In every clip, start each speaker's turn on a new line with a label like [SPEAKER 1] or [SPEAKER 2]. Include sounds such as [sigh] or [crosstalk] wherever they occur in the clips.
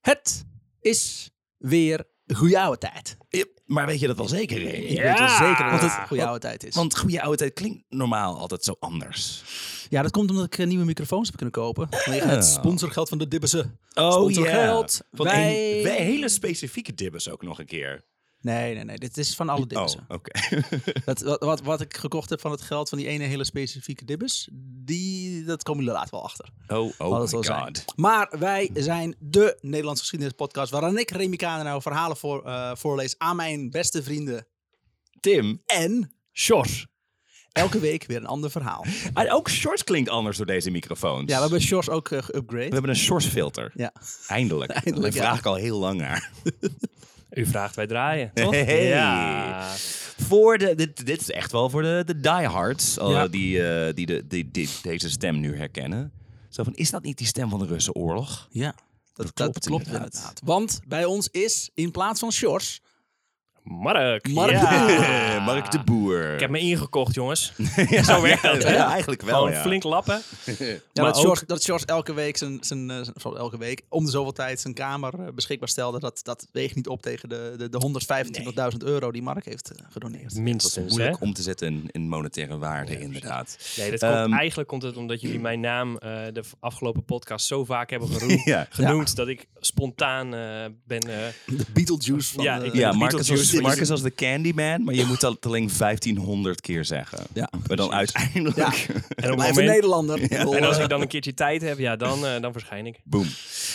[SPEAKER 1] Het is weer goeie oude tijd.
[SPEAKER 2] Ja, maar weet je dat wel zeker, Remy?
[SPEAKER 1] Ik weet wel zeker dat
[SPEAKER 2] Want
[SPEAKER 1] het
[SPEAKER 2] het,
[SPEAKER 1] goeie oude tijd is.
[SPEAKER 2] want goede oude tijd klinkt normaal altijd zo anders.
[SPEAKER 1] ja, dat komt omdat ik eh, nieuwe microfoons heb kunnen kopen. Vanwege Het sponsorgeld van de Dibbense.
[SPEAKER 2] Oh
[SPEAKER 1] Sponsorgeld.
[SPEAKER 2] Van
[SPEAKER 1] Wij-
[SPEAKER 2] een- wij hele specifieke dibbes ook nog een keer.
[SPEAKER 1] Nee, nee, nee. Dit is van alle Dibbensen.
[SPEAKER 2] Oh, oké.
[SPEAKER 1] [laughs] Dat, wat, wat, wat ik gekocht heb van het geld van die ene hele specifieke Dibbes, die, dat komen jullie later wel achter.
[SPEAKER 2] oh, oh
[SPEAKER 1] Wat
[SPEAKER 2] my
[SPEAKER 1] het zal
[SPEAKER 2] god.
[SPEAKER 1] zijn. Maar wij zijn de Nederlandse geschiedenis podcast waarin ik, Remy nou verhalen voor, eh, voorlees aan mijn beste vrienden.
[SPEAKER 2] Tim.
[SPEAKER 1] En
[SPEAKER 2] Short.
[SPEAKER 1] elke week weer een ander [laughs] verhaal.
[SPEAKER 2] En ah, ook short klinkt anders door deze microfoons.
[SPEAKER 1] Ja, we
[SPEAKER 2] we
[SPEAKER 1] hebben Shores ook eh, geüpgrade.
[SPEAKER 2] hebben een short filter.
[SPEAKER 1] Ja.
[SPEAKER 2] Eindelijk.
[SPEAKER 1] [laughs] Eindelijk,
[SPEAKER 2] Daar
[SPEAKER 1] ja.
[SPEAKER 2] vraag ik al heel lang naar.
[SPEAKER 3] U vraagt, wij
[SPEAKER 2] [laughs]
[SPEAKER 3] draaien, [laughs] toch?
[SPEAKER 2] Hey.
[SPEAKER 3] Ja.
[SPEAKER 2] Voor de, dit, dit is echt wel voor de, de diehards eh,
[SPEAKER 3] Ja.
[SPEAKER 2] die, eh, die, de, die, die deze stem nu herkennen. Zo van, is dat niet die stem van de Russische oorlog?
[SPEAKER 1] Ja, dat, dat klopt,
[SPEAKER 2] klopt
[SPEAKER 1] inderdaad.
[SPEAKER 2] inderdaad.
[SPEAKER 1] Want bij ons is in plaats van Shores,
[SPEAKER 3] Mark.
[SPEAKER 1] Mark.
[SPEAKER 2] [laughs]
[SPEAKER 3] ja.
[SPEAKER 2] Mark de Boer.
[SPEAKER 3] Ik heb me ingekocht, jongens.
[SPEAKER 2] [laughs]
[SPEAKER 3] Zo werkt dat, hè?
[SPEAKER 2] Ja, eigenlijk wel,
[SPEAKER 3] Gewoon
[SPEAKER 2] ja.
[SPEAKER 3] flink lappen.
[SPEAKER 1] ja,
[SPEAKER 3] Maar
[SPEAKER 1] dat, Shores, dat Shores elke week zijn, zijn, eh, zijn- sorry, elke week om de zoveel tijd zijn kamer eh, beschikbaar stelde, dat, dat weegt niet op tegen de, de, de 125.000 euro die Mark heeft eh, gedoneerd.
[SPEAKER 3] Minstens, hè?
[SPEAKER 2] Moeilijk om te zetten in, in monetaire waarde, inderdaad.
[SPEAKER 3] Nee, dat
[SPEAKER 2] Ehm,
[SPEAKER 3] komt, eigenlijk komt het omdat jullie mijn naam eh, de v- afgelopen podcast zo
[SPEAKER 2] [laughs]
[SPEAKER 3] vaak hebben geroemd,
[SPEAKER 2] Ja.
[SPEAKER 3] genoemd dat ik spontaan eh, ben... eh,
[SPEAKER 1] De Beetlejuice van
[SPEAKER 3] Ja,
[SPEAKER 1] de-
[SPEAKER 3] ik-
[SPEAKER 2] Ja,
[SPEAKER 3] de
[SPEAKER 2] Mark is,
[SPEAKER 3] Beetlejuice
[SPEAKER 2] als,
[SPEAKER 3] van
[SPEAKER 2] Mark
[SPEAKER 1] [laughs]
[SPEAKER 3] je-
[SPEAKER 2] is als de Candyman, maar je moet dat alleen 1500 keer zeggen.
[SPEAKER 1] Ja,
[SPEAKER 2] maar dan uiteindelijk... [laughs]
[SPEAKER 3] en, op het
[SPEAKER 1] Blijf een
[SPEAKER 3] moment,
[SPEAKER 1] Nederlander. Ik bedoel,
[SPEAKER 3] en als
[SPEAKER 1] eh,
[SPEAKER 3] ik dan een keertje tijd heb, ja, dan, eh, dan verschijn ik.
[SPEAKER 2] Boom.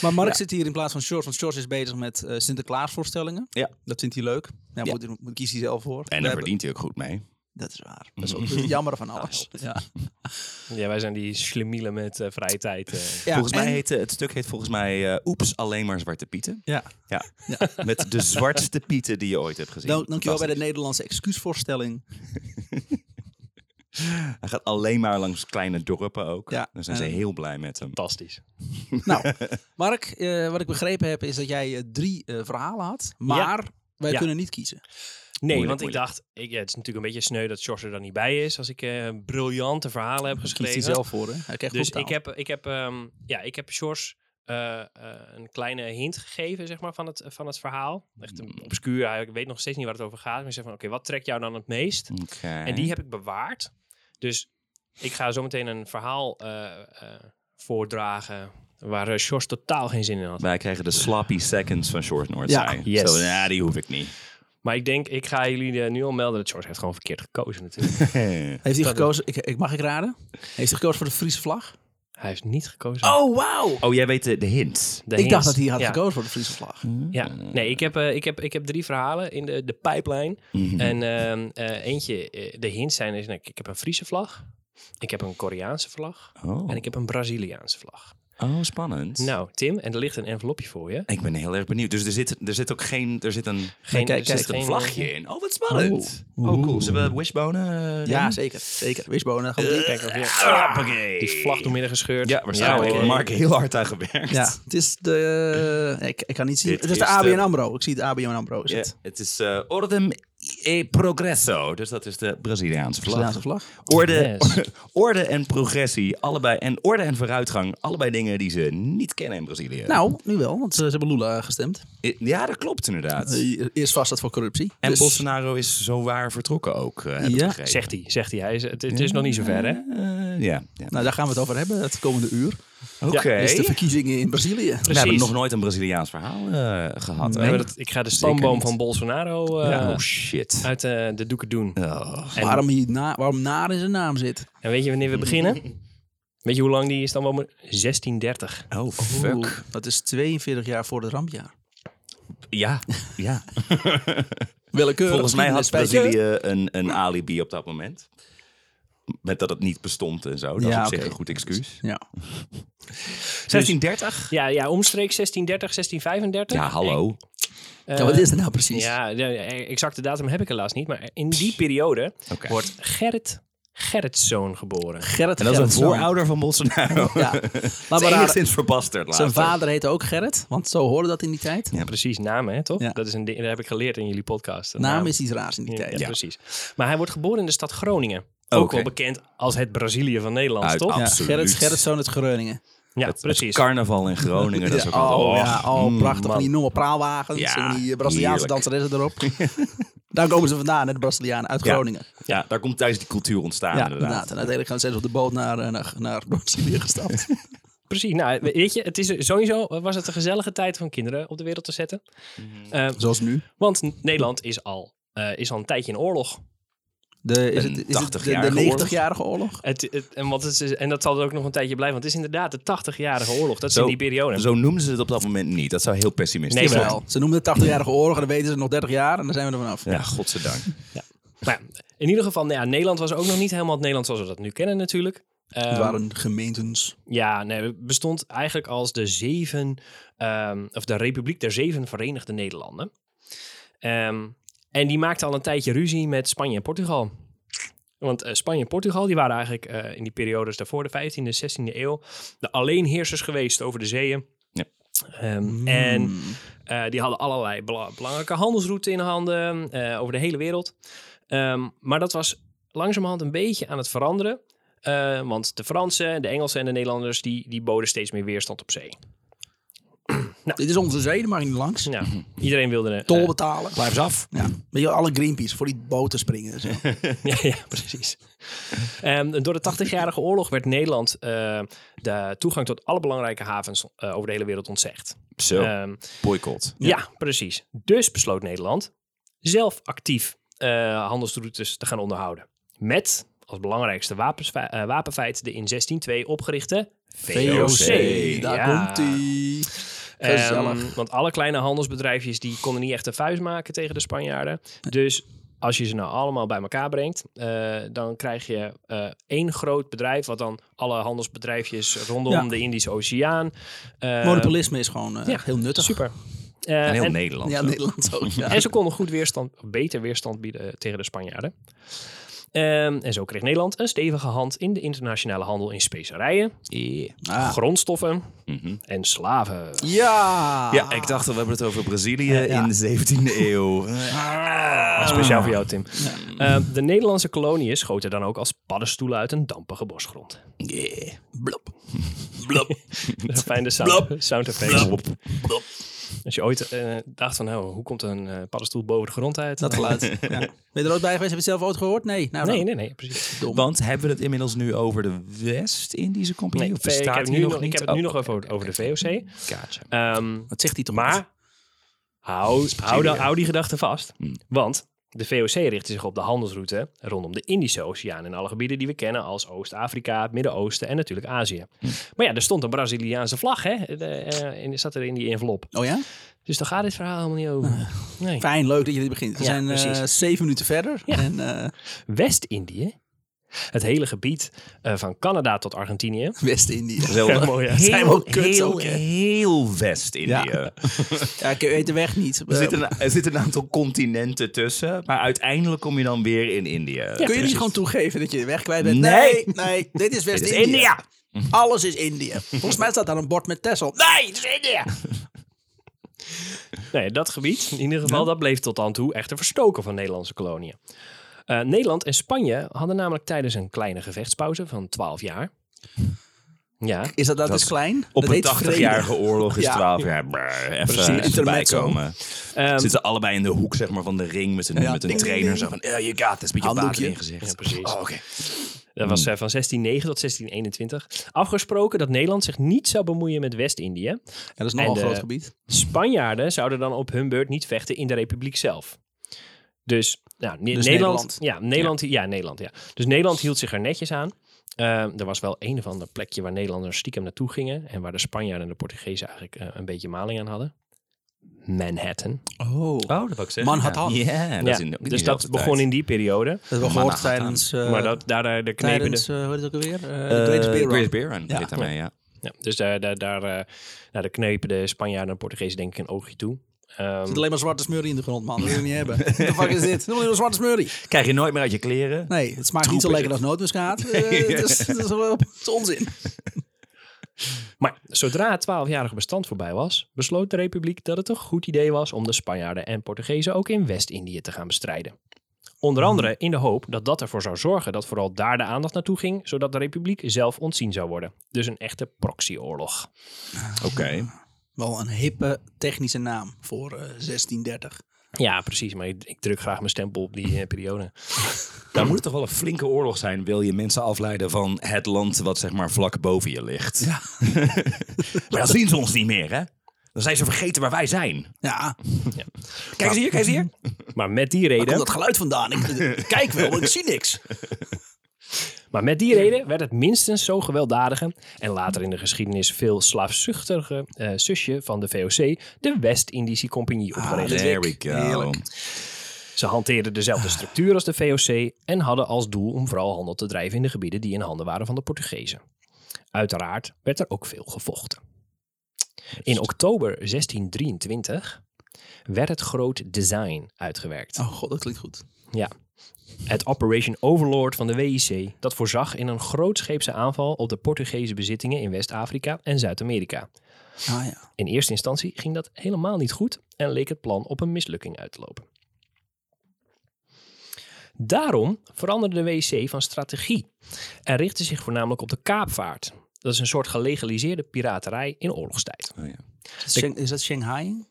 [SPEAKER 1] Maar Mark zit hier in plaats van Shores, want Shores is bezig met eh Sinterklaasvoorstellingen.
[SPEAKER 2] Ja.
[SPEAKER 1] Dat vindt hij leuk. Ja, Moet, moet kies hij zelf voor. We
[SPEAKER 2] En daar
[SPEAKER 1] hebben-
[SPEAKER 2] verdient hij ook goed mee.
[SPEAKER 1] Dat is waar. Dat is ook het jammer van alles. Ja.
[SPEAKER 3] Ja, wij zijn die slimielen met eh, vrije tijd. eh.
[SPEAKER 1] [laughs] Ja,
[SPEAKER 2] volgens mij
[SPEAKER 1] en-
[SPEAKER 2] heet eh, het stuk heet volgens mij eh, Oeps, alleen maar Zwarte Pieten.
[SPEAKER 1] Ja.
[SPEAKER 2] Ja. [laughs] Met de zwartste pieten die je ooit hebt gezien.
[SPEAKER 1] Dank, dankjewel bij de
[SPEAKER 2] Fantastisch.
[SPEAKER 1] Nederlandse excuusvoorstelling. [laughs]
[SPEAKER 2] Hij gaat alleen maar langs kleine dorpen ook.
[SPEAKER 1] Ja.
[SPEAKER 2] Daar zijn ze
[SPEAKER 1] En-
[SPEAKER 2] heel blij met hem.
[SPEAKER 3] Fantastisch.
[SPEAKER 1] nou, Mark, eh, wat ik begrepen heb is dat jij eh, drie eh, verhalen had, maar wij
[SPEAKER 3] Ja.
[SPEAKER 1] kunnen niet kiezen.
[SPEAKER 3] Nee,
[SPEAKER 2] Moeilijk,
[SPEAKER 3] want
[SPEAKER 2] moeilijk.
[SPEAKER 3] ik dacht, ik, ja, het is natuurlijk een beetje sneu dat George er dan niet bij is als ik eh, briljante verhalen heb
[SPEAKER 1] Kiest hij
[SPEAKER 3] geschreven.
[SPEAKER 1] zelf voor, hè? Hij krijgt
[SPEAKER 3] Dus
[SPEAKER 1] goed
[SPEAKER 3] ik heb, ik heb, ehm, ja, ik heb George eh, eh, een kleine hint gegeven, zeg maar, van het, van het verhaal. Echt
[SPEAKER 1] Mm.
[SPEAKER 3] een obscuur, hij weet nog steeds niet waar het over gaat. Maar ik zeg van, oké, wat trekt jou dan het meest?
[SPEAKER 2] Oké.
[SPEAKER 3] En die heb ik bewaard. Dus ik ga zo meteen een verhaal eh, eh, voordragen waar eh, George totaal geen zin in had.
[SPEAKER 2] Wij krijgen de sloppy seconds van Short
[SPEAKER 1] Ja.
[SPEAKER 2] Noordzij. Ja,
[SPEAKER 3] Yes.
[SPEAKER 2] ja, die hoef ik niet. [laughs]
[SPEAKER 3] Maar ik denk, ik ga jullie eh, nu al melden dat George heeft gewoon verkeerd
[SPEAKER 1] [laughs]
[SPEAKER 3] gekozen natuurlijk.
[SPEAKER 1] Heeft hij gekozen, ik, ik, mag ik raden? Heeft hij gekozen voor de Friese vlag?
[SPEAKER 3] hij heeft niet gekozen.
[SPEAKER 1] Oh, wauw!
[SPEAKER 2] oh, jij weet de, Mm. de hint.
[SPEAKER 3] De
[SPEAKER 1] Ik dacht
[SPEAKER 3] hints.
[SPEAKER 1] dat hij had
[SPEAKER 3] Ja.
[SPEAKER 1] gekozen voor de Friese vlag.
[SPEAKER 3] Ja, nee, ik heb, eh, ik heb, ik heb drie verhalen in de, de pipeline.
[SPEAKER 2] Mm-hmm. Mhm.
[SPEAKER 3] En ehm, eh, eentje, eh, de hints zijn is, nou, ik, ik heb een Friese vlag, ik heb een Koreaanse vlag
[SPEAKER 2] Oh.
[SPEAKER 3] en ik heb een Braziliaanse vlag.
[SPEAKER 2] oh, spannend.
[SPEAKER 3] Nou, Tim, en er ligt een envelopje voor je.
[SPEAKER 2] Ik ben heel erg benieuwd. Dus er zit, er zit ook geen... Er zit een,
[SPEAKER 3] Geen,
[SPEAKER 1] kijk,
[SPEAKER 3] er
[SPEAKER 1] kijk,
[SPEAKER 2] er
[SPEAKER 3] zit
[SPEAKER 2] zit een
[SPEAKER 3] geen-
[SPEAKER 2] vlagje in. Oh, wat spannend. Oh, cool. Zullen we wishbonen? eh,
[SPEAKER 1] Ja,
[SPEAKER 2] doen?
[SPEAKER 1] zeker. Zeker. Wishbone, dan gaan we die kijken.
[SPEAKER 3] Kijk, of je-
[SPEAKER 2] Eh, Hoppakee.
[SPEAKER 3] die is vlag door midden gescheurd.
[SPEAKER 2] Ja, waarschijnlijk.
[SPEAKER 3] Ja,
[SPEAKER 2] heeft
[SPEAKER 3] hoor.
[SPEAKER 2] Mark heel hard aan gewerkt.
[SPEAKER 1] Ja, het is de... eh, Ik, ik kan niet zien.
[SPEAKER 2] Dit
[SPEAKER 1] Het is de
[SPEAKER 2] is de-
[SPEAKER 1] ABN AMRO. Ik zie het ABN AMRO. Is
[SPEAKER 2] Ja,
[SPEAKER 1] het.
[SPEAKER 2] het is eh Ordem e Progresso. Dus dat is de Braziliaanse vlag.
[SPEAKER 1] Braziliaanse vlag.
[SPEAKER 2] Orde,
[SPEAKER 3] Yes.
[SPEAKER 2] [laughs] orde en progressie, allebei. En orde en vooruitgang, allebei dingen die ze niet kennen in Brazilië.
[SPEAKER 1] Nou, nu wel, want ze, ze hebben Lula gestemd.
[SPEAKER 2] I- Ja, dat klopt inderdaad.
[SPEAKER 1] Eerst vast dat voor corruptie.
[SPEAKER 2] en
[SPEAKER 1] Eh, Dus-
[SPEAKER 2] Bolsonaro is zo waar vertrokken ook. eh, heb ik
[SPEAKER 1] Ja.
[SPEAKER 2] begrepen.
[SPEAKER 3] Zegt hij, zegt hij. hij is, het, het is nog niet zo ver, hè?
[SPEAKER 2] Eh, ja. ja.
[SPEAKER 1] Nou, daar gaan we het over hebben het komende uur.
[SPEAKER 2] Oké.
[SPEAKER 1] Dus de verkiezingen in Brazilië.
[SPEAKER 2] we hebben
[SPEAKER 3] Precies.
[SPEAKER 2] nog nooit een Braziliaans verhaal eh, gehad.
[SPEAKER 3] We
[SPEAKER 2] hè?
[SPEAKER 3] hebben dat- ik ga de
[SPEAKER 2] Zeker
[SPEAKER 3] stamboom
[SPEAKER 2] niet.
[SPEAKER 3] van Bolsonaro eh,
[SPEAKER 2] Ja. Oh shit.
[SPEAKER 3] uit eh, de doeken doen.
[SPEAKER 2] Oh.
[SPEAKER 3] En-
[SPEAKER 1] Waarom, hij na, waarom naar in zijn naam zit.
[SPEAKER 3] En weet je wanneer we
[SPEAKER 2] [laughs]
[SPEAKER 3] beginnen? Weet je hoe lang die is dan wel? 1630.
[SPEAKER 2] Oh, fuck.
[SPEAKER 1] Oeh, Dat is 42 jaar voor het rampjaar.
[SPEAKER 2] Ja, ja.
[SPEAKER 1] Willekeurig.
[SPEAKER 2] Volgens mij had
[SPEAKER 1] geschiedenis, weet je.
[SPEAKER 2] Brazilië een, een alibi op dat moment. Met dat het niet bestond en zo. Dat
[SPEAKER 1] Ja,
[SPEAKER 2] is op zich
[SPEAKER 1] oké.
[SPEAKER 2] een goed excuus.
[SPEAKER 1] Ja.
[SPEAKER 2] 1630?
[SPEAKER 3] Ja, ja omstreeks 1630, 1635.
[SPEAKER 2] Ja, hallo.
[SPEAKER 3] Eh,
[SPEAKER 1] ja, wat is er nou precies?
[SPEAKER 3] Ja, ja, ja, exacte datum heb ik helaas niet. Maar in die periode
[SPEAKER 2] Oké.
[SPEAKER 3] wordt Gerrit Gerritszoon geboren.
[SPEAKER 1] Gerrit
[SPEAKER 2] En dat is een
[SPEAKER 1] Gerritszoon.
[SPEAKER 2] voorouder van [laughs] Bolsonaro.
[SPEAKER 1] Ja.
[SPEAKER 2] Dat
[SPEAKER 1] Laat
[SPEAKER 2] is
[SPEAKER 1] maar raden.
[SPEAKER 2] enigszins verbasterd later.
[SPEAKER 1] Zijn vader heette ook Gerrit, want zo hoorde dat in die tijd.
[SPEAKER 3] Precies, naam hè, toch?
[SPEAKER 1] Ja.
[SPEAKER 3] Dat, is een ding, dat heb ik geleerd in jullie podcast.
[SPEAKER 2] nou.
[SPEAKER 3] Een
[SPEAKER 1] Naam is iets raars in die
[SPEAKER 3] Ja,
[SPEAKER 1] tijd.
[SPEAKER 3] ja, precies. Maar hij wordt geboren in de stad Groningen. Ook
[SPEAKER 2] Oké.
[SPEAKER 3] wel bekend als het Brazilië van Nederland,
[SPEAKER 2] Uit-
[SPEAKER 3] toch?
[SPEAKER 2] ah.
[SPEAKER 1] Ja,
[SPEAKER 2] Absoluut.
[SPEAKER 1] Gerrit Gerritszoon uit Groningen.
[SPEAKER 3] Ja,
[SPEAKER 2] het, het
[SPEAKER 3] precies.
[SPEAKER 2] carnaval in Groningen. dat is ook
[SPEAKER 1] oh,
[SPEAKER 2] altijd-
[SPEAKER 1] [laughs]
[SPEAKER 2] och,
[SPEAKER 1] ja, oh,
[SPEAKER 2] mm,
[SPEAKER 1] prachtig.
[SPEAKER 2] man.
[SPEAKER 1] Van die enorme praalwagens.
[SPEAKER 2] Ja,
[SPEAKER 1] en die eh, Braziliaanse
[SPEAKER 2] heerlijk.
[SPEAKER 1] danseressen
[SPEAKER 2] [laughs]
[SPEAKER 1] erop. Daar komen ze vandaan, hè, de Brazilianen uit
[SPEAKER 2] Ja.
[SPEAKER 1] Groningen.
[SPEAKER 2] Ja, daar komt thuis die cultuur ontstaan
[SPEAKER 1] ja,
[SPEAKER 2] inderdaad.
[SPEAKER 1] En uiteindelijk gaan ze zelfs op de boot naar, eh, naar, naar Brazilië
[SPEAKER 2] [laughs]
[SPEAKER 1] gestapt.
[SPEAKER 3] Precies. Nou, weet je, het is sowieso was het een gezellige tijd om kinderen op de wereld te zetten. Eh,
[SPEAKER 1] Zoals nu.
[SPEAKER 3] want N- Nederland is al, eh, is al een tijdje in oorlog.
[SPEAKER 1] De, is
[SPEAKER 2] Een
[SPEAKER 1] het, is het de- de,
[SPEAKER 2] 80-jarige oorlog.
[SPEAKER 1] 90-jarige oorlog.
[SPEAKER 3] Het, het- en, want het is, en dat zal er ook nog een tijdje blijven. Want het is inderdaad de 80-jarige oorlog. Dat is
[SPEAKER 2] Zo-
[SPEAKER 3] in die periode.
[SPEAKER 2] Zo noemden ze het op dat moment niet. Dat zou heel pessimistisch
[SPEAKER 3] Nee,
[SPEAKER 2] zijn.
[SPEAKER 1] Jawel. Ze noemen het 80-jarige oorlog en dan weten ze nog 30 jaar en dan zijn we er vanaf.
[SPEAKER 2] Ja, godzijdank.
[SPEAKER 3] Maar ja, in ieder geval, nou ja, Nederland was ook nog niet helemaal het Nederland zoals we dat nu kennen natuurlijk.
[SPEAKER 1] Het
[SPEAKER 3] Ehm,
[SPEAKER 1] waren gemeentes.
[SPEAKER 3] Ja, nee, het bestond eigenlijk als de zeven, ehm, of de Republiek der Zeven Verenigde Nederlanden. Ehm, en die maakte al een tijdje ruzie met Spanje en Portugal. Want eh, Spanje en Portugal, die waren eigenlijk eh, in die periodes daarvoor, de 15e, 16e eeuw, de alleenheersers geweest over de zeeën.
[SPEAKER 2] Ja.
[SPEAKER 3] Ehm,
[SPEAKER 1] Mm.
[SPEAKER 2] Mm.
[SPEAKER 3] En eh, die hadden allerlei bela- belangrijke handelsroutes in handen eh, over de hele wereld. Ehm, maar dat was langzamerhand een beetje aan het veranderen. Eh, want de Fransen, de Engelsen en de Nederlanders... die, die boden steeds meer weerstand op zee.
[SPEAKER 1] nou, Dit is onze zee, daar mag je niet langs.
[SPEAKER 3] Nou, iedereen wilde... een
[SPEAKER 1] Tol betalen.
[SPEAKER 2] Blijf ze af.
[SPEAKER 1] Ja. Weet je, alle Greenpeace voor die boten springen. en zo.
[SPEAKER 3] [laughs] ja, ja, precies. Ehm, door de 80-jarige oorlog werd Nederland... eh, de toegang tot alle belangrijke havens eh, over de hele wereld ontzegd.
[SPEAKER 2] Zo,
[SPEAKER 3] Ehm,
[SPEAKER 2] boycott.
[SPEAKER 3] Ja. precies. Dus besloot Nederland zelf actief eh, handelsroutes te gaan onderhouden. Met als belangrijkste wapensfe- eh, wapenfeit de in 1602 opgerichte
[SPEAKER 1] Daar
[SPEAKER 3] Ja.
[SPEAKER 1] komt-ie.
[SPEAKER 3] Ehm,
[SPEAKER 1] Gezellig.
[SPEAKER 3] want alle kleine handelsbedrijfjes die konden niet echt een vuist maken tegen de Spanjaarden. Dus als je ze nou allemaal bij elkaar brengt, eh, dan krijg je eh, één groot bedrijf... wat dan alle handelsbedrijfjes rondom
[SPEAKER 1] Ja.
[SPEAKER 3] de Indische Oceaan... eh,
[SPEAKER 1] Monopolisme is gewoon eh,
[SPEAKER 3] ja,
[SPEAKER 1] heel nuttig.
[SPEAKER 3] Super. Eh,
[SPEAKER 2] En heel
[SPEAKER 3] en-
[SPEAKER 2] Nederland.
[SPEAKER 1] Ja,
[SPEAKER 2] ook.
[SPEAKER 1] Nederland ook.
[SPEAKER 2] [laughs]
[SPEAKER 1] Ja.
[SPEAKER 3] En ze konden goed weerstand, beter weerstand bieden eh, tegen de Spanjaarden. Ehm, en zo kreeg Nederland een stevige hand in de internationale handel in specerijen,
[SPEAKER 2] Yeah.
[SPEAKER 1] Ah.
[SPEAKER 3] grondstoffen
[SPEAKER 2] Mhm.
[SPEAKER 3] en slaven.
[SPEAKER 2] Ah.
[SPEAKER 1] Ja.
[SPEAKER 2] Ja, ik dacht, al, we hebben het over Brazilië
[SPEAKER 1] Ah. ja.
[SPEAKER 2] in de 17e eeuw.
[SPEAKER 3] Ah, Speciaal voor jou, Tim. Ehm, de Nederlandse koloniën schoten dan ook als paddenstoelen uit een dampige
[SPEAKER 2] [laughs]
[SPEAKER 3] bosgrond.
[SPEAKER 2] Yeah.
[SPEAKER 1] Blop. Blop.
[SPEAKER 3] Fijne
[SPEAKER 1] Blop.
[SPEAKER 3] sound, sound effects.
[SPEAKER 2] Blop.
[SPEAKER 1] Blop.
[SPEAKER 3] Als je ooit eh, dacht van, oh, hoe komt een eh, paddenstoel boven de grond uit?
[SPEAKER 1] Dat geluid. ja. Ben je er ooit bij geweest? Heb je het zelf ooit gehoord? Nee. Nou,
[SPEAKER 3] Nee,
[SPEAKER 1] dan.
[SPEAKER 3] nee, nee, precies.
[SPEAKER 1] Dom.
[SPEAKER 2] Want hebben we het inmiddels nu over de West-Indische Compagnie?
[SPEAKER 3] Nee,
[SPEAKER 2] of
[SPEAKER 3] ik,
[SPEAKER 2] bestaat
[SPEAKER 3] heb
[SPEAKER 2] die
[SPEAKER 3] nu
[SPEAKER 2] nog
[SPEAKER 3] nog-
[SPEAKER 2] niet?
[SPEAKER 3] ik heb het nu
[SPEAKER 2] Oh,
[SPEAKER 3] nog even over, over de VOC. [laughs]
[SPEAKER 2] gotcha.
[SPEAKER 3] Ehm,
[SPEAKER 1] Wat zegt hij toch?
[SPEAKER 3] Maar hou, hou, dan,
[SPEAKER 2] Brazilië.
[SPEAKER 3] hou die gedachte vast.
[SPEAKER 2] Hmm.
[SPEAKER 3] Want de VOC richtte zich op de handelsroute rondom de Indische Oceaan en alle gebieden die we kennen als Oost-Afrika, het Midden-Oosten en natuurlijk Azië.
[SPEAKER 2] Hmm.
[SPEAKER 3] Maar ja, er stond een Braziliaanse vlag, hè? De, eh, en die zat er in die envelop.
[SPEAKER 1] Oh ja?
[SPEAKER 3] Dus daar gaat dit verhaal helemaal niet
[SPEAKER 2] Ah.
[SPEAKER 3] over. Nee.
[SPEAKER 1] Fijn, leuk dat je dit begint. We
[SPEAKER 3] Ja,
[SPEAKER 1] zijn eh,
[SPEAKER 3] precies.
[SPEAKER 1] zeven minuten verder.
[SPEAKER 3] Ja.
[SPEAKER 1] En eh,
[SPEAKER 3] West-Indië, het hele gebied eh, van Canada tot Argentinië.
[SPEAKER 1] West-Indië.
[SPEAKER 2] Zo,
[SPEAKER 3] mooi, hè?
[SPEAKER 1] Zijn we
[SPEAKER 2] heel,
[SPEAKER 1] ook kut
[SPEAKER 2] heel,
[SPEAKER 1] ook, hè?
[SPEAKER 2] heel West-Indië.
[SPEAKER 1] Ja, ik weet de weg niet. Eh,
[SPEAKER 2] Er, zitten, er zitten een aantal continenten tussen, maar uiteindelijk kom je dan weer in India.
[SPEAKER 1] Kun je
[SPEAKER 2] Dus-
[SPEAKER 1] niet gewoon toegeven dat je de weg kwijt bent?
[SPEAKER 2] Nee.
[SPEAKER 1] nee, nee, dit is
[SPEAKER 2] Dit is
[SPEAKER 1] West-India.
[SPEAKER 2] India!
[SPEAKER 1] Alles is India. Volgens mij staat daar een bord met Texel. Nee, het is India.
[SPEAKER 3] Nee, dat gebied, in ieder geval, dat bleef tot aan toe echter verstoken van Nederlandse koloniën. Eh, Nederland en Spanje hadden namelijk tijdens een kleine gevechtspauze van 12 jaar. Ja,
[SPEAKER 1] Is dat, dat,
[SPEAKER 2] Dat
[SPEAKER 1] is klein?
[SPEAKER 2] Op
[SPEAKER 1] dat
[SPEAKER 2] een
[SPEAKER 1] heet vrede.
[SPEAKER 2] 80-jarige oorlog is
[SPEAKER 1] Ja.
[SPEAKER 2] 12 jaar. brr,
[SPEAKER 1] Precies,
[SPEAKER 2] even, even erbij
[SPEAKER 1] intermezzo.
[SPEAKER 2] komen.
[SPEAKER 3] Ehm,
[SPEAKER 2] Zitten allebei in de hoek zeg maar, van de ring met een,
[SPEAKER 1] Ja.
[SPEAKER 2] met een
[SPEAKER 1] Ding, ding,
[SPEAKER 2] trainer.
[SPEAKER 1] ding.
[SPEAKER 2] Zo van, eh, you got this, met je baard
[SPEAKER 1] Handdoekje.
[SPEAKER 2] in je gezicht.
[SPEAKER 3] Ja, precies.
[SPEAKER 2] Oh, oké.
[SPEAKER 3] dat was eh, van 1609 tot 1621. Afgesproken dat Nederland zich niet zou bemoeien met West-Indië.
[SPEAKER 1] Ja, dat is nogal
[SPEAKER 3] En,
[SPEAKER 1] een
[SPEAKER 3] eh,
[SPEAKER 1] groot gebied.
[SPEAKER 3] Spanjaarden zouden dan op hun beurt niet vechten in de republiek zelf. Dus, nou, Ne-
[SPEAKER 1] Dus Nederland.
[SPEAKER 3] Nederland, Ja, Nederland. Ja. Nederland. Ja. Dus Nederland hield zich er netjes aan. Ehm, er was wel een of ander plekje waar Nederlanders stiekem naartoe gingen. En waar de Spanjaarden en de Portugezen eigenlijk eh, een beetje maling aan hadden. Manhattan.
[SPEAKER 1] Oh.
[SPEAKER 2] Oh, dat wou ik zeggen.
[SPEAKER 1] Manhattan.
[SPEAKER 2] Ja, Ja, dat
[SPEAKER 3] Ja,
[SPEAKER 2] is in- ook in
[SPEAKER 3] dus dat
[SPEAKER 2] diezelfde
[SPEAKER 3] begon
[SPEAKER 2] tijd.
[SPEAKER 3] in die periode.
[SPEAKER 1] Dat hebben we
[SPEAKER 2] Manhattan.
[SPEAKER 1] gehoord tijdens... eh,
[SPEAKER 3] maar dat, daar, daar de knepen de-
[SPEAKER 1] tijdens, eh, hoe heet het ook alweer? Eh,
[SPEAKER 2] Eh,
[SPEAKER 1] de Greatest Beer Run.
[SPEAKER 2] Greatest Beer Run
[SPEAKER 1] Ja.
[SPEAKER 2] heet daarmee, ja.
[SPEAKER 3] Ja, dus daar, daar, daar, eh, nou, daar knepen de Spanjaarden en Portugezen denk ik een oogje toe. Ehm,
[SPEAKER 1] Er zit alleen maar zwarte smurrie in de grond, man. Dat wil je niet
[SPEAKER 2] [laughs]
[SPEAKER 1] hebben. Wat de fuck is dit? Dat is zwarte smurrie.
[SPEAKER 2] Krijg je nooit meer uit je kleren.
[SPEAKER 1] Nee, het smaakt niet zo
[SPEAKER 2] Troep is
[SPEAKER 1] lekker als
[SPEAKER 2] [laughs]
[SPEAKER 1] nootmuskaat. Eh, Het is- het is wel- het is onzin.
[SPEAKER 3] maar zodra het 12-jarige bestand voorbij was, besloot de Republiek dat het een goed idee was om de Spanjaarden en Portugezen ook in West-Indië te gaan bestrijden. Onder
[SPEAKER 2] Hmm.
[SPEAKER 3] andere in de hoop dat dat ervoor zou zorgen dat vooral daar de aandacht naartoe ging, zodat de republiek zelf ontzien zou worden. Dus een echte proxyoorlog.
[SPEAKER 2] Oké.
[SPEAKER 1] Wel een hippe technische naam voor eh, 1630.
[SPEAKER 3] Ja, precies, maar ik, ik druk graag mijn stempel op die eh, periode.
[SPEAKER 2] Dan moet het toch wel een flinke oorlog zijn, wil je mensen afleiden van het land wat zeg maar vlak boven je ligt.
[SPEAKER 1] Ja.
[SPEAKER 2] [laughs] maar dan zien ze ons niet meer, hè? Dan zijn ze vergeten waar wij zijn.
[SPEAKER 1] Ja,
[SPEAKER 2] Kijk eens hier, kijk eens hier.
[SPEAKER 3] Maar met die
[SPEAKER 1] waar komt
[SPEAKER 3] reden,
[SPEAKER 1] dat geluid vandaan? Ik, ik kijk wel, maar ik zie
[SPEAKER 2] [laughs]
[SPEAKER 1] niks.
[SPEAKER 3] maar met die reden werd het minstens zo gewelddadige en later in de geschiedenis veel slaafzuchtige eh, zusje van de VOC, de West-Indische Compagnie, opgericht.
[SPEAKER 1] leuk.
[SPEAKER 2] Ah, There we go.
[SPEAKER 1] Ah, Heerlijk.
[SPEAKER 3] Ze hanteerden dezelfde structuur als de VOC en hadden als doel om vooral handel te drijven in de gebieden die in handen waren van de Portugezen. Uiteraard werd er ook veel gevochten. In oktober 1623 werd het groot design uitgewerkt.
[SPEAKER 1] Oh god, dat klinkt goed.
[SPEAKER 3] Ja. Het Operation Overlord van de WIC, dat voorzag in een grootscheepse aanval op de Portugese bezittingen in West-Afrika en Zuid-Amerika.
[SPEAKER 1] Ah ja.
[SPEAKER 3] In eerste instantie ging dat helemaal niet goed en leek het plan op een mislukking uit te lopen. Daarom veranderde de WC van strategie en richtte zich voornamelijk op de kaapvaart. Dat is een soort gelegaliseerde piraterij in oorlogstijd.
[SPEAKER 2] Oh, ja.
[SPEAKER 1] Is dat, Shang- is dat Shanghai?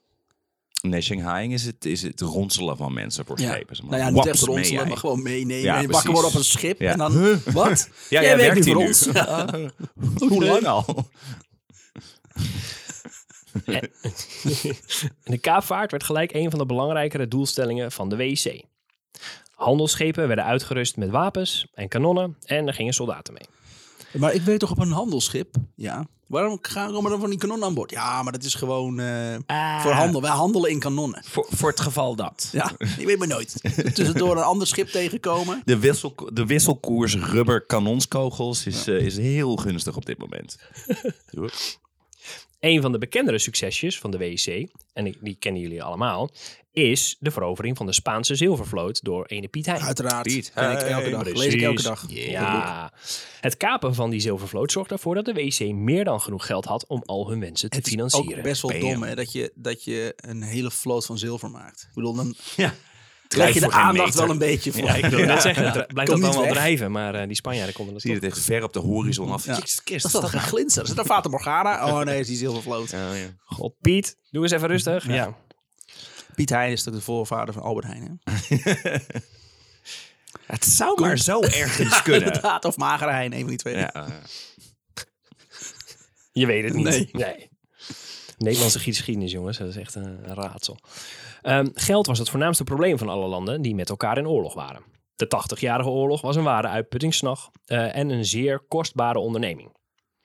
[SPEAKER 2] Nee, Shanghai is het, is het ronselen van mensen voor schepen. Ze
[SPEAKER 1] Nou ja,
[SPEAKER 2] maken
[SPEAKER 1] niet
[SPEAKER 2] waps
[SPEAKER 1] echt
[SPEAKER 2] mee,
[SPEAKER 1] ronselen,
[SPEAKER 2] hè?
[SPEAKER 1] maar gewoon meenemen.
[SPEAKER 2] Ja,
[SPEAKER 1] je pak hem
[SPEAKER 2] precies.
[SPEAKER 1] maar op een schip
[SPEAKER 2] Ja.
[SPEAKER 1] en dan... Wat? Jij
[SPEAKER 2] Ja, jij
[SPEAKER 1] werkt
[SPEAKER 2] werkt
[SPEAKER 1] niet voor
[SPEAKER 2] hier [laughs]
[SPEAKER 1] ons.
[SPEAKER 2] nu.
[SPEAKER 1] Ja.
[SPEAKER 2] Hoe lang al?
[SPEAKER 3] En de kaapvaart werd gelijk een van de belangrijkere doelstellingen van de WIC. Handelsschepen werden uitgerust met wapens en kanonnen en er gingen soldaten mee.
[SPEAKER 1] Maar ik weet toch op een handelsschip? Ja. Waarom gaan komen dan van die kanonnen aan boord? Ja, maar dat is gewoon eh, voor handel. Wij handelen in kanonnen.
[SPEAKER 2] [laughs] Voor, voor het geval dat. [laughs]
[SPEAKER 1] Ja, je weet maar nooit. Tussendoor een ander schip tegenkomen.
[SPEAKER 2] De, wissel, de wisselkoers rubber kanonskogels is, eh, is heel gunstig op dit moment.
[SPEAKER 3] Een van de bekendere succesjes van de WEC, en die- die kennen jullie allemaal, is de verovering van de Spaanse zilvervloot door ene Piet Hein.
[SPEAKER 1] Uiteraard.
[SPEAKER 2] Piet,
[SPEAKER 1] Ken ik elke
[SPEAKER 2] hey,
[SPEAKER 1] dag.
[SPEAKER 3] Precies.
[SPEAKER 1] Lees ik elke dag.
[SPEAKER 3] Ja. Het kapen van die zilvervloot zorgt ervoor dat de WEC meer dan genoeg geld had om al hun wensen te
[SPEAKER 1] Het is
[SPEAKER 3] financieren.
[SPEAKER 1] ook best wel
[SPEAKER 2] Bam.
[SPEAKER 1] dom hè, dat, je, dat je een hele vloot van zilver maakt. Ik bedoel, dan
[SPEAKER 2] Ja.
[SPEAKER 1] krijg je de
[SPEAKER 2] voor geen
[SPEAKER 1] aandacht
[SPEAKER 2] meter.
[SPEAKER 1] wel een beetje voor.
[SPEAKER 2] Ja, ik
[SPEAKER 1] [laughs]
[SPEAKER 3] Ik wil net zeggen, het dra-
[SPEAKER 1] Kom
[SPEAKER 3] blijft dat
[SPEAKER 1] niet
[SPEAKER 3] allemaal
[SPEAKER 1] weg.
[SPEAKER 3] drijven, maar eh, die Spanjaarden konden dat
[SPEAKER 2] Zie je het echt ver op de horizon af.
[SPEAKER 1] Ja.
[SPEAKER 2] Jezus
[SPEAKER 1] Is
[SPEAKER 2] Christus,
[SPEAKER 1] dat een glinster? Is dat een Fata Morgana? Oh nee, is die zilvervloot.
[SPEAKER 2] Ja, ja.
[SPEAKER 3] toch- God, Piet, doe eens even rustig. Ja.
[SPEAKER 1] Piet Heijn is toch de voorvader van Albert Heijn? Hè?
[SPEAKER 2] Het zou maar zo
[SPEAKER 1] [laughs]
[SPEAKER 2] ergens [laughs] kunnen.
[SPEAKER 1] Inderdaad, of Magere Heijn, een van die twee.
[SPEAKER 2] Ja, eh,
[SPEAKER 3] Je weet het niet.
[SPEAKER 1] Nee.
[SPEAKER 3] Nederlandse geschiedenis, jongens, dat is echt een, een raadsel. Ehm, geld was het voornaamste probleem van alle landen die met elkaar in oorlog waren. De 80-jarige oorlog was een ware uitputtingsslag eh, en een zeer kostbare onderneming.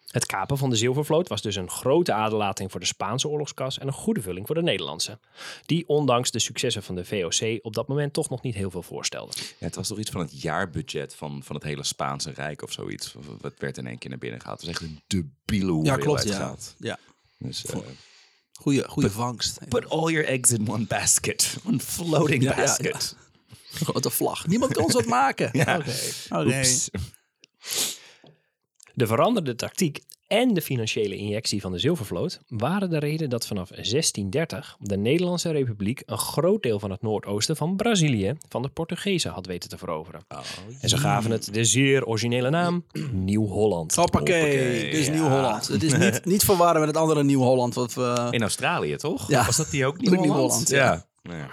[SPEAKER 3] Het kapen van de zilvervloot was dus een grote aderlating voor de Spaanse oorlogskas en een goede vulling voor de Nederlandse, die ondanks de successen van de VOC op dat moment toch nog niet heel veel voorstelde.
[SPEAKER 2] [laughs] ja, het was toch iets van het jaarbudget van, van het hele Spaanse Rijk of zoiets. Of Wat werd in één keer naar binnen gehaald. Het was echt een debiele
[SPEAKER 1] Ja,
[SPEAKER 2] hoeveelheid
[SPEAKER 1] klopt. Ja.
[SPEAKER 2] geld.
[SPEAKER 1] Ja.
[SPEAKER 2] Dus, eh,
[SPEAKER 1] Goeie, goeie vangst.
[SPEAKER 2] put all your eggs in one basket. [laughs] One floating
[SPEAKER 1] Ja, ja, ja.
[SPEAKER 2] basket.
[SPEAKER 1] Grote vlag. Niemand kan ons wat maken.
[SPEAKER 2] [laughs] Ja.
[SPEAKER 1] Oké.
[SPEAKER 2] Oeps.
[SPEAKER 3] De veranderde tactiek en de financiële injectie van de zilvervloot waren de reden dat vanaf 1630 de Nederlandse Republiek een groot deel van het noordoosten van Brazilië van de Portugezen had weten te veroveren.
[SPEAKER 2] Oh,
[SPEAKER 3] En ze gaven het de zeer originele naam Nieuw-Holland.
[SPEAKER 1] Hoppakee,
[SPEAKER 2] Hoppakee,
[SPEAKER 1] dit is
[SPEAKER 2] ja.
[SPEAKER 1] Nieuw-Holland.
[SPEAKER 2] [laughs]
[SPEAKER 1] Het is niet, niet verwarren met het andere Nieuw-Holland. eh, Wat we...
[SPEAKER 2] In Australië, toch?
[SPEAKER 1] Ja.
[SPEAKER 2] Was dat die [laughs] ook
[SPEAKER 1] Ook
[SPEAKER 2] Nieuw-Holland?
[SPEAKER 1] Nieuw-Holland, ja.
[SPEAKER 2] Ja.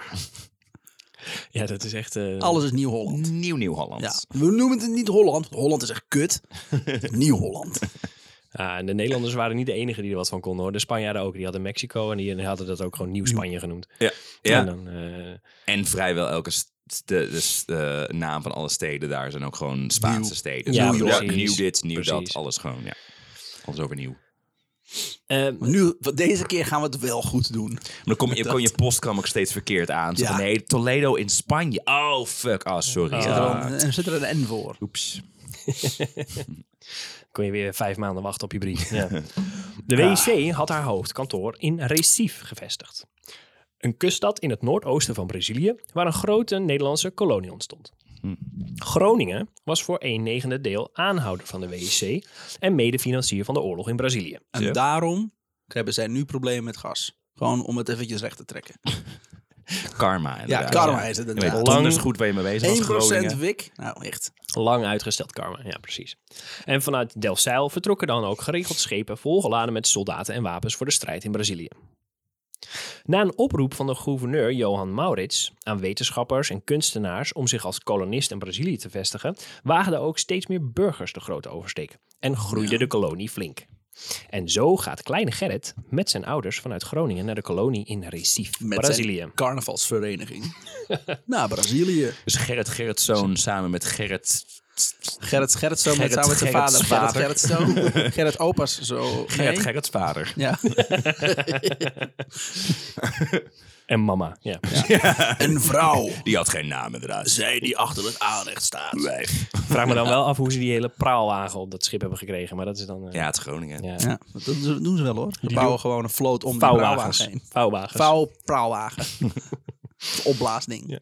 [SPEAKER 3] Ja, dat is echt... eh,
[SPEAKER 1] Alles is Nieuw-Holland.
[SPEAKER 2] Nieuw Nieuw-Holland.
[SPEAKER 1] Ja. We noemen het niet Holland. want Holland is echt
[SPEAKER 2] [laughs]
[SPEAKER 1] kut. Nieuw-Holland.
[SPEAKER 3] ah, en de Nederlanders waren niet de enigen die er wat van konden hoor. De Spanjaarden ook. Die hadden Mexico en die hadden dat ook gewoon Nieuw-Spanje genoemd.
[SPEAKER 2] Ja.
[SPEAKER 3] En dan, eh,
[SPEAKER 2] En vrijwel elke st- de, dus de naam van alle steden daar zijn ook gewoon Spaanse
[SPEAKER 1] Nieuw.
[SPEAKER 2] steden.
[SPEAKER 3] Ja,
[SPEAKER 2] Nieuw, York,
[SPEAKER 3] precies.
[SPEAKER 2] nieuw dit, nieuw
[SPEAKER 3] Precies.
[SPEAKER 2] dat, alles gewoon. Ja. Alles overnieuw.
[SPEAKER 3] eh,
[SPEAKER 1] Maar nu, want deze keer gaan we het wel goed doen.
[SPEAKER 2] Maar dan kom je, kon je postkam ook steeds verkeerd aan. Zo
[SPEAKER 1] Ja.
[SPEAKER 2] van, nee, Toledo in Spanje. Oh, fuck. Ah, sorry.
[SPEAKER 1] Zit er wel een- en zit er een N voor?
[SPEAKER 2] Oeps.
[SPEAKER 3] kon je weer vijf maanden wachten op je brief. Ja. [laughs] De WIC had haar hoofdkantoor in Recife gevestigd. Een kuststad in het noordoosten van Brazilië, waar een grote Nederlandse kolonie ontstond. Groningen was voor een negende deel aanhouder van de WIC en medefinancier van de oorlog in Brazilië.
[SPEAKER 1] En
[SPEAKER 2] Ja.
[SPEAKER 1] daarom hebben zij nu problemen met gas. Gewoon om het eventjes recht te trekken.
[SPEAKER 2] Karma. inderdaad.
[SPEAKER 1] karma
[SPEAKER 2] Ja.
[SPEAKER 1] is het
[SPEAKER 2] Je
[SPEAKER 1] inderdaad.
[SPEAKER 2] weet
[SPEAKER 3] Lang-
[SPEAKER 2] donders goed waar je mee bezig was.
[SPEAKER 1] 1%
[SPEAKER 2] Groningen.
[SPEAKER 1] wik. Nou, echt.
[SPEAKER 3] Lang uitgesteld karma, ja precies. En vanuit Delfzijl vertrokken dan ook geregeld schepen volgeladen met soldaten en wapens voor de strijd in Brazilië. Na een oproep van de gouverneur Johan Maurits aan wetenschappers en kunstenaars om zich als kolonist in Brazilië te vestigen, waagden ook steeds meer burgers de grote oversteek en groeide de kolonie flink. En zo gaat kleine Gerrit met zijn ouders vanuit Groningen naar de kolonie in Recife,
[SPEAKER 1] Met
[SPEAKER 3] Brazilië.
[SPEAKER 1] zijn
[SPEAKER 2] [laughs]
[SPEAKER 1] carnavalsvereniging. Naar Brazilië.
[SPEAKER 2] Dus Gerrit Gerritzoon samen met Gerrit...
[SPEAKER 1] Gerrit Gerrit zo met
[SPEAKER 2] Gerrit-
[SPEAKER 1] samen met zijn
[SPEAKER 2] Gerrits
[SPEAKER 1] vader. Gerrit
[SPEAKER 2] vader.
[SPEAKER 1] Gerrit zo. [laughs] Gerrit opa's zo.
[SPEAKER 2] Gerrit
[SPEAKER 1] Nee?
[SPEAKER 2] Gerrits vader.
[SPEAKER 1] [laughs] Ja.
[SPEAKER 3] En mama, ja.
[SPEAKER 1] Een vrouw.
[SPEAKER 2] Die had geen naam inderdaad.
[SPEAKER 1] Zij die achter het aanrecht staat.
[SPEAKER 2] Wijf.
[SPEAKER 3] Vraag me dan wel af hoe ze die hele praalwagen op dat schip hebben gekregen, maar dat is dan... eh,
[SPEAKER 2] Ja, het is Groningen.
[SPEAKER 3] Ja.
[SPEAKER 1] Ja, dat doen ze- doen ze wel hoor. Ze bouwen gewoon een vloot om de
[SPEAKER 3] Vouwwagens.
[SPEAKER 1] praalwagen heen.
[SPEAKER 3] Vouwwagens.
[SPEAKER 1] Vouw, praalwagen.
[SPEAKER 2] [laughs]
[SPEAKER 1] Opblaasding.
[SPEAKER 3] Ja.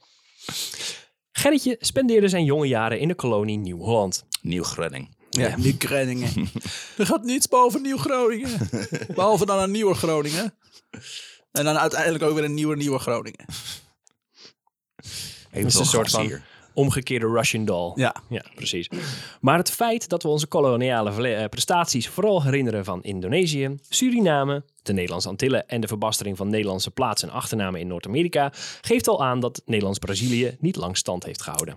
[SPEAKER 3] Gerritje spendeerde zijn jonge jaren in de kolonie Nieuw-Holland.
[SPEAKER 2] Nieuw-Groningen.
[SPEAKER 1] Ja, Nieuw Groningen. er gaat niets boven Nieuw Groningen. Behalve dan een nieuwe Groningen. En dan uiteindelijk ook weer een nieuwe, nieuwe Groningen.
[SPEAKER 2] Heeft
[SPEAKER 3] is
[SPEAKER 2] wel
[SPEAKER 3] een soort
[SPEAKER 2] gas
[SPEAKER 3] van-
[SPEAKER 2] hier.
[SPEAKER 3] Omgekeerde Russian doll.
[SPEAKER 1] Ja.
[SPEAKER 3] Ja, precies. Maar het feit dat we onze koloniale verle- eh, prestaties vooral herinneren van Indonesië, Suriname, de Nederlandse Antillen en de verbastering van Nederlandse plaatsen en achternamen in Noord-Amerika, geeft al aan dat Nederlands-Brazilië niet lang stand heeft gehouden.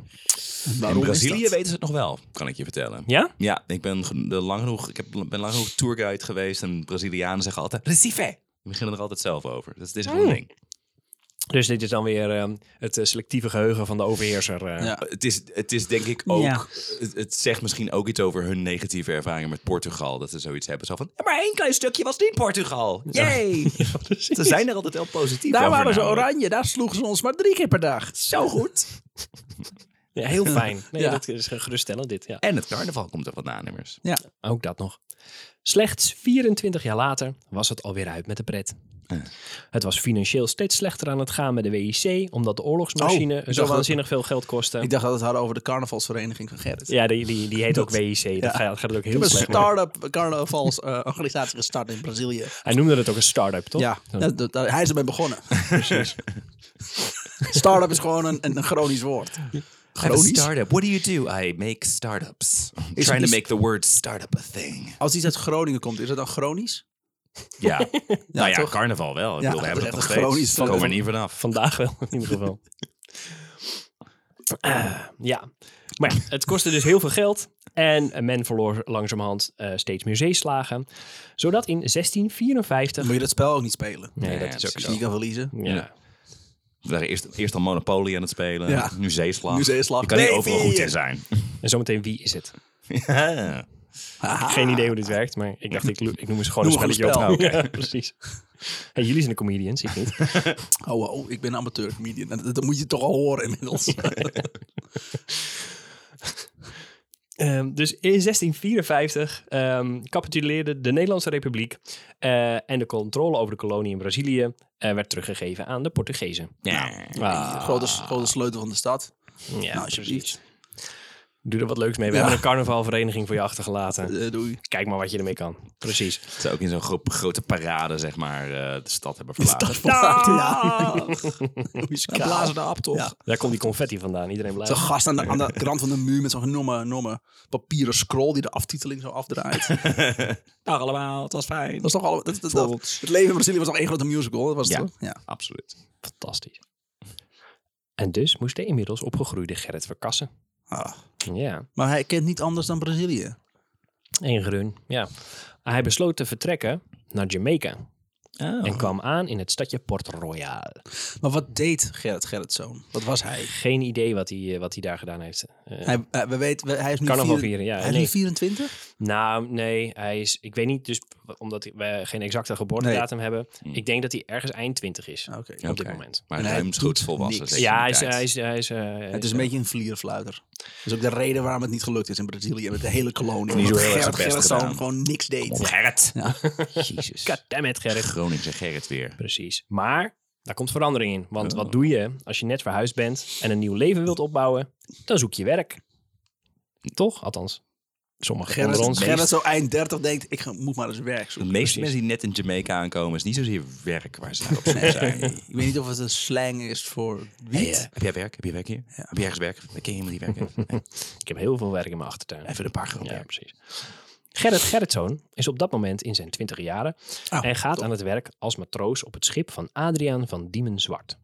[SPEAKER 2] In
[SPEAKER 1] Waarom is
[SPEAKER 2] Brazilië
[SPEAKER 1] dat?
[SPEAKER 2] weten ze het nog wel, kan ik je vertellen.
[SPEAKER 3] Ja?
[SPEAKER 2] Ja, ik ben ge- de lang genoeg, ik heb, ben lang genoeg tourguide geweest en Brazilianen zeggen altijd Recife. Die beginnen er altijd zelf over. Dat is
[SPEAKER 3] Oh.
[SPEAKER 2] dit is gewoon een ding.
[SPEAKER 3] Dus dit is dan weer ehm, het eh, selectieve geheugen van de overheerser. eh.
[SPEAKER 1] Ja.
[SPEAKER 2] Het is, het is denk ik ook,
[SPEAKER 1] Ja.
[SPEAKER 2] het, het zegt misschien ook iets over hun negatieve ervaringen met Portugal. Dat ze zoiets hebben zo van, "Ja, maar één klein stukje was niet Portugal. Yay! [laughs] Ze zijn er altijd wel positief
[SPEAKER 1] Daar
[SPEAKER 2] over
[SPEAKER 1] waren ze
[SPEAKER 2] namelijk.
[SPEAKER 1] oranje, daar sloegen ze ons maar drie keer per dag. Zo goed.
[SPEAKER 3] Ja,
[SPEAKER 1] [laughs]
[SPEAKER 3] heel fijn. Nee,
[SPEAKER 1] Ja.
[SPEAKER 3] Dat is geruststellend dit, ja.
[SPEAKER 2] En het carnaval komt er vandaan immers.
[SPEAKER 1] Ja,
[SPEAKER 3] Ook dat nog. Slechts 24 jaar later was het alweer uit met de pret. Het was financieel steeds slechter aan het gaan met de WIC, omdat de
[SPEAKER 1] Oh,
[SPEAKER 3] oorlogsmachine
[SPEAKER 1] ik
[SPEAKER 3] zo
[SPEAKER 1] dacht
[SPEAKER 3] waanzinnig veel geld kostte.
[SPEAKER 1] ik dacht dat we het hadden over de carnavalsvereniging van Gerrit.
[SPEAKER 3] Ja, die, die, die heet ook WIC.
[SPEAKER 1] ja.
[SPEAKER 3] Dat gaat, gaat het ook
[SPEAKER 1] We
[SPEAKER 3] heel
[SPEAKER 1] hebben een
[SPEAKER 3] slecht. mee.
[SPEAKER 1] start-up carnavalsorganisatie gestart in Brazilië.
[SPEAKER 3] Hij noemde het ook een start-up, toch?
[SPEAKER 1] Ja, dat- dat- daar- hij is ermee begonnen. Start-up is gewoon een, een, een Gronings woord.
[SPEAKER 2] I have a
[SPEAKER 1] Gronings?
[SPEAKER 2] startup. What do you do? I make startups. I'm
[SPEAKER 1] Is-
[SPEAKER 2] trying
[SPEAKER 1] is-
[SPEAKER 2] to make the word startup a thing.
[SPEAKER 1] Als iets uit Groningen komt, is dat dan Gronings?
[SPEAKER 2] [laughs] Ja. nou ja,
[SPEAKER 1] toch?
[SPEAKER 2] carnaval wel. Ik
[SPEAKER 1] Ja,
[SPEAKER 2] bedoel, we
[SPEAKER 1] dat is
[SPEAKER 2] hebben het nog
[SPEAKER 1] echt een chronisch
[SPEAKER 2] steeds. We komen er
[SPEAKER 1] van-
[SPEAKER 2] niet vanaf.
[SPEAKER 3] Vandaag wel, in ieder
[SPEAKER 1] [laughs]
[SPEAKER 3] geval. Eh, ja. Maar ja, het kostte dus heel veel geld. En men verloor langzamerhand eh, steeds meer zeeslagen. Zodat in 1654...
[SPEAKER 1] Dan moet je dat spel ook niet spelen.
[SPEAKER 3] Nee, dat
[SPEAKER 2] dat
[SPEAKER 3] is ook
[SPEAKER 2] is
[SPEAKER 1] Als
[SPEAKER 3] zo.
[SPEAKER 1] je niet kan verliezen.
[SPEAKER 3] Ja.
[SPEAKER 2] We waren eerst, eerst al Monopoly aan het spelen.
[SPEAKER 1] Ja.
[SPEAKER 2] Nu Zeeslag.
[SPEAKER 1] Nu Zeeslag.
[SPEAKER 2] Je kan niet
[SPEAKER 1] Nee,
[SPEAKER 2] overal
[SPEAKER 1] vier.
[SPEAKER 2] goed in [laughs] zijn.
[SPEAKER 3] En zometeen, wie is het?
[SPEAKER 2] ja.
[SPEAKER 3] Geen idee hoe dit werkt, maar ik dacht, ik, lo- ik noem eens gewoon
[SPEAKER 1] Ah. Noem
[SPEAKER 3] een
[SPEAKER 1] gewoon een
[SPEAKER 3] spelletje op.
[SPEAKER 1] spel.
[SPEAKER 3] Ja, [laughs] precies. Hey, jullie zijn de comedians, ik
[SPEAKER 1] [laughs]
[SPEAKER 3] niet.
[SPEAKER 1] Oh, wow, ik ben een amateur comedian. Dat, dat moet je toch al horen
[SPEAKER 3] [laughs]
[SPEAKER 1] inmiddels.
[SPEAKER 3] Ehm, dus in 1654 ehm, capituleerde de Nederlandse Republiek eh, en de controle over de kolonie in Brazilië eh, werd teruggegeven aan de Portugezen.
[SPEAKER 1] [laughs] Grote, grote sleutel van de stad.
[SPEAKER 3] Ja,
[SPEAKER 1] nou, alsjeblieft.
[SPEAKER 3] Doe er wat leuks mee. We
[SPEAKER 1] Ja.
[SPEAKER 3] hebben een carnavalvereniging voor je achtergelaten.
[SPEAKER 1] Eh, doei.
[SPEAKER 3] Kijk maar wat je ermee kan. Precies.
[SPEAKER 2] Dat Ze ook in zo'n gro- grote parade, zeg maar, eh, de stad hebben verlaten.
[SPEAKER 1] [laughs] Ja.
[SPEAKER 2] Ja, blazen de ap, toch?
[SPEAKER 1] Ja.
[SPEAKER 3] Daar komt die confetti vandaan. Iedereen blij.
[SPEAKER 1] Zo'n gast aan de, aan de rand van de muur met zo'n enorme, enorme papieren scroll die de aftiteling zo
[SPEAKER 3] [laughs]
[SPEAKER 1] afdraait. dat
[SPEAKER 2] Dag allemaal, het was fijn.
[SPEAKER 1] was toch al, dat, dat- dat- het leven in Brazilië was al één grote musical. Dat was het
[SPEAKER 2] Ja.
[SPEAKER 1] toch? Ja.
[SPEAKER 2] Absoluut.
[SPEAKER 3] Fantastisch. En dus moest de inmiddels opgegroeide Gerrit verkassen.
[SPEAKER 1] Ah.
[SPEAKER 3] Ja.
[SPEAKER 1] Maar hij kent niet anders dan Brazilië.
[SPEAKER 3] Eén groen, ja. Hij besloot te vertrekken naar Jamaica
[SPEAKER 1] Oh.
[SPEAKER 3] en kwam aan in het stadje Port Royal.
[SPEAKER 1] Maar wat deed Gerrit Gerritzoon? Wat was hij?
[SPEAKER 3] Geen idee wat hij, eh, wat hij daar gedaan heeft. Eh,
[SPEAKER 1] Hij, eh, we weten, we- hij is nu,
[SPEAKER 3] Carnaval
[SPEAKER 1] vier-
[SPEAKER 3] vieren, ja,
[SPEAKER 1] hij is
[SPEAKER 3] nee.
[SPEAKER 1] nu 24.
[SPEAKER 3] nou, nee, hij is, ik weet niet, dus omdat we geen exacte geboortedatum hebben. Ik denk dat hij ergens eind twintig is
[SPEAKER 1] Oké.
[SPEAKER 3] op dit moment.
[SPEAKER 2] Maar
[SPEAKER 1] En hij
[SPEAKER 2] ruimschoots
[SPEAKER 1] doet
[SPEAKER 2] volwassen.
[SPEAKER 1] niks.
[SPEAKER 2] zeker
[SPEAKER 3] Ja, hij
[SPEAKER 2] in die
[SPEAKER 3] is,
[SPEAKER 2] tijd.
[SPEAKER 3] hij is, hij is, eh, hij
[SPEAKER 1] Het is een
[SPEAKER 3] eh,
[SPEAKER 1] beetje een vlierfluiter. Dat is ook de reden waarom het niet gelukt is in Brazilië met de hele kolonie.
[SPEAKER 2] Niet zo
[SPEAKER 1] Omdat
[SPEAKER 2] heel erg
[SPEAKER 1] Gerrit
[SPEAKER 2] zijn best
[SPEAKER 1] Gerritzoon
[SPEAKER 2] gedaan.
[SPEAKER 1] gewoon niks
[SPEAKER 2] Kom op,
[SPEAKER 1] deed.
[SPEAKER 2] Gerrit.
[SPEAKER 1] Ja.
[SPEAKER 2] [laughs] Jezus.
[SPEAKER 3] Goddammit, Gerrit.
[SPEAKER 2] Groningen Gerrit weer.
[SPEAKER 3] Precies. Maar daar komt verandering in. Want wat doe je als je net verhuisd bent en een nieuw leven wilt opbouwen? Dan zoek je werk. Toch? Althans. Sommigen
[SPEAKER 1] Gerrit,
[SPEAKER 3] onder ons.
[SPEAKER 1] Gerrit
[SPEAKER 3] meest-
[SPEAKER 1] zo eind 30 denkt, ik ga- moet maar eens werk
[SPEAKER 2] De
[SPEAKER 1] zoeken.
[SPEAKER 2] meeste mensen die net in Jamaica aankomen, is niet zozeer werk waar ze naar op zoek zijn.
[SPEAKER 1] Nee, ik weet niet of het een slang is voor
[SPEAKER 2] Hey,
[SPEAKER 1] wiet.
[SPEAKER 2] eh, heb jij werk? Heb je werk hier? Heb je ergens werk? Ik ken iemand die werk heeft. Nee.
[SPEAKER 3] Ik heb heel veel werk in mijn achtertuin.
[SPEAKER 2] Even een paar grote.
[SPEAKER 3] Ja, precies. Gerrit Gerritzoon is op dat moment in zijn twintig jaren
[SPEAKER 1] Oh,
[SPEAKER 3] en gaat aan het werk als matroos op het schip van Adriaan van Diemen Zwart.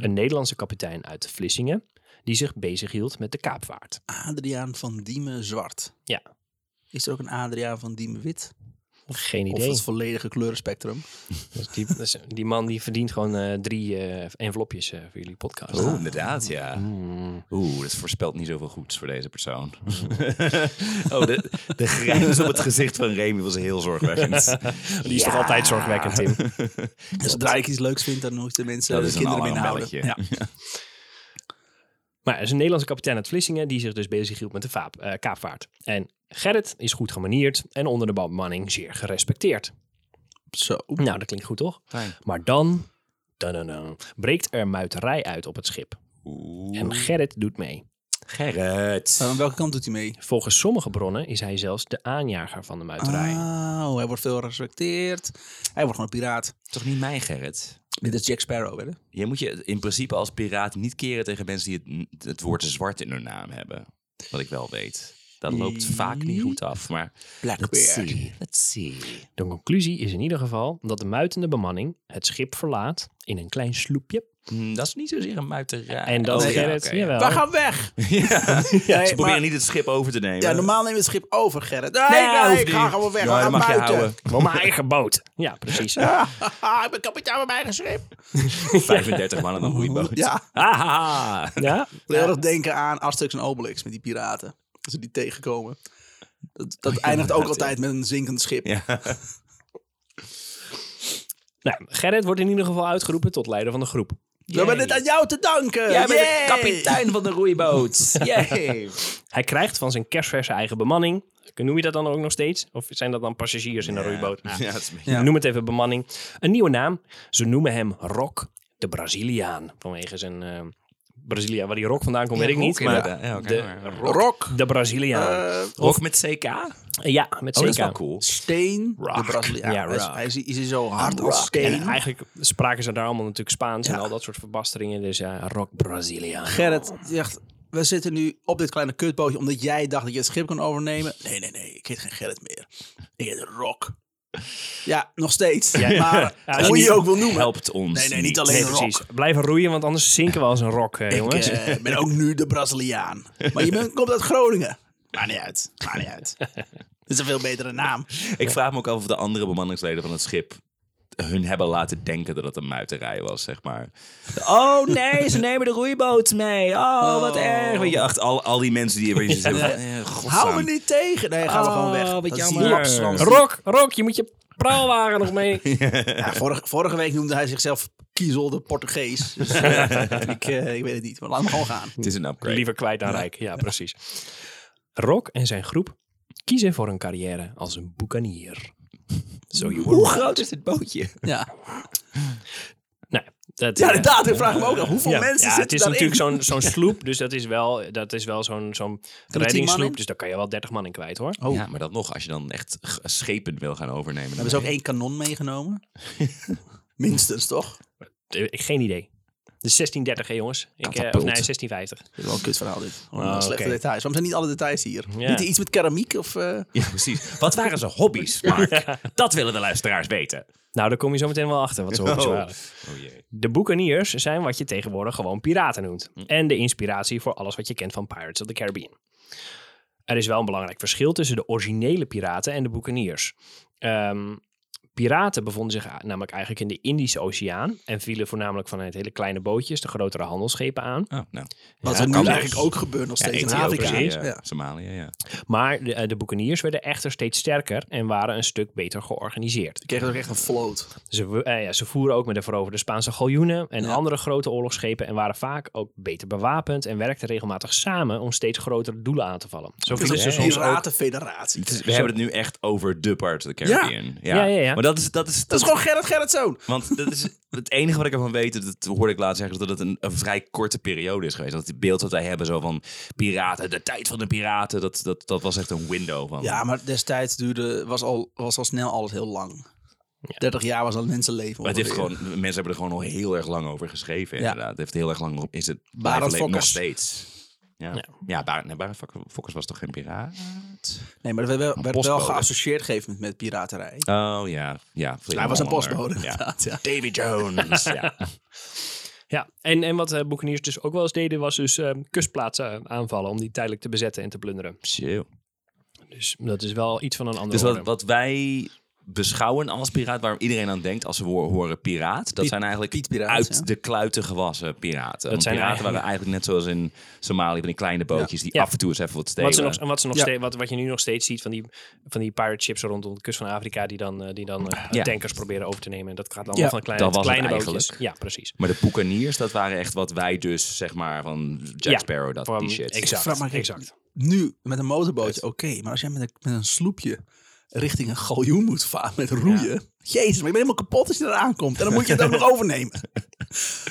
[SPEAKER 3] Een Nederlandse kapitein uit Vlissingen die zich bezighield met de kaapvaart.
[SPEAKER 1] Ah, Adriaan van Diemen Zwart.
[SPEAKER 3] Ja.
[SPEAKER 1] Is er ook een Adriaan van Diemen Wit?
[SPEAKER 3] Geen
[SPEAKER 1] Of
[SPEAKER 3] idee.
[SPEAKER 1] het volledige kleurenspectrum?
[SPEAKER 3] Dus die, dus die man die verdient gewoon eh, drie eh, envelopjes eh, voor jullie podcast.
[SPEAKER 2] Oeh, Oh, inderdaad, ja.
[SPEAKER 3] Mm.
[SPEAKER 2] Oeh, dat voorspelt niet zoveel goeds voor deze persoon. oh, de, de grijns op het gezicht van Remy was heel zorgwekkend.
[SPEAKER 3] Die is toch altijd zorgwekkend,
[SPEAKER 1] [laughs]
[SPEAKER 3] Tim?
[SPEAKER 1] Dus zodra ik iets leuks vind, dan moet de mensen
[SPEAKER 2] Dat
[SPEAKER 1] de
[SPEAKER 2] is een
[SPEAKER 1] kinderen mee houden.
[SPEAKER 2] alarmbelletje.
[SPEAKER 1] Ja.
[SPEAKER 3] [laughs] Maar er is een Nederlandse kapitein uit Vlissingen die zich dus bezighield met de vaap, eh, kaapvaart. En Gerrit is goed gemanierd en onder de bemanning zeer gerespecteerd.
[SPEAKER 1] Zo.
[SPEAKER 3] Nou, dat klinkt goed toch?
[SPEAKER 2] Fijn.
[SPEAKER 3] Maar dan, dadadam, breekt er muiterij uit op het schip.
[SPEAKER 2] Oeh.
[SPEAKER 3] En Gerrit doet mee.
[SPEAKER 2] Gerrit.
[SPEAKER 1] Maar Eh, aan welke kant doet hij mee?
[SPEAKER 3] Volgens sommige bronnen is hij zelfs de aanjager van de muiterij.
[SPEAKER 1] Oh, hij wordt veel gerespecteerd. Hij wordt gewoon een piraat.
[SPEAKER 2] Toch niet mijn Gerrit?
[SPEAKER 1] Dit is Jack Sparrow, hè?
[SPEAKER 2] Je moet je in principe als piraat niet keren tegen mensen die het, het woord zwart in hun naam hebben. Wat ik wel weet. Dat loopt vaak niet goed af, maar... Let's
[SPEAKER 1] Blackbeard.
[SPEAKER 2] see, let's see.
[SPEAKER 3] De conclusie is in ieder geval dat de muitende bemanning het schip verlaat in een klein sloepje.
[SPEAKER 2] Hm, dat is niet zozeer een muiterij.
[SPEAKER 3] En dan
[SPEAKER 2] Oh, ja,
[SPEAKER 3] Gerrit,
[SPEAKER 2] oké, ja.
[SPEAKER 3] jawel.
[SPEAKER 1] We gaan weg!
[SPEAKER 2] [laughs] Ja, ze
[SPEAKER 1] Nee,
[SPEAKER 2] proberen
[SPEAKER 1] maar-
[SPEAKER 2] niet het schip over te nemen.
[SPEAKER 1] Ja, normaal nemen we het schip over, Gerrit. Nee,
[SPEAKER 2] Nee,
[SPEAKER 1] nee,
[SPEAKER 2] Nou, hoeft
[SPEAKER 1] ik ga
[SPEAKER 2] niet.
[SPEAKER 1] gewoon weg.
[SPEAKER 2] Ja,
[SPEAKER 1] we gaan
[SPEAKER 2] dat mag je
[SPEAKER 1] buiten. [laughs]
[SPEAKER 2] houden.
[SPEAKER 3] Gewoon mijn eigen boot. [laughs] Ja, precies.
[SPEAKER 1] Haha, ik ben kapitein van mijn eigen schip.
[SPEAKER 2] 35 man aan een roeiboot.
[SPEAKER 1] Ja.
[SPEAKER 2] Haha.
[SPEAKER 3] Ah, Ja?
[SPEAKER 1] Ik moet heel erg denken aan Asterix en Obelix met die piraten. Als ze die tegenkomen. Dat, dat eindigt ook
[SPEAKER 2] Oh, ja.
[SPEAKER 1] altijd met een zinkend schip.
[SPEAKER 2] Ja.
[SPEAKER 3] Nou, Gerrit wordt in ieder geval uitgeroepen tot leider van de groep.
[SPEAKER 1] We hebben dit aan jou te danken!
[SPEAKER 2] Jij bent de
[SPEAKER 1] Eh, Yay!
[SPEAKER 2] kapitein van de
[SPEAKER 1] [laughs]
[SPEAKER 2] roeiboot. Yay.
[SPEAKER 3] Hij krijgt van zijn kerstverse eigen bemanning. Noem je dat dan ook nog steeds? Of zijn dat dan passagiers in een
[SPEAKER 2] [laughs]
[SPEAKER 3] roeiboot? Nou,
[SPEAKER 2] Ja, dat is een beetje-
[SPEAKER 1] Ja.
[SPEAKER 3] Noem het even bemanning. Een nieuwe naam. Ze noemen hem Rock de Braziliaan. Vanwege zijn eh Brazilia. Waar die Rock vandaan komt, weet ik niet. Maar
[SPEAKER 2] inderdaad. Ja, oké, maar-
[SPEAKER 3] de Rock
[SPEAKER 1] Rock.
[SPEAKER 3] de Braziliaan.
[SPEAKER 1] eh,
[SPEAKER 2] Rock met CK? Oh,
[SPEAKER 3] ja, met
[SPEAKER 2] dat
[SPEAKER 3] zeker.
[SPEAKER 2] is wel cool.
[SPEAKER 1] Steen. De
[SPEAKER 3] Rock.
[SPEAKER 1] Braziliaan.
[SPEAKER 3] Ja,
[SPEAKER 1] Hij is-
[SPEAKER 3] rock.
[SPEAKER 1] Hij is, is hij zo hard als
[SPEAKER 3] En
[SPEAKER 1] steen.
[SPEAKER 3] eigenlijk spraken ze daar allemaal natuurlijk Spaans en
[SPEAKER 1] Ja.
[SPEAKER 3] al dat soort verbasteringen. Dus ja, Rock Braziliaan.
[SPEAKER 1] Gerrit zegt, we zitten nu op dit kleine kutbootje omdat jij dacht dat je het schip kon overnemen. Nee, nee, nee, ik heet geen Gerrit meer. Ik heet Rock. Ja, nog steeds. Maar
[SPEAKER 3] dat
[SPEAKER 1] hoe
[SPEAKER 3] is
[SPEAKER 1] je
[SPEAKER 3] niet-
[SPEAKER 1] je ook wil noemen.
[SPEAKER 2] Helpt ons
[SPEAKER 1] Nee, nee, niet alleen
[SPEAKER 3] Nee,
[SPEAKER 1] Rock.
[SPEAKER 3] precies. Blijven roeien, want anders zinken we als een rok, eh,
[SPEAKER 1] Ik
[SPEAKER 3] jongens.
[SPEAKER 1] eh, ben ook nu de Braziliaan. Maar je bent, komt uit Groningen. Maakt niet uit. Maakt niet uit. Dat is een veel betere naam.
[SPEAKER 2] Ik vraag me ook af of de andere bemanningsleden van het schip hun hebben laten denken dat het een muiterij was, zeg maar. Oh
[SPEAKER 1] [laughs]
[SPEAKER 2] nee, ze nemen de roeiboot mee. Oh, wat erg. Weet je, echt al, al die mensen die... [laughs] Ja.
[SPEAKER 1] Hou me niet tegen. Nee, gaan we
[SPEAKER 3] Oh,
[SPEAKER 1] gewoon weg.
[SPEAKER 2] Oh, wat
[SPEAKER 1] Dat is
[SPEAKER 2] jammer.
[SPEAKER 1] die lapswans.
[SPEAKER 3] Rok, Rok, je moet je praalwagen nog [laughs] mee.
[SPEAKER 1] Ja, vorige, vorige week noemde hij zichzelf Kiezel de Portugees. Dus, eh, ik, eh, ik weet het niet, maar laat hem gewoon gaan.
[SPEAKER 2] Het is een upgrade.
[SPEAKER 3] Liever kwijt dan rijk, [laughs] ja, precies. Rok en zijn groep kiezen voor een carrière als een boekanier. Zo, je
[SPEAKER 2] Hoe groot is het bootje?
[SPEAKER 1] Ja.
[SPEAKER 3] Nou, dat,
[SPEAKER 1] Ja,
[SPEAKER 3] eh,
[SPEAKER 1] inderdaad. Ik vraag me ook af hoeveel
[SPEAKER 3] ja,
[SPEAKER 1] mensen
[SPEAKER 3] ja,
[SPEAKER 1] zitten
[SPEAKER 3] het is
[SPEAKER 1] daarin?
[SPEAKER 3] natuurlijk zo'n
[SPEAKER 2] [laughs]
[SPEAKER 3] zo'n sloep, dus dat is wel, dat is wel zo'n zo'n
[SPEAKER 1] man in?
[SPEAKER 3] reddingssloep. Dus daar kan je wel 30 man in kwijt hoor.
[SPEAKER 1] Oh.
[SPEAKER 2] Ja, maar dat nog, als je dan echt g- schepen wil gaan overnemen.
[SPEAKER 1] Hebben ze ook één kanon meegenomen? [laughs] Minstens, toch?
[SPEAKER 3] Eh, Ik Geen idee. Dus 1630, hè jongens? Ik, eh, of nee,
[SPEAKER 2] Katapult.
[SPEAKER 3] 1650.
[SPEAKER 1] Dit is wel een kutverhaal, dit. Gewoon
[SPEAKER 3] Ah,
[SPEAKER 1] Oh, nou, slechte
[SPEAKER 3] oké.
[SPEAKER 1] details. Waarom zijn niet alle details hier?
[SPEAKER 3] Ja.
[SPEAKER 1] Niet iets met keramiek of... eh,
[SPEAKER 2] Ja, precies. Wat waren zijn hobby's, Mark? Dat willen de luisteraars weten.
[SPEAKER 3] Nou, daar kom je zo meteen wel achter wat ze hobby's
[SPEAKER 2] Oh.
[SPEAKER 3] waren.
[SPEAKER 2] Oh jee.
[SPEAKER 3] De boekaniers zijn wat je tegenwoordig gewoon piraten noemt. En de inspiratie voor alles wat je kent van Pirates of the Caribbean. Er is wel een belangrijk verschil tussen de originele piraten en de boekaniers. Ehm, piraten bevonden zich a- namelijk eigenlijk in de Indische Oceaan. En vielen voornamelijk vanuit hele kleine bootjes de grotere handelsschepen aan.
[SPEAKER 2] Oh, nou.
[SPEAKER 1] wat
[SPEAKER 3] Ja,
[SPEAKER 1] er nu
[SPEAKER 2] kan
[SPEAKER 1] eigenlijk
[SPEAKER 2] dus.
[SPEAKER 1] ook gebeurt nog steeds in
[SPEAKER 2] Ethiopië,
[SPEAKER 1] Afrika.
[SPEAKER 3] precies.
[SPEAKER 2] Ja,
[SPEAKER 1] Ja.
[SPEAKER 2] Somalië, ja.
[SPEAKER 3] Maar de, eh, de boekaniers werden echter steeds sterker en waren een stuk beter georganiseerd.
[SPEAKER 1] Ik kreeg ook echt een float.
[SPEAKER 3] Ze, wo- eh, ja, ze voeren ook met de veroverde Spaanse galjoenen en
[SPEAKER 1] Ja.
[SPEAKER 3] andere grote oorlogsschepen en waren vaak ook beter bewapend en werkten regelmatig samen om steeds grotere doelen aan te vallen. Zo
[SPEAKER 1] Dus
[SPEAKER 3] vielen ze
[SPEAKER 1] een
[SPEAKER 3] soms ook...
[SPEAKER 1] piratenfederatie.
[SPEAKER 2] we hebben het nu echt over de Pirates of the
[SPEAKER 1] Ja.
[SPEAKER 2] Caribbean.
[SPEAKER 3] Ja, ja, ja.
[SPEAKER 2] Maar dat is, dat is,
[SPEAKER 1] Dat is gewoon Gerrit Gerritzoon.
[SPEAKER 2] Want dat is het enige wat ik ervan weet, dat hoorde ik laatst zeggen, is dat het een, een vrij korte periode is geweest. Dat het beeld wat wij hebben zo van piraten, de tijd van de piraten, dat, dat, dat was echt een window van.
[SPEAKER 1] Ja, maar destijds duurde, was, al, was al snel alles heel lang. 30 jaar was al mensenleven.
[SPEAKER 2] Maar het heeft
[SPEAKER 1] ongeveer.
[SPEAKER 2] gewoon, mensen hebben er gewoon al heel erg lang over geschreven,
[SPEAKER 1] Ja.
[SPEAKER 2] inderdaad. Het heeft heel erg lang op, is het
[SPEAKER 1] Barend
[SPEAKER 2] blijven leven, nog
[SPEAKER 1] Fokkers.
[SPEAKER 2] steeds. Ja,
[SPEAKER 3] Ja.
[SPEAKER 2] ja. Barend, nee, Barend Fok- Fokkers was toch geen piraat?
[SPEAKER 1] Nee, maar we werd wel
[SPEAKER 2] postbode.
[SPEAKER 1] geassocieerd gegeven met, met piraterij.
[SPEAKER 2] Oh ja, ja.
[SPEAKER 1] Hij was een
[SPEAKER 2] Hollander.
[SPEAKER 1] postbode,
[SPEAKER 2] Ja.
[SPEAKER 1] inderdaad. Ja.
[SPEAKER 2] Davy Jones,
[SPEAKER 1] [laughs]
[SPEAKER 2] ja.
[SPEAKER 3] Ja, en, en wat eh boekeniers dus ook wel eens deden, was dus eh, kustplaatsen aanvallen om die tijdelijk te bezetten en te plunderen.
[SPEAKER 2] Chill.
[SPEAKER 3] Dus dat is wel iets van een andere
[SPEAKER 2] Dus wat,
[SPEAKER 3] orde.
[SPEAKER 2] wat wij beschouwen als piraat, waar iedereen aan denkt als ze wo- horen piraat, dat
[SPEAKER 1] Piet-
[SPEAKER 2] zijn eigenlijk
[SPEAKER 1] Pietpiraat,
[SPEAKER 2] uit
[SPEAKER 1] ja.
[SPEAKER 2] de kluiten gewassen piraten. Want
[SPEAKER 3] zijn
[SPEAKER 2] piraten
[SPEAKER 3] eigenlijk-
[SPEAKER 2] waren eigenlijk net zoals in Somalië, van die kleine bootjes die
[SPEAKER 3] Ja.
[SPEAKER 2] af en toe eens even wat stelen.
[SPEAKER 3] Wat, ze nog, en wat, ze nog
[SPEAKER 1] Ja.
[SPEAKER 3] steeds, wat, wat je nu nog steeds ziet van die, van die pirate ships rondom de kust van Afrika, die dan, eh, die dan eh,
[SPEAKER 2] Ja.
[SPEAKER 3] tankers proberen over te nemen. En dat gaat allemaal
[SPEAKER 1] Ja.
[SPEAKER 3] van kleine,
[SPEAKER 2] Dat was het
[SPEAKER 3] kleine bootjes.
[SPEAKER 2] eigenlijk.
[SPEAKER 3] Ja, precies.
[SPEAKER 2] Maar de poekaniers, dat waren echt wat wij dus, zeg maar, van Jack
[SPEAKER 3] Ja,
[SPEAKER 2] Sparrow, dat,
[SPEAKER 3] Van-
[SPEAKER 2] die shit.
[SPEAKER 1] Ik vraag me
[SPEAKER 3] Exact,
[SPEAKER 1] af-
[SPEAKER 3] exact.
[SPEAKER 1] Nu met een motorbootje, oké. maar als jij met een, met een sloepje richting een galjoen moet varen met roeien. Jezus, maar je bent helemaal kapot als je daar aankomt. En dan moet je
[SPEAKER 3] [laughs]
[SPEAKER 1] het ook nog overnemen.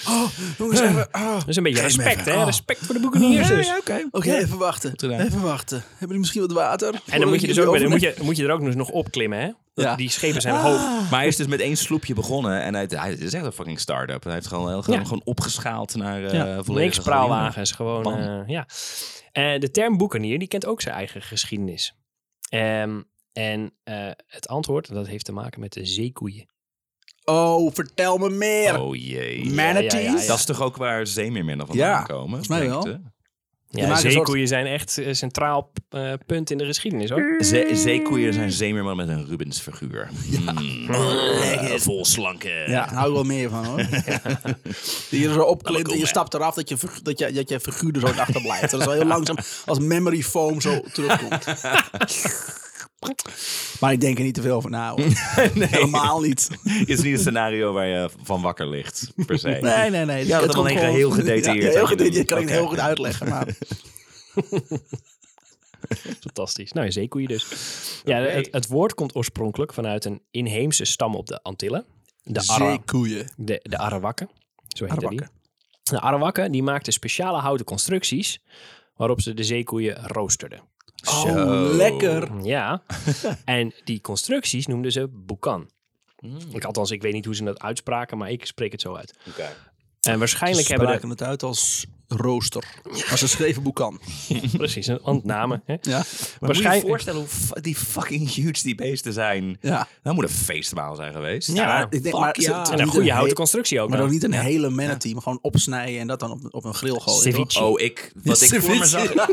[SPEAKER 1] Oh, jongens, even. oh.
[SPEAKER 3] Dat is een beetje
[SPEAKER 1] Geef me
[SPEAKER 3] respect,
[SPEAKER 1] even.
[SPEAKER 3] hè?
[SPEAKER 1] Oh.
[SPEAKER 3] Respect voor de boekeniers
[SPEAKER 1] Ja,
[SPEAKER 3] dus.
[SPEAKER 1] ja, oké. Oké, even wachten.
[SPEAKER 2] gedaan.
[SPEAKER 1] Even wachten. Hebben jullie misschien wat water?
[SPEAKER 3] En dan moet je dus ook,
[SPEAKER 1] Voordat
[SPEAKER 3] dan moet
[SPEAKER 1] jullie
[SPEAKER 3] je, moet je er ook dus nog opklimmen, hè? Dat-
[SPEAKER 1] Ja. Ah.
[SPEAKER 3] Die schepen zijn hoog.
[SPEAKER 2] Maar hij is dus met één sloepje begonnen en hij, hij het is echt een fucking start-up. Hij heeft gewoon, heel- gewoon,
[SPEAKER 3] Ja.
[SPEAKER 2] gewoon opgeschaald naar eh
[SPEAKER 1] Ja.
[SPEAKER 2] volledige
[SPEAKER 3] Niks
[SPEAKER 2] galjoenen.
[SPEAKER 3] praalwagens, gewoon.
[SPEAKER 2] Bam.
[SPEAKER 3] eh, ja. Eh, de term boekenier, die kent ook zijn eigen geschiedenis. Ehm, en eh, het antwoord, dat heeft te maken met de zeekoeien.
[SPEAKER 1] overnemen. Oh, vertel me meer.
[SPEAKER 2] Oh jee.
[SPEAKER 1] Manatees.
[SPEAKER 3] Ja, ja, ja, ja.
[SPEAKER 2] Dat is toch ook waar zeemeerminnen vandaan
[SPEAKER 1] Ja,
[SPEAKER 2] komen?
[SPEAKER 1] volgens mij wel.
[SPEAKER 2] Denk ik, hè?
[SPEAKER 1] Die
[SPEAKER 3] Ja,
[SPEAKER 1] maken een
[SPEAKER 3] zeekoeien zijn echt een centraal eh, punt in de geschiedenis, hoor.
[SPEAKER 2] Ze zeekoeien zijn zeemeerman met een Rubensfiguur. Ja. vol slanken.
[SPEAKER 1] Ja, daar hou Eh, ik wel meer van hoor. Die je er zo opklimt en
[SPEAKER 2] cool,
[SPEAKER 1] je
[SPEAKER 2] man.
[SPEAKER 1] stapt eraf dat je, figu- dat je, dat je figuur er zo in achterblijft. Dat is wel heel langzaam als memory foam zo terugkomt. maar ik denk er niet te veel over na hoor. Helemaal niet.
[SPEAKER 2] Is niet een scenario waar je van wakker ligt, per se.
[SPEAKER 1] Nee, nee, nee.
[SPEAKER 2] Je had
[SPEAKER 1] komt
[SPEAKER 2] het allemaal in
[SPEAKER 1] gewoon-
[SPEAKER 2] heel gedetailleerd
[SPEAKER 1] Ja, heel
[SPEAKER 2] aan kunnen
[SPEAKER 1] gedetailleerd kan
[SPEAKER 2] doen.
[SPEAKER 1] ik het heel
[SPEAKER 2] Oké.
[SPEAKER 1] goed uitleggen. Maar
[SPEAKER 3] Fantastisch. Nou, zeekoeien dus. Ja, het, het woord komt oorspronkelijk vanuit een inheemse stam op de Antillen. De, Ara,
[SPEAKER 1] zeekoeien.
[SPEAKER 3] de, de Arawakken. Zo heette die.
[SPEAKER 1] Arawakken.
[SPEAKER 3] De Arawakken die maakten speciale houten constructies waarop ze de zeekoeien roosterden.
[SPEAKER 1] Oh,
[SPEAKER 2] Zo.
[SPEAKER 1] lekker.
[SPEAKER 3] Ja, en die constructies noemden ze boekan. Ik, althans, ik weet niet hoe ze dat uitspraken, maar ik spreek het zo uit.
[SPEAKER 2] Oké.
[SPEAKER 3] En waarschijnlijk
[SPEAKER 1] Ze
[SPEAKER 3] hebben
[SPEAKER 1] spraken het uit als rooster. Als een schreven boekan.
[SPEAKER 3] de... Precies, een ontname. Hè?
[SPEAKER 1] Ja.
[SPEAKER 2] Maar moet je je
[SPEAKER 3] Waarschijn-
[SPEAKER 2] voorstellen hoe fu- die fucking huge die beesten zijn?
[SPEAKER 1] ja.
[SPEAKER 2] Dat moet een feestmaal zijn geweest.
[SPEAKER 3] Ja,
[SPEAKER 1] ik denk,
[SPEAKER 2] fuck
[SPEAKER 1] maar ze-
[SPEAKER 2] ja.
[SPEAKER 1] ze-
[SPEAKER 3] En een
[SPEAKER 1] niet
[SPEAKER 3] goede
[SPEAKER 1] een
[SPEAKER 3] houten
[SPEAKER 1] he-
[SPEAKER 3] constructie ook.
[SPEAKER 1] Maar
[SPEAKER 3] nog.
[SPEAKER 1] ook niet een hele mannetee, maar gewoon opsnijden en dat dan op, op een grill gooien.
[SPEAKER 3] Ceviche.
[SPEAKER 1] toch?
[SPEAKER 2] Oh, ik, wat, ik voor me zag,
[SPEAKER 1] Ja,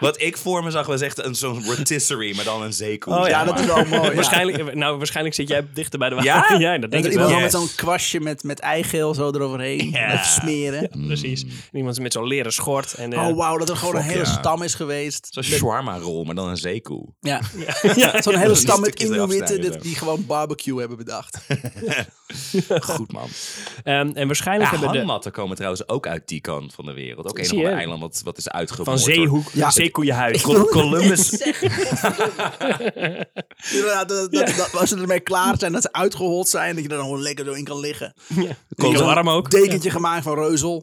[SPEAKER 2] [laughs] wat ik voor me zag was echt een- zo'n rotisserie, maar dan een zeekoe.
[SPEAKER 3] Oh
[SPEAKER 2] zeg
[SPEAKER 3] ja,
[SPEAKER 1] dat
[SPEAKER 2] maar.
[SPEAKER 1] is
[SPEAKER 3] [laughs]
[SPEAKER 1] wel mooi. ja.
[SPEAKER 3] Waarschijnlijk, nou, waarschijnlijk zit jij dichter bij de wagen. [laughs]
[SPEAKER 2] Ja?
[SPEAKER 3] dat
[SPEAKER 1] Dat
[SPEAKER 3] denk
[SPEAKER 1] er
[SPEAKER 3] ik
[SPEAKER 1] iemand
[SPEAKER 2] wel.
[SPEAKER 3] wel.
[SPEAKER 1] wel met
[SPEAKER 2] Yes.
[SPEAKER 1] zo'n kwastje met, met eigeel zo eroverheen.
[SPEAKER 2] Ja.
[SPEAKER 1] Even smeren.
[SPEAKER 3] Precies. En iemand met zo'n leren schort. En, eh,
[SPEAKER 1] Oh, wauw, dat er gewoon een
[SPEAKER 2] Fuck,
[SPEAKER 1] hele
[SPEAKER 2] ja.
[SPEAKER 1] stam is geweest.
[SPEAKER 2] Zo'n shawarma rol, maar dan een zeekoe.
[SPEAKER 1] Ja. [laughs]
[SPEAKER 3] Ja.
[SPEAKER 1] Zo'n hele stam met
[SPEAKER 2] stukjes eraf
[SPEAKER 1] Inuiten
[SPEAKER 2] snijden,
[SPEAKER 1] dit-
[SPEAKER 2] zo.
[SPEAKER 1] die gewoon barbecue hebben
[SPEAKER 3] [laughs]
[SPEAKER 1] bedacht.
[SPEAKER 2] Goed man.
[SPEAKER 3] Ehm, en waarschijnlijk
[SPEAKER 2] Ja,
[SPEAKER 3] hebben de...
[SPEAKER 2] hangmatten komen trouwens ook uit die kant van de wereld. Ook een of
[SPEAKER 3] Zie je?
[SPEAKER 2] ander eiland wat, wat is uitgevoerd.
[SPEAKER 3] Van zeehoek,
[SPEAKER 1] Ja. [laughs]
[SPEAKER 3] zeekoeienhuid.
[SPEAKER 2] Col- Columbus.
[SPEAKER 3] [laughs]
[SPEAKER 1] Inderdaad, dat, dat, dat- als ze ermee klaar zijn, dat ze uitgehold zijn, dat je er dan gewoon lekker door in kan liggen.
[SPEAKER 3] Komt
[SPEAKER 1] Zo'n
[SPEAKER 3] warm ook.
[SPEAKER 1] Dekentje gemaakt van
[SPEAKER 3] [laughs]
[SPEAKER 1] reuzel.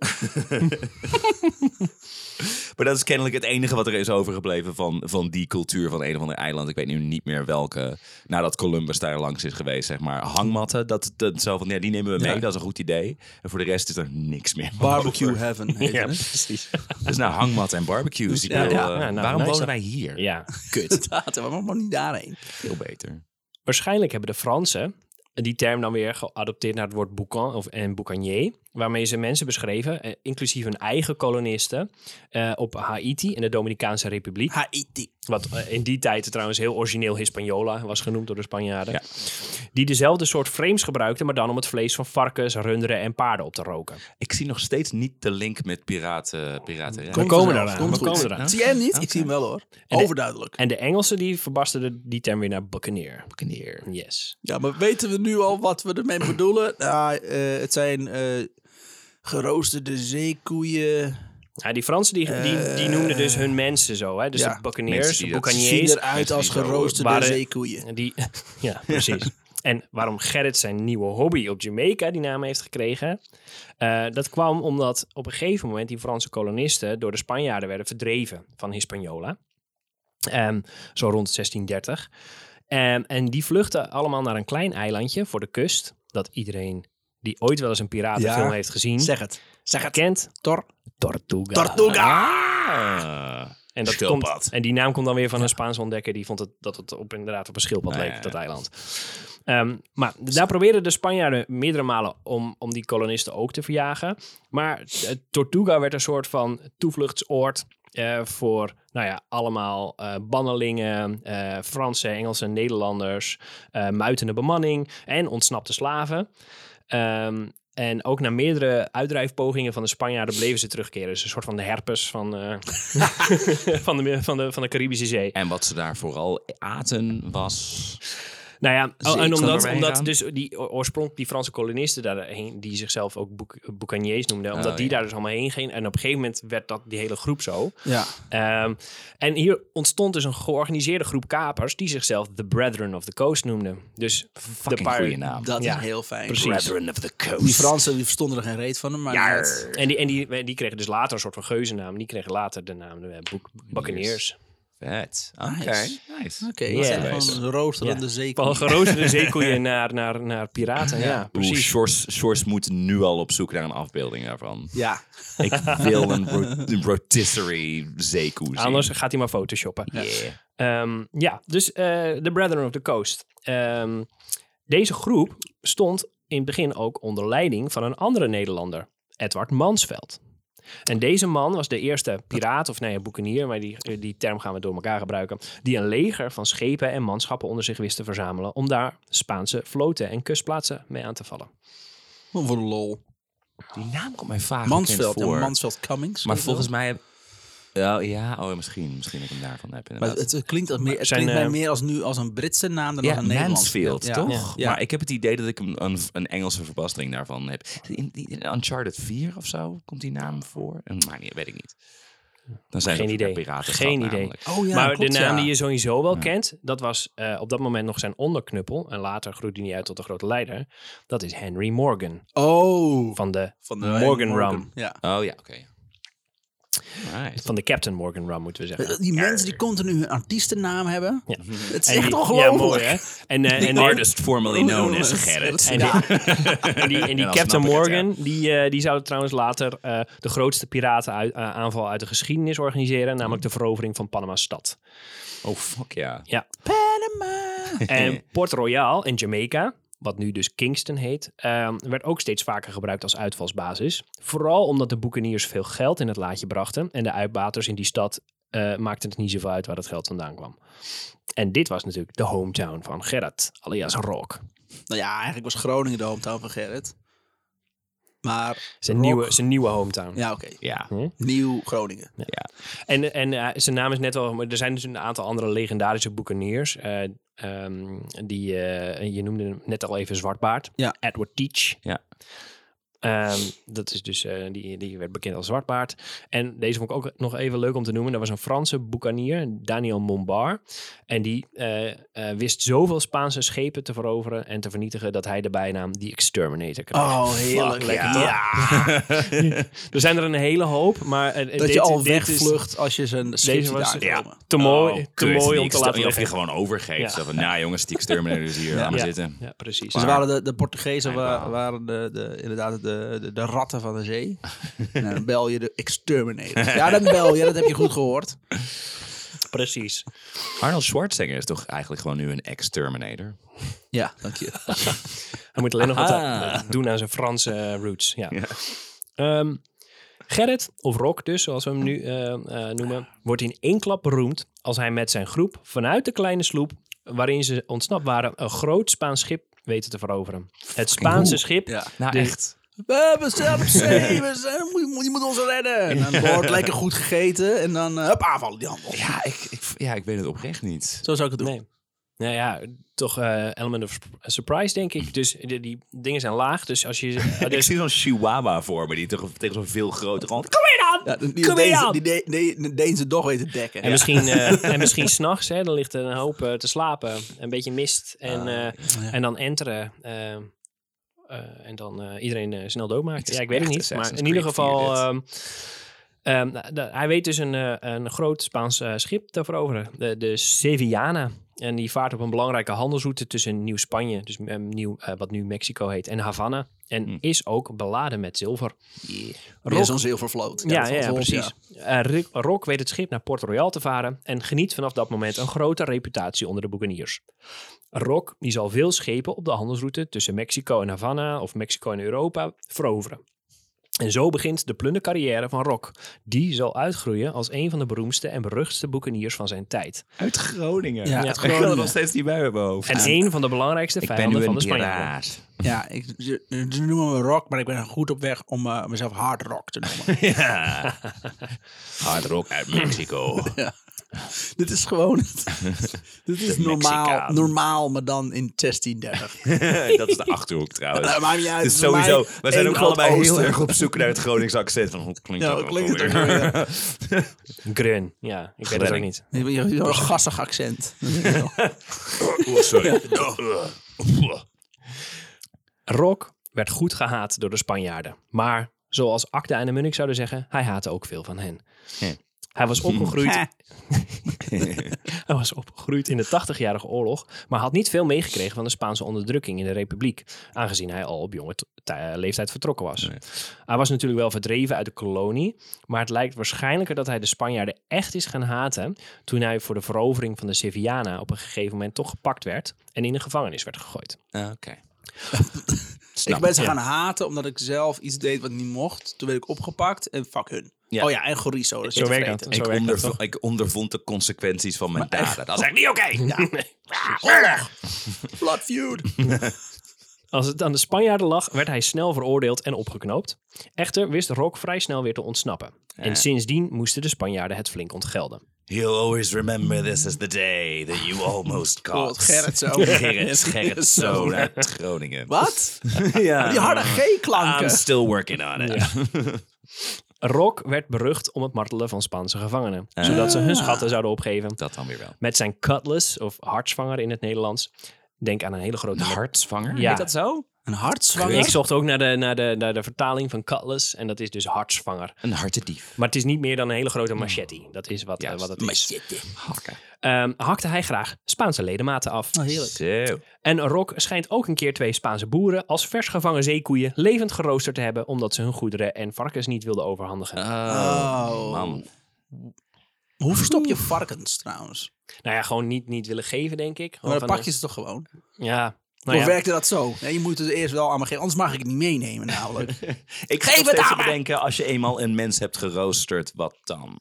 [SPEAKER 2] Maar dat is kennelijk het enige wat er is overgebleven van, van die cultuur van een of ander eiland. Ik weet nu niet meer welke, nadat Columbus daar langs is geweest, zeg maar. Hangmatten, dat, dat zo van, ja, die nemen we mee,
[SPEAKER 1] Ja.
[SPEAKER 2] dat is een goed idee. En voor de rest is er niks meer.
[SPEAKER 1] Barbecue
[SPEAKER 2] over.
[SPEAKER 1] heaven. Heet
[SPEAKER 3] Ja,
[SPEAKER 1] het, hè?
[SPEAKER 3] precies.
[SPEAKER 2] Dus nou, hangmatten en barbecues. Ik
[SPEAKER 1] Ja,
[SPEAKER 2] bedoel,
[SPEAKER 1] ja.
[SPEAKER 2] eh,
[SPEAKER 3] Ja, nou,
[SPEAKER 2] waarom
[SPEAKER 3] nice.
[SPEAKER 2] wonen wij hier?
[SPEAKER 3] Ja. [laughs]
[SPEAKER 2] Kut.
[SPEAKER 1] Inderdaad, en waarom maar niet daarheen?
[SPEAKER 2] Veel beter.
[SPEAKER 3] Waarschijnlijk hebben de Fransen die term dan weer geadopteerd naar het woord boucan of, en boucanier, waarmee ze mensen beschreven, eh, inclusief hun eigen kolonisten, eh, op Haiti in de Dominicaanse Republiek.
[SPEAKER 1] Haiti.
[SPEAKER 3] Wat eh, in die tijd trouwens heel origineel Hispaniola was genoemd door de Spanjaarden. Die dezelfde soort frames gebruikten, maar dan om het vlees van varkens, runderen en paarden op te roken.
[SPEAKER 2] Ik zie nog steeds niet de link met piraten, piraterij.
[SPEAKER 3] Komt- komen
[SPEAKER 1] vanzelf,
[SPEAKER 3] eraan,
[SPEAKER 1] komt
[SPEAKER 3] we
[SPEAKER 1] goed.
[SPEAKER 3] komen eraan.
[SPEAKER 1] Zie jij hem niet? Ik zie hem wel hoor.
[SPEAKER 3] de-
[SPEAKER 1] Overduidelijk.
[SPEAKER 3] En de Engelsen die verbasterden die term weer naar buccaneer. Buccaneer. Yes.
[SPEAKER 1] Ja, maar weten we nu al wat we ermee bedoelen? Nou, eh, het zijn eh, geroosterde zeekoeien.
[SPEAKER 3] Ja, die Fransen die, die, die noemden dus hun mensen zo. Hè? Dus
[SPEAKER 1] Eh, Ja.
[SPEAKER 3] de buccaneers,
[SPEAKER 2] Mensen
[SPEAKER 3] de
[SPEAKER 2] die dat
[SPEAKER 1] Zien
[SPEAKER 3] boucaniers.
[SPEAKER 1] eruit als
[SPEAKER 2] die zo
[SPEAKER 1] geroosterde
[SPEAKER 3] waren-
[SPEAKER 1] zeekoeien. [laughs]
[SPEAKER 3] Die, [laughs] ja, precies. En waarom Gerrit zijn nieuwe hobby op Jamaica die naam heeft gekregen, eh, dat kwam omdat op een gegeven moment die Franse kolonisten door de Spanjaarden werden verdreven van Hispaniola. Ehm, zo rond 1630. Ehm, en die vluchtten allemaal naar een klein eilandje voor de kust. Dat iedereen die ooit wel eens een piratenfilm
[SPEAKER 1] Ja,
[SPEAKER 3] heeft gezien,
[SPEAKER 1] Zeg het. Zeg het.
[SPEAKER 3] kent.
[SPEAKER 1] Tor.
[SPEAKER 3] Tortuga.
[SPEAKER 1] Tortuga.
[SPEAKER 2] Ah.
[SPEAKER 3] En, dat
[SPEAKER 2] Schildpad.
[SPEAKER 3] komt, en die naam komt dan weer van een Spaanse ontdekker. Die vond het, dat het op, inderdaad op een schildpad
[SPEAKER 2] Ja,
[SPEAKER 3] leek,
[SPEAKER 2] ja,
[SPEAKER 3] dat eiland. Ehm, maar daar probeerden de Spanjaarden meerdere malen om, om die kolonisten ook te verjagen. Maar eh, Tortuga werd een soort van toevluchtsoord eh, voor nou ja, allemaal eh, bannelingen, eh Fransen, Engelsen, Nederlanders, eh, muitende bemanning en ontsnapte slaven. Ehm, en ook na meerdere uitdrijfpogingen van de Spanjaarden bleven ze terugkeren. Dus een soort van de herpes van, eh, [laughs] van, de, van, de, van de Caribische Zee.
[SPEAKER 2] En wat ze daar vooral aten was...
[SPEAKER 3] Nou ja,
[SPEAKER 2] Zee
[SPEAKER 3] en
[SPEAKER 2] kan
[SPEAKER 3] omdat,
[SPEAKER 2] erbij
[SPEAKER 3] omdat
[SPEAKER 2] gaan.
[SPEAKER 3] dus die o- oorspronkelijk die Franse kolonisten daarheen, die zichzelf ook boek, boekaniers noemden, omdat
[SPEAKER 2] Oh,
[SPEAKER 3] die
[SPEAKER 2] ja.
[SPEAKER 3] daar dus allemaal heen gingen. En op een gegeven moment werd dat die hele groep zo.
[SPEAKER 1] Ja.
[SPEAKER 3] Ehm, en hier ontstond dus een georganiseerde groep kapers die zichzelf de Brethren of the Coast noemden. Dus de
[SPEAKER 2] Fucking
[SPEAKER 3] paar-
[SPEAKER 2] goede naam.
[SPEAKER 1] Dat
[SPEAKER 3] Ja,
[SPEAKER 1] is heel fijn.
[SPEAKER 2] Brethren of the
[SPEAKER 1] Die
[SPEAKER 2] Coast.
[SPEAKER 1] Fransen die verstonden er geen reet van hem, maar
[SPEAKER 2] Jaar.
[SPEAKER 1] net.
[SPEAKER 3] En die, en die, die kregen dus later een soort van geuzennaam. Die kregen later de naam de boek, Buccaneers.
[SPEAKER 2] Vet. Oké.
[SPEAKER 1] Nice.
[SPEAKER 2] Nice.
[SPEAKER 1] Oké,
[SPEAKER 3] Ja.
[SPEAKER 1] ja, gewoon een roosterende
[SPEAKER 3] Ja.
[SPEAKER 1] zeekoe.
[SPEAKER 3] Van geroosterde
[SPEAKER 2] [laughs]
[SPEAKER 3] zeekoeien naar, naar, naar piraten. Ja,
[SPEAKER 2] Oeh,
[SPEAKER 3] precies.
[SPEAKER 2] Sjors- Sjors moet nu al op zoek naar een afbeelding daarvan.
[SPEAKER 1] Ja.
[SPEAKER 2] Ik wil een, ro- een rotisserie zeekoe zien.
[SPEAKER 3] Anders gaat hij maar photoshoppen.
[SPEAKER 2] Yeah.
[SPEAKER 3] Ehm, ja, dus eh The Brethren of the Coast. Ehm, deze groep stond in het begin ook onder leiding van een andere Nederlander, Edward Mansveld. En deze man was de eerste piraat, of nee, een boekenier, maar die, die term gaan we door elkaar gebruiken, die een leger van schepen en manschappen onder zich wist te verzamelen om daar Spaanse vloten en kustplaatsen mee aan te vallen.
[SPEAKER 1] Gewoon voor de lol.
[SPEAKER 2] Die naam komt mij vaak
[SPEAKER 1] Mansveld.
[SPEAKER 2] bekend
[SPEAKER 1] Ja,
[SPEAKER 2] voor.
[SPEAKER 1] Mansveld Cummings.
[SPEAKER 2] maar
[SPEAKER 1] weet je wel.
[SPEAKER 2] volgens mij... heb- Oh, ja, oh, misschien. Misschien dat ik hem daarvan heb,
[SPEAKER 1] Maar
[SPEAKER 2] inderdaad.
[SPEAKER 1] het, het klinkt, als meer, het
[SPEAKER 3] Zijn,
[SPEAKER 1] klinkt mij
[SPEAKER 3] eh,
[SPEAKER 1] meer als nu als een Britse naam dan als
[SPEAKER 2] ja,
[SPEAKER 1] een Nederlands.
[SPEAKER 2] Mansfield,
[SPEAKER 1] Ja.
[SPEAKER 2] toch?
[SPEAKER 1] Ja.
[SPEAKER 2] Maar ik heb het idee dat ik hem een, een Engelse verbastering daarvan heb. In, die- in Uncharted 4 of zo komt die naam voor? En- Maar nee, weet ik niet. Dan zijn
[SPEAKER 3] Geen
[SPEAKER 2] het weer
[SPEAKER 3] idee.
[SPEAKER 2] piraten.
[SPEAKER 3] Geen idee.
[SPEAKER 1] Oh ja,
[SPEAKER 3] maar
[SPEAKER 1] klopt,
[SPEAKER 3] de naam
[SPEAKER 1] ja.
[SPEAKER 3] die je sowieso wel kent, dat was eh, op dat moment nog zijn onderknuppel. En later groeide hij uit tot de grote leider. Dat is Henry Morgan
[SPEAKER 1] Oh.
[SPEAKER 3] van de,
[SPEAKER 1] Van de
[SPEAKER 3] Morgan Rum.
[SPEAKER 1] Ja.
[SPEAKER 2] Oh ja, oké. Right.
[SPEAKER 3] van de Captain Morgan Rum, moeten we zeggen.
[SPEAKER 1] Eh, Die mensen die continu een artiestennaam hebben.
[SPEAKER 3] Ja.
[SPEAKER 1] Het is
[SPEAKER 3] En
[SPEAKER 1] echt
[SPEAKER 3] die- Ja, mooi,
[SPEAKER 1] ongelooflijk.
[SPEAKER 3] hè? En, eh, en, Oh,
[SPEAKER 2] The artist formerly known as
[SPEAKER 1] Dat-
[SPEAKER 2] Gerrit.
[SPEAKER 1] dat-
[SPEAKER 2] [laughs]
[SPEAKER 3] En,
[SPEAKER 1] Ja.
[SPEAKER 3] die, en die, en die
[SPEAKER 2] dan
[SPEAKER 3] Captain
[SPEAKER 2] snap ik het, [laughs] ja.
[SPEAKER 3] Morgan, die, eh, die zou trouwens later eh, de grootste piratenaanval uit de geschiedenis organiseren. Namelijk
[SPEAKER 2] Mhm.
[SPEAKER 3] de verovering van Panama stad.
[SPEAKER 2] Oh fuck ja. [laughs]
[SPEAKER 3] Ja.
[SPEAKER 1] Panama.
[SPEAKER 3] En Port Royal in Jamaica, wat nu dus Kingston heet, ehm, werd ook steeds vaker gebruikt als uitvalsbasis. Vooral omdat de boekeniers veel geld in het laadje brachten en de uitbaters in die stad eh, maakten het niet zoveel uit waar dat geld vandaan kwam. En dit was natuurlijk de hometown van Gerrit, alias Rock.
[SPEAKER 1] [laughs] Nou ja, eigenlijk was Groningen de hometown van Gerrit. Maar...
[SPEAKER 3] Zijn,
[SPEAKER 1] Rock-
[SPEAKER 3] nieuwe, zijn nieuwe hometown.
[SPEAKER 1] Ja, oké.
[SPEAKER 2] Ja.
[SPEAKER 1] Nieuw Groningen.
[SPEAKER 3] En, en eh, zijn naam is net wel. maar Er zijn dus een aantal andere legendarische boekeniers. eh, ehm, die, eh, je noemde hem net al even Zwartbaard.
[SPEAKER 1] Ja.
[SPEAKER 3] Edward Teach.
[SPEAKER 2] Ja.
[SPEAKER 3] Ehm, dat is dus, eh, die, die werd bekend als Zwartbaard. En deze vond ik ook nog even leuk om te noemen. Dat was een Franse boekanier, Daniel Mombar. En die eh, eh, wist zoveel Spaanse schepen te veroveren en te vernietigen... dat hij de bijnaam The Exterminator kreeg.
[SPEAKER 1] Oh, heerlijk.
[SPEAKER 3] Fuck, lekker
[SPEAKER 1] ja.
[SPEAKER 3] toch?
[SPEAKER 1] Ja.
[SPEAKER 3] Er zijn er een hele hoop, maar... eh,
[SPEAKER 1] Dat
[SPEAKER 3] dit-
[SPEAKER 1] je al
[SPEAKER 3] dit is-
[SPEAKER 1] wegvlucht als je zijn schip
[SPEAKER 3] Deze
[SPEAKER 1] ziet
[SPEAKER 3] was
[SPEAKER 1] aankomen.
[SPEAKER 3] te mooi, Oh, te
[SPEAKER 2] Oh, kut, die
[SPEAKER 3] mooi om te
[SPEAKER 2] exter-
[SPEAKER 3] laten
[SPEAKER 2] Of je
[SPEAKER 3] liggen.
[SPEAKER 2] gewoon overgeeft.
[SPEAKER 3] Ja.
[SPEAKER 2] Zo van, nou jongens, die exterminator is hier. Laat maar
[SPEAKER 3] Ja.
[SPEAKER 2] zitten.
[SPEAKER 3] Ja, precies.
[SPEAKER 1] Ze
[SPEAKER 2] Maar-
[SPEAKER 1] Dus waren de, de Portugezen wa-
[SPEAKER 2] Eigenlijk wel.
[SPEAKER 1] waren de, de, inderdaad de, de, de ratten van de zee. [laughs] en dan bel je de [laughs] exterminator. Ja, dan bel je. Dat heb je goed gehoord.
[SPEAKER 3] Precies.
[SPEAKER 2] Arnold Schwarzenegger is toch eigenlijk gewoon nu een exterminator?
[SPEAKER 1] Ja, dank je.
[SPEAKER 3] Hij moet alleen nog wat
[SPEAKER 2] Aha.
[SPEAKER 3] aan- doen aan zijn Franse eh, roots. Ja.
[SPEAKER 2] Ja.
[SPEAKER 3] Ehm, Gerrit, of Rock dus, zoals we hem nu eh, eh, noemen, wordt in één klap beroemd als hij met zijn groep vanuit de kleine sloep, waarin ze ontsnapt waren, een groot Spaans schip weten te veroveren. Het Spaanse
[SPEAKER 2] hoe?
[SPEAKER 3] schip.
[SPEAKER 1] Ja.
[SPEAKER 2] Nou
[SPEAKER 3] Dus-
[SPEAKER 2] echt.
[SPEAKER 1] We, we zijn op zee. We zijn, je, moet, je moet ons redden. En dan wordt lekker goed gegeten. En dan, eh, hup, aanvallen die handel.
[SPEAKER 2] Ja ik, ik, ja, ik weet het oprecht niet.
[SPEAKER 1] Zo zou ik het doen.
[SPEAKER 3] Nee. Nou ja, toch eh, element of sp- surprise, denk ik. Dus die, die dingen zijn laag. Dus als je. eh,
[SPEAKER 2] Ik
[SPEAKER 3] dus,
[SPEAKER 2] zie zo'n chihuahua voor me, die tegen, tegen zo'n veel groter... Kom hier
[SPEAKER 1] Ja,
[SPEAKER 2] dan!
[SPEAKER 1] die die
[SPEAKER 2] Kom hier
[SPEAKER 1] Deense,
[SPEAKER 2] dan!
[SPEAKER 1] die De- De- De- Deense dog weet te dekken.
[SPEAKER 3] en,
[SPEAKER 2] dus
[SPEAKER 3] misschien, eh,
[SPEAKER 2] [laughs]
[SPEAKER 3] en misschien s'nachts, dan ligt er een hoop eh, te slapen. Een beetje mist.
[SPEAKER 2] Ah,
[SPEAKER 3] En, eh,
[SPEAKER 1] ja.
[SPEAKER 3] en dan enteren. eh, eh, en dan eh, iedereen eh, snel doodmaakt.
[SPEAKER 2] is
[SPEAKER 3] Ja, ik weet het
[SPEAKER 2] echt
[SPEAKER 3] niet. Maar
[SPEAKER 2] Assassin's
[SPEAKER 3] in ieder
[SPEAKER 2] Creed 4
[SPEAKER 3] geval. ehm, ehm, nou, da- hij weet dus een, eh, een groot Spaans eh, schip te veroveren. De, de Sevillana. En die vaart op een belangrijke handelsroute tussen Nieuw-Spanje, dus eh, nieuw, eh, wat nu Mexico heet, en Havana. En
[SPEAKER 2] Hm.
[SPEAKER 3] is ook beladen met zilver.
[SPEAKER 1] Weer zo'n zilvervloot.
[SPEAKER 3] Ja,
[SPEAKER 1] dat
[SPEAKER 3] ja,
[SPEAKER 1] valt wel op,
[SPEAKER 3] precies. Eh, Rick- Rock weet het schip naar Port Royal te varen en geniet vanaf dat moment een grote reputatie onder de boekeniers. Rock die zal veel schepen op de handelsroute tussen Mexico en Havana of Mexico en Europa veroveren. En zo begint de plundercarrière van Rock. Die zal uitgroeien als een van de beroemdste en beruchtste boekeniers van zijn tijd.
[SPEAKER 2] Uit Groningen.
[SPEAKER 1] Ja, uit
[SPEAKER 2] ik kan
[SPEAKER 1] Groningen.
[SPEAKER 2] er nog steeds niet bij hebben hoofd.
[SPEAKER 3] En een van de belangrijkste
[SPEAKER 2] ik ben nu
[SPEAKER 3] vijanden van
[SPEAKER 2] een
[SPEAKER 3] de Spanjaarden. [laughs]
[SPEAKER 2] piraat.
[SPEAKER 1] Ja, ik, ze, ze noemen me rock, maar ik ben goed op weg om eh, mezelf hard rock te
[SPEAKER 2] [laughs]
[SPEAKER 1] noemen.
[SPEAKER 2] Ja. Hard rock uit
[SPEAKER 3] [laughs]
[SPEAKER 2] Mexico.
[SPEAKER 1] dit is gewoon...
[SPEAKER 2] [laughs]
[SPEAKER 1] dit is
[SPEAKER 2] De
[SPEAKER 1] normaal,
[SPEAKER 2] Mexicaan.
[SPEAKER 1] normaal, maar dan in
[SPEAKER 2] [laughs]
[SPEAKER 1] 1630.
[SPEAKER 2] dat is de Achterhoek trouwens.
[SPEAKER 1] Dat maakt niet uit.
[SPEAKER 2] Het is
[SPEAKER 1] Voor mij
[SPEAKER 2] sowieso, wij zijn
[SPEAKER 1] één
[SPEAKER 2] ook
[SPEAKER 1] groot
[SPEAKER 2] allebei heel
[SPEAKER 1] oosten.
[SPEAKER 2] erg op zoek naar het Gronings accent. Van, hoe klinkt
[SPEAKER 1] Ja,
[SPEAKER 2] dat
[SPEAKER 1] hoe
[SPEAKER 2] ook
[SPEAKER 1] klinkt het
[SPEAKER 2] alweer?
[SPEAKER 1] ook
[SPEAKER 2] [laughs]
[SPEAKER 3] Grun, ja, ik weet het ook
[SPEAKER 2] Groningen.
[SPEAKER 3] niet.
[SPEAKER 1] Je hebt Zo'n gassig accent.
[SPEAKER 2] Oh, sorry. Oh.
[SPEAKER 3] Rock werd goed gehaat door de Spanjaarden. Maar zoals Akda en de Munnik zouden zeggen, hij haatte ook veel van hen.
[SPEAKER 2] Ja.
[SPEAKER 3] Hij
[SPEAKER 2] [laughs]
[SPEAKER 3] was opgegroeid
[SPEAKER 1] Ja.
[SPEAKER 3] Hij was opgegroeid in de 80-jarige oorlog, maar had niet veel meegekregen van de Spaanse onderdrukking in de Republiek, aangezien hij al op jonge t- tij- eh, leeftijd vertrokken was. Hij was natuurlijk wel verdreven uit de kolonie, maar het lijkt waarschijnlijker dat hij de Spanjaarden echt is gaan haten toen hij voor de verovering van de Sevillanen op een gegeven moment toch gepakt werd en in de gevangenis werd gegooid.
[SPEAKER 2] Ah, Oké.
[SPEAKER 1] [laughs]
[SPEAKER 3] Nou,
[SPEAKER 1] Ik ben ze gaan haten omdat ik zelf iets deed wat niet mocht. Toen werd ik opgepakt en fuck hun.
[SPEAKER 2] Ja.
[SPEAKER 1] Oh ja, en chorizo. Dat is
[SPEAKER 3] Zo
[SPEAKER 1] te
[SPEAKER 3] werkt
[SPEAKER 1] vreten.
[SPEAKER 3] dat.
[SPEAKER 2] Ik,
[SPEAKER 3] werkt
[SPEAKER 2] onderv-
[SPEAKER 3] toch?
[SPEAKER 2] ik ondervond de consequenties van mijn daden. Dat is echt Oh. niet [laughs] oké.
[SPEAKER 1] Blood feud.
[SPEAKER 3] Als het aan de Spanjaarden lag, werd hij snel veroordeeld en opgeknoopt. Echter wist Rock vrij snel weer te ontsnappen. En sindsdien moesten de Spanjaarden het flink ontgelden.
[SPEAKER 2] You'll always remember this as the day that you almost caught.
[SPEAKER 1] Oh, Gerrit zo.
[SPEAKER 2] [laughs] Gerrit, Gerrit Zoon uit Groningen.
[SPEAKER 3] [laughs]
[SPEAKER 1] Wat?
[SPEAKER 2] Ja.
[SPEAKER 1] Die harde
[SPEAKER 2] I'm
[SPEAKER 1] G-klanken.
[SPEAKER 2] still working on it.
[SPEAKER 3] Rock werd berucht om het martelen van Spaanse gevangenen, zodat ze hun schatten zouden opgeven.
[SPEAKER 2] Ah. Dat dan weer wel.
[SPEAKER 3] Met zijn cutlass, of hartsvanger in het Nederlands. Denk aan een hele grote... met-
[SPEAKER 2] Hartsvanger?
[SPEAKER 3] Ja.
[SPEAKER 2] Heet dat zo?
[SPEAKER 1] Een
[SPEAKER 3] Ik
[SPEAKER 1] hartzwanger?
[SPEAKER 3] zocht ook naar de, naar, de, naar de vertaling van cutlass en dat is dus hartsvanger.
[SPEAKER 2] Een hartendief.
[SPEAKER 3] Maar het is niet meer dan een hele grote machete. Dat is wat, eh,
[SPEAKER 2] Juist.
[SPEAKER 3] wat
[SPEAKER 1] Oh,
[SPEAKER 3] het is.
[SPEAKER 2] Hakken.
[SPEAKER 3] Ehm, hakte hij graag Spaanse ledematen af.
[SPEAKER 2] Zo.
[SPEAKER 3] En Rock schijnt ook een keer twee Spaanse boeren als vers gevangen zeekoeien levend geroosterd te hebben omdat ze hun goederen en varkens niet wilden overhandigen.
[SPEAKER 1] Oh.
[SPEAKER 2] Man.
[SPEAKER 1] Hoe verstop je varkens trouwens?
[SPEAKER 3] Nou ja, gewoon niet, niet willen geven, denk ik. Gewoon
[SPEAKER 1] Maar dan
[SPEAKER 3] van,
[SPEAKER 1] pak je ze toch gewoon?
[SPEAKER 3] eh, Ja.
[SPEAKER 1] Hoe
[SPEAKER 3] Nou ja.
[SPEAKER 1] werkte dat zo? Ja, je moet het eerst wel aan me geven, anders mag ik het niet meenemen
[SPEAKER 3] [laughs]
[SPEAKER 1] namelijk.
[SPEAKER 2] Ik
[SPEAKER 1] Geef
[SPEAKER 2] geef
[SPEAKER 1] het
[SPEAKER 2] het
[SPEAKER 1] aan
[SPEAKER 2] aan
[SPEAKER 1] me!
[SPEAKER 2] bedenken, als je eenmaal een mens hebt geroosterd, wat dan?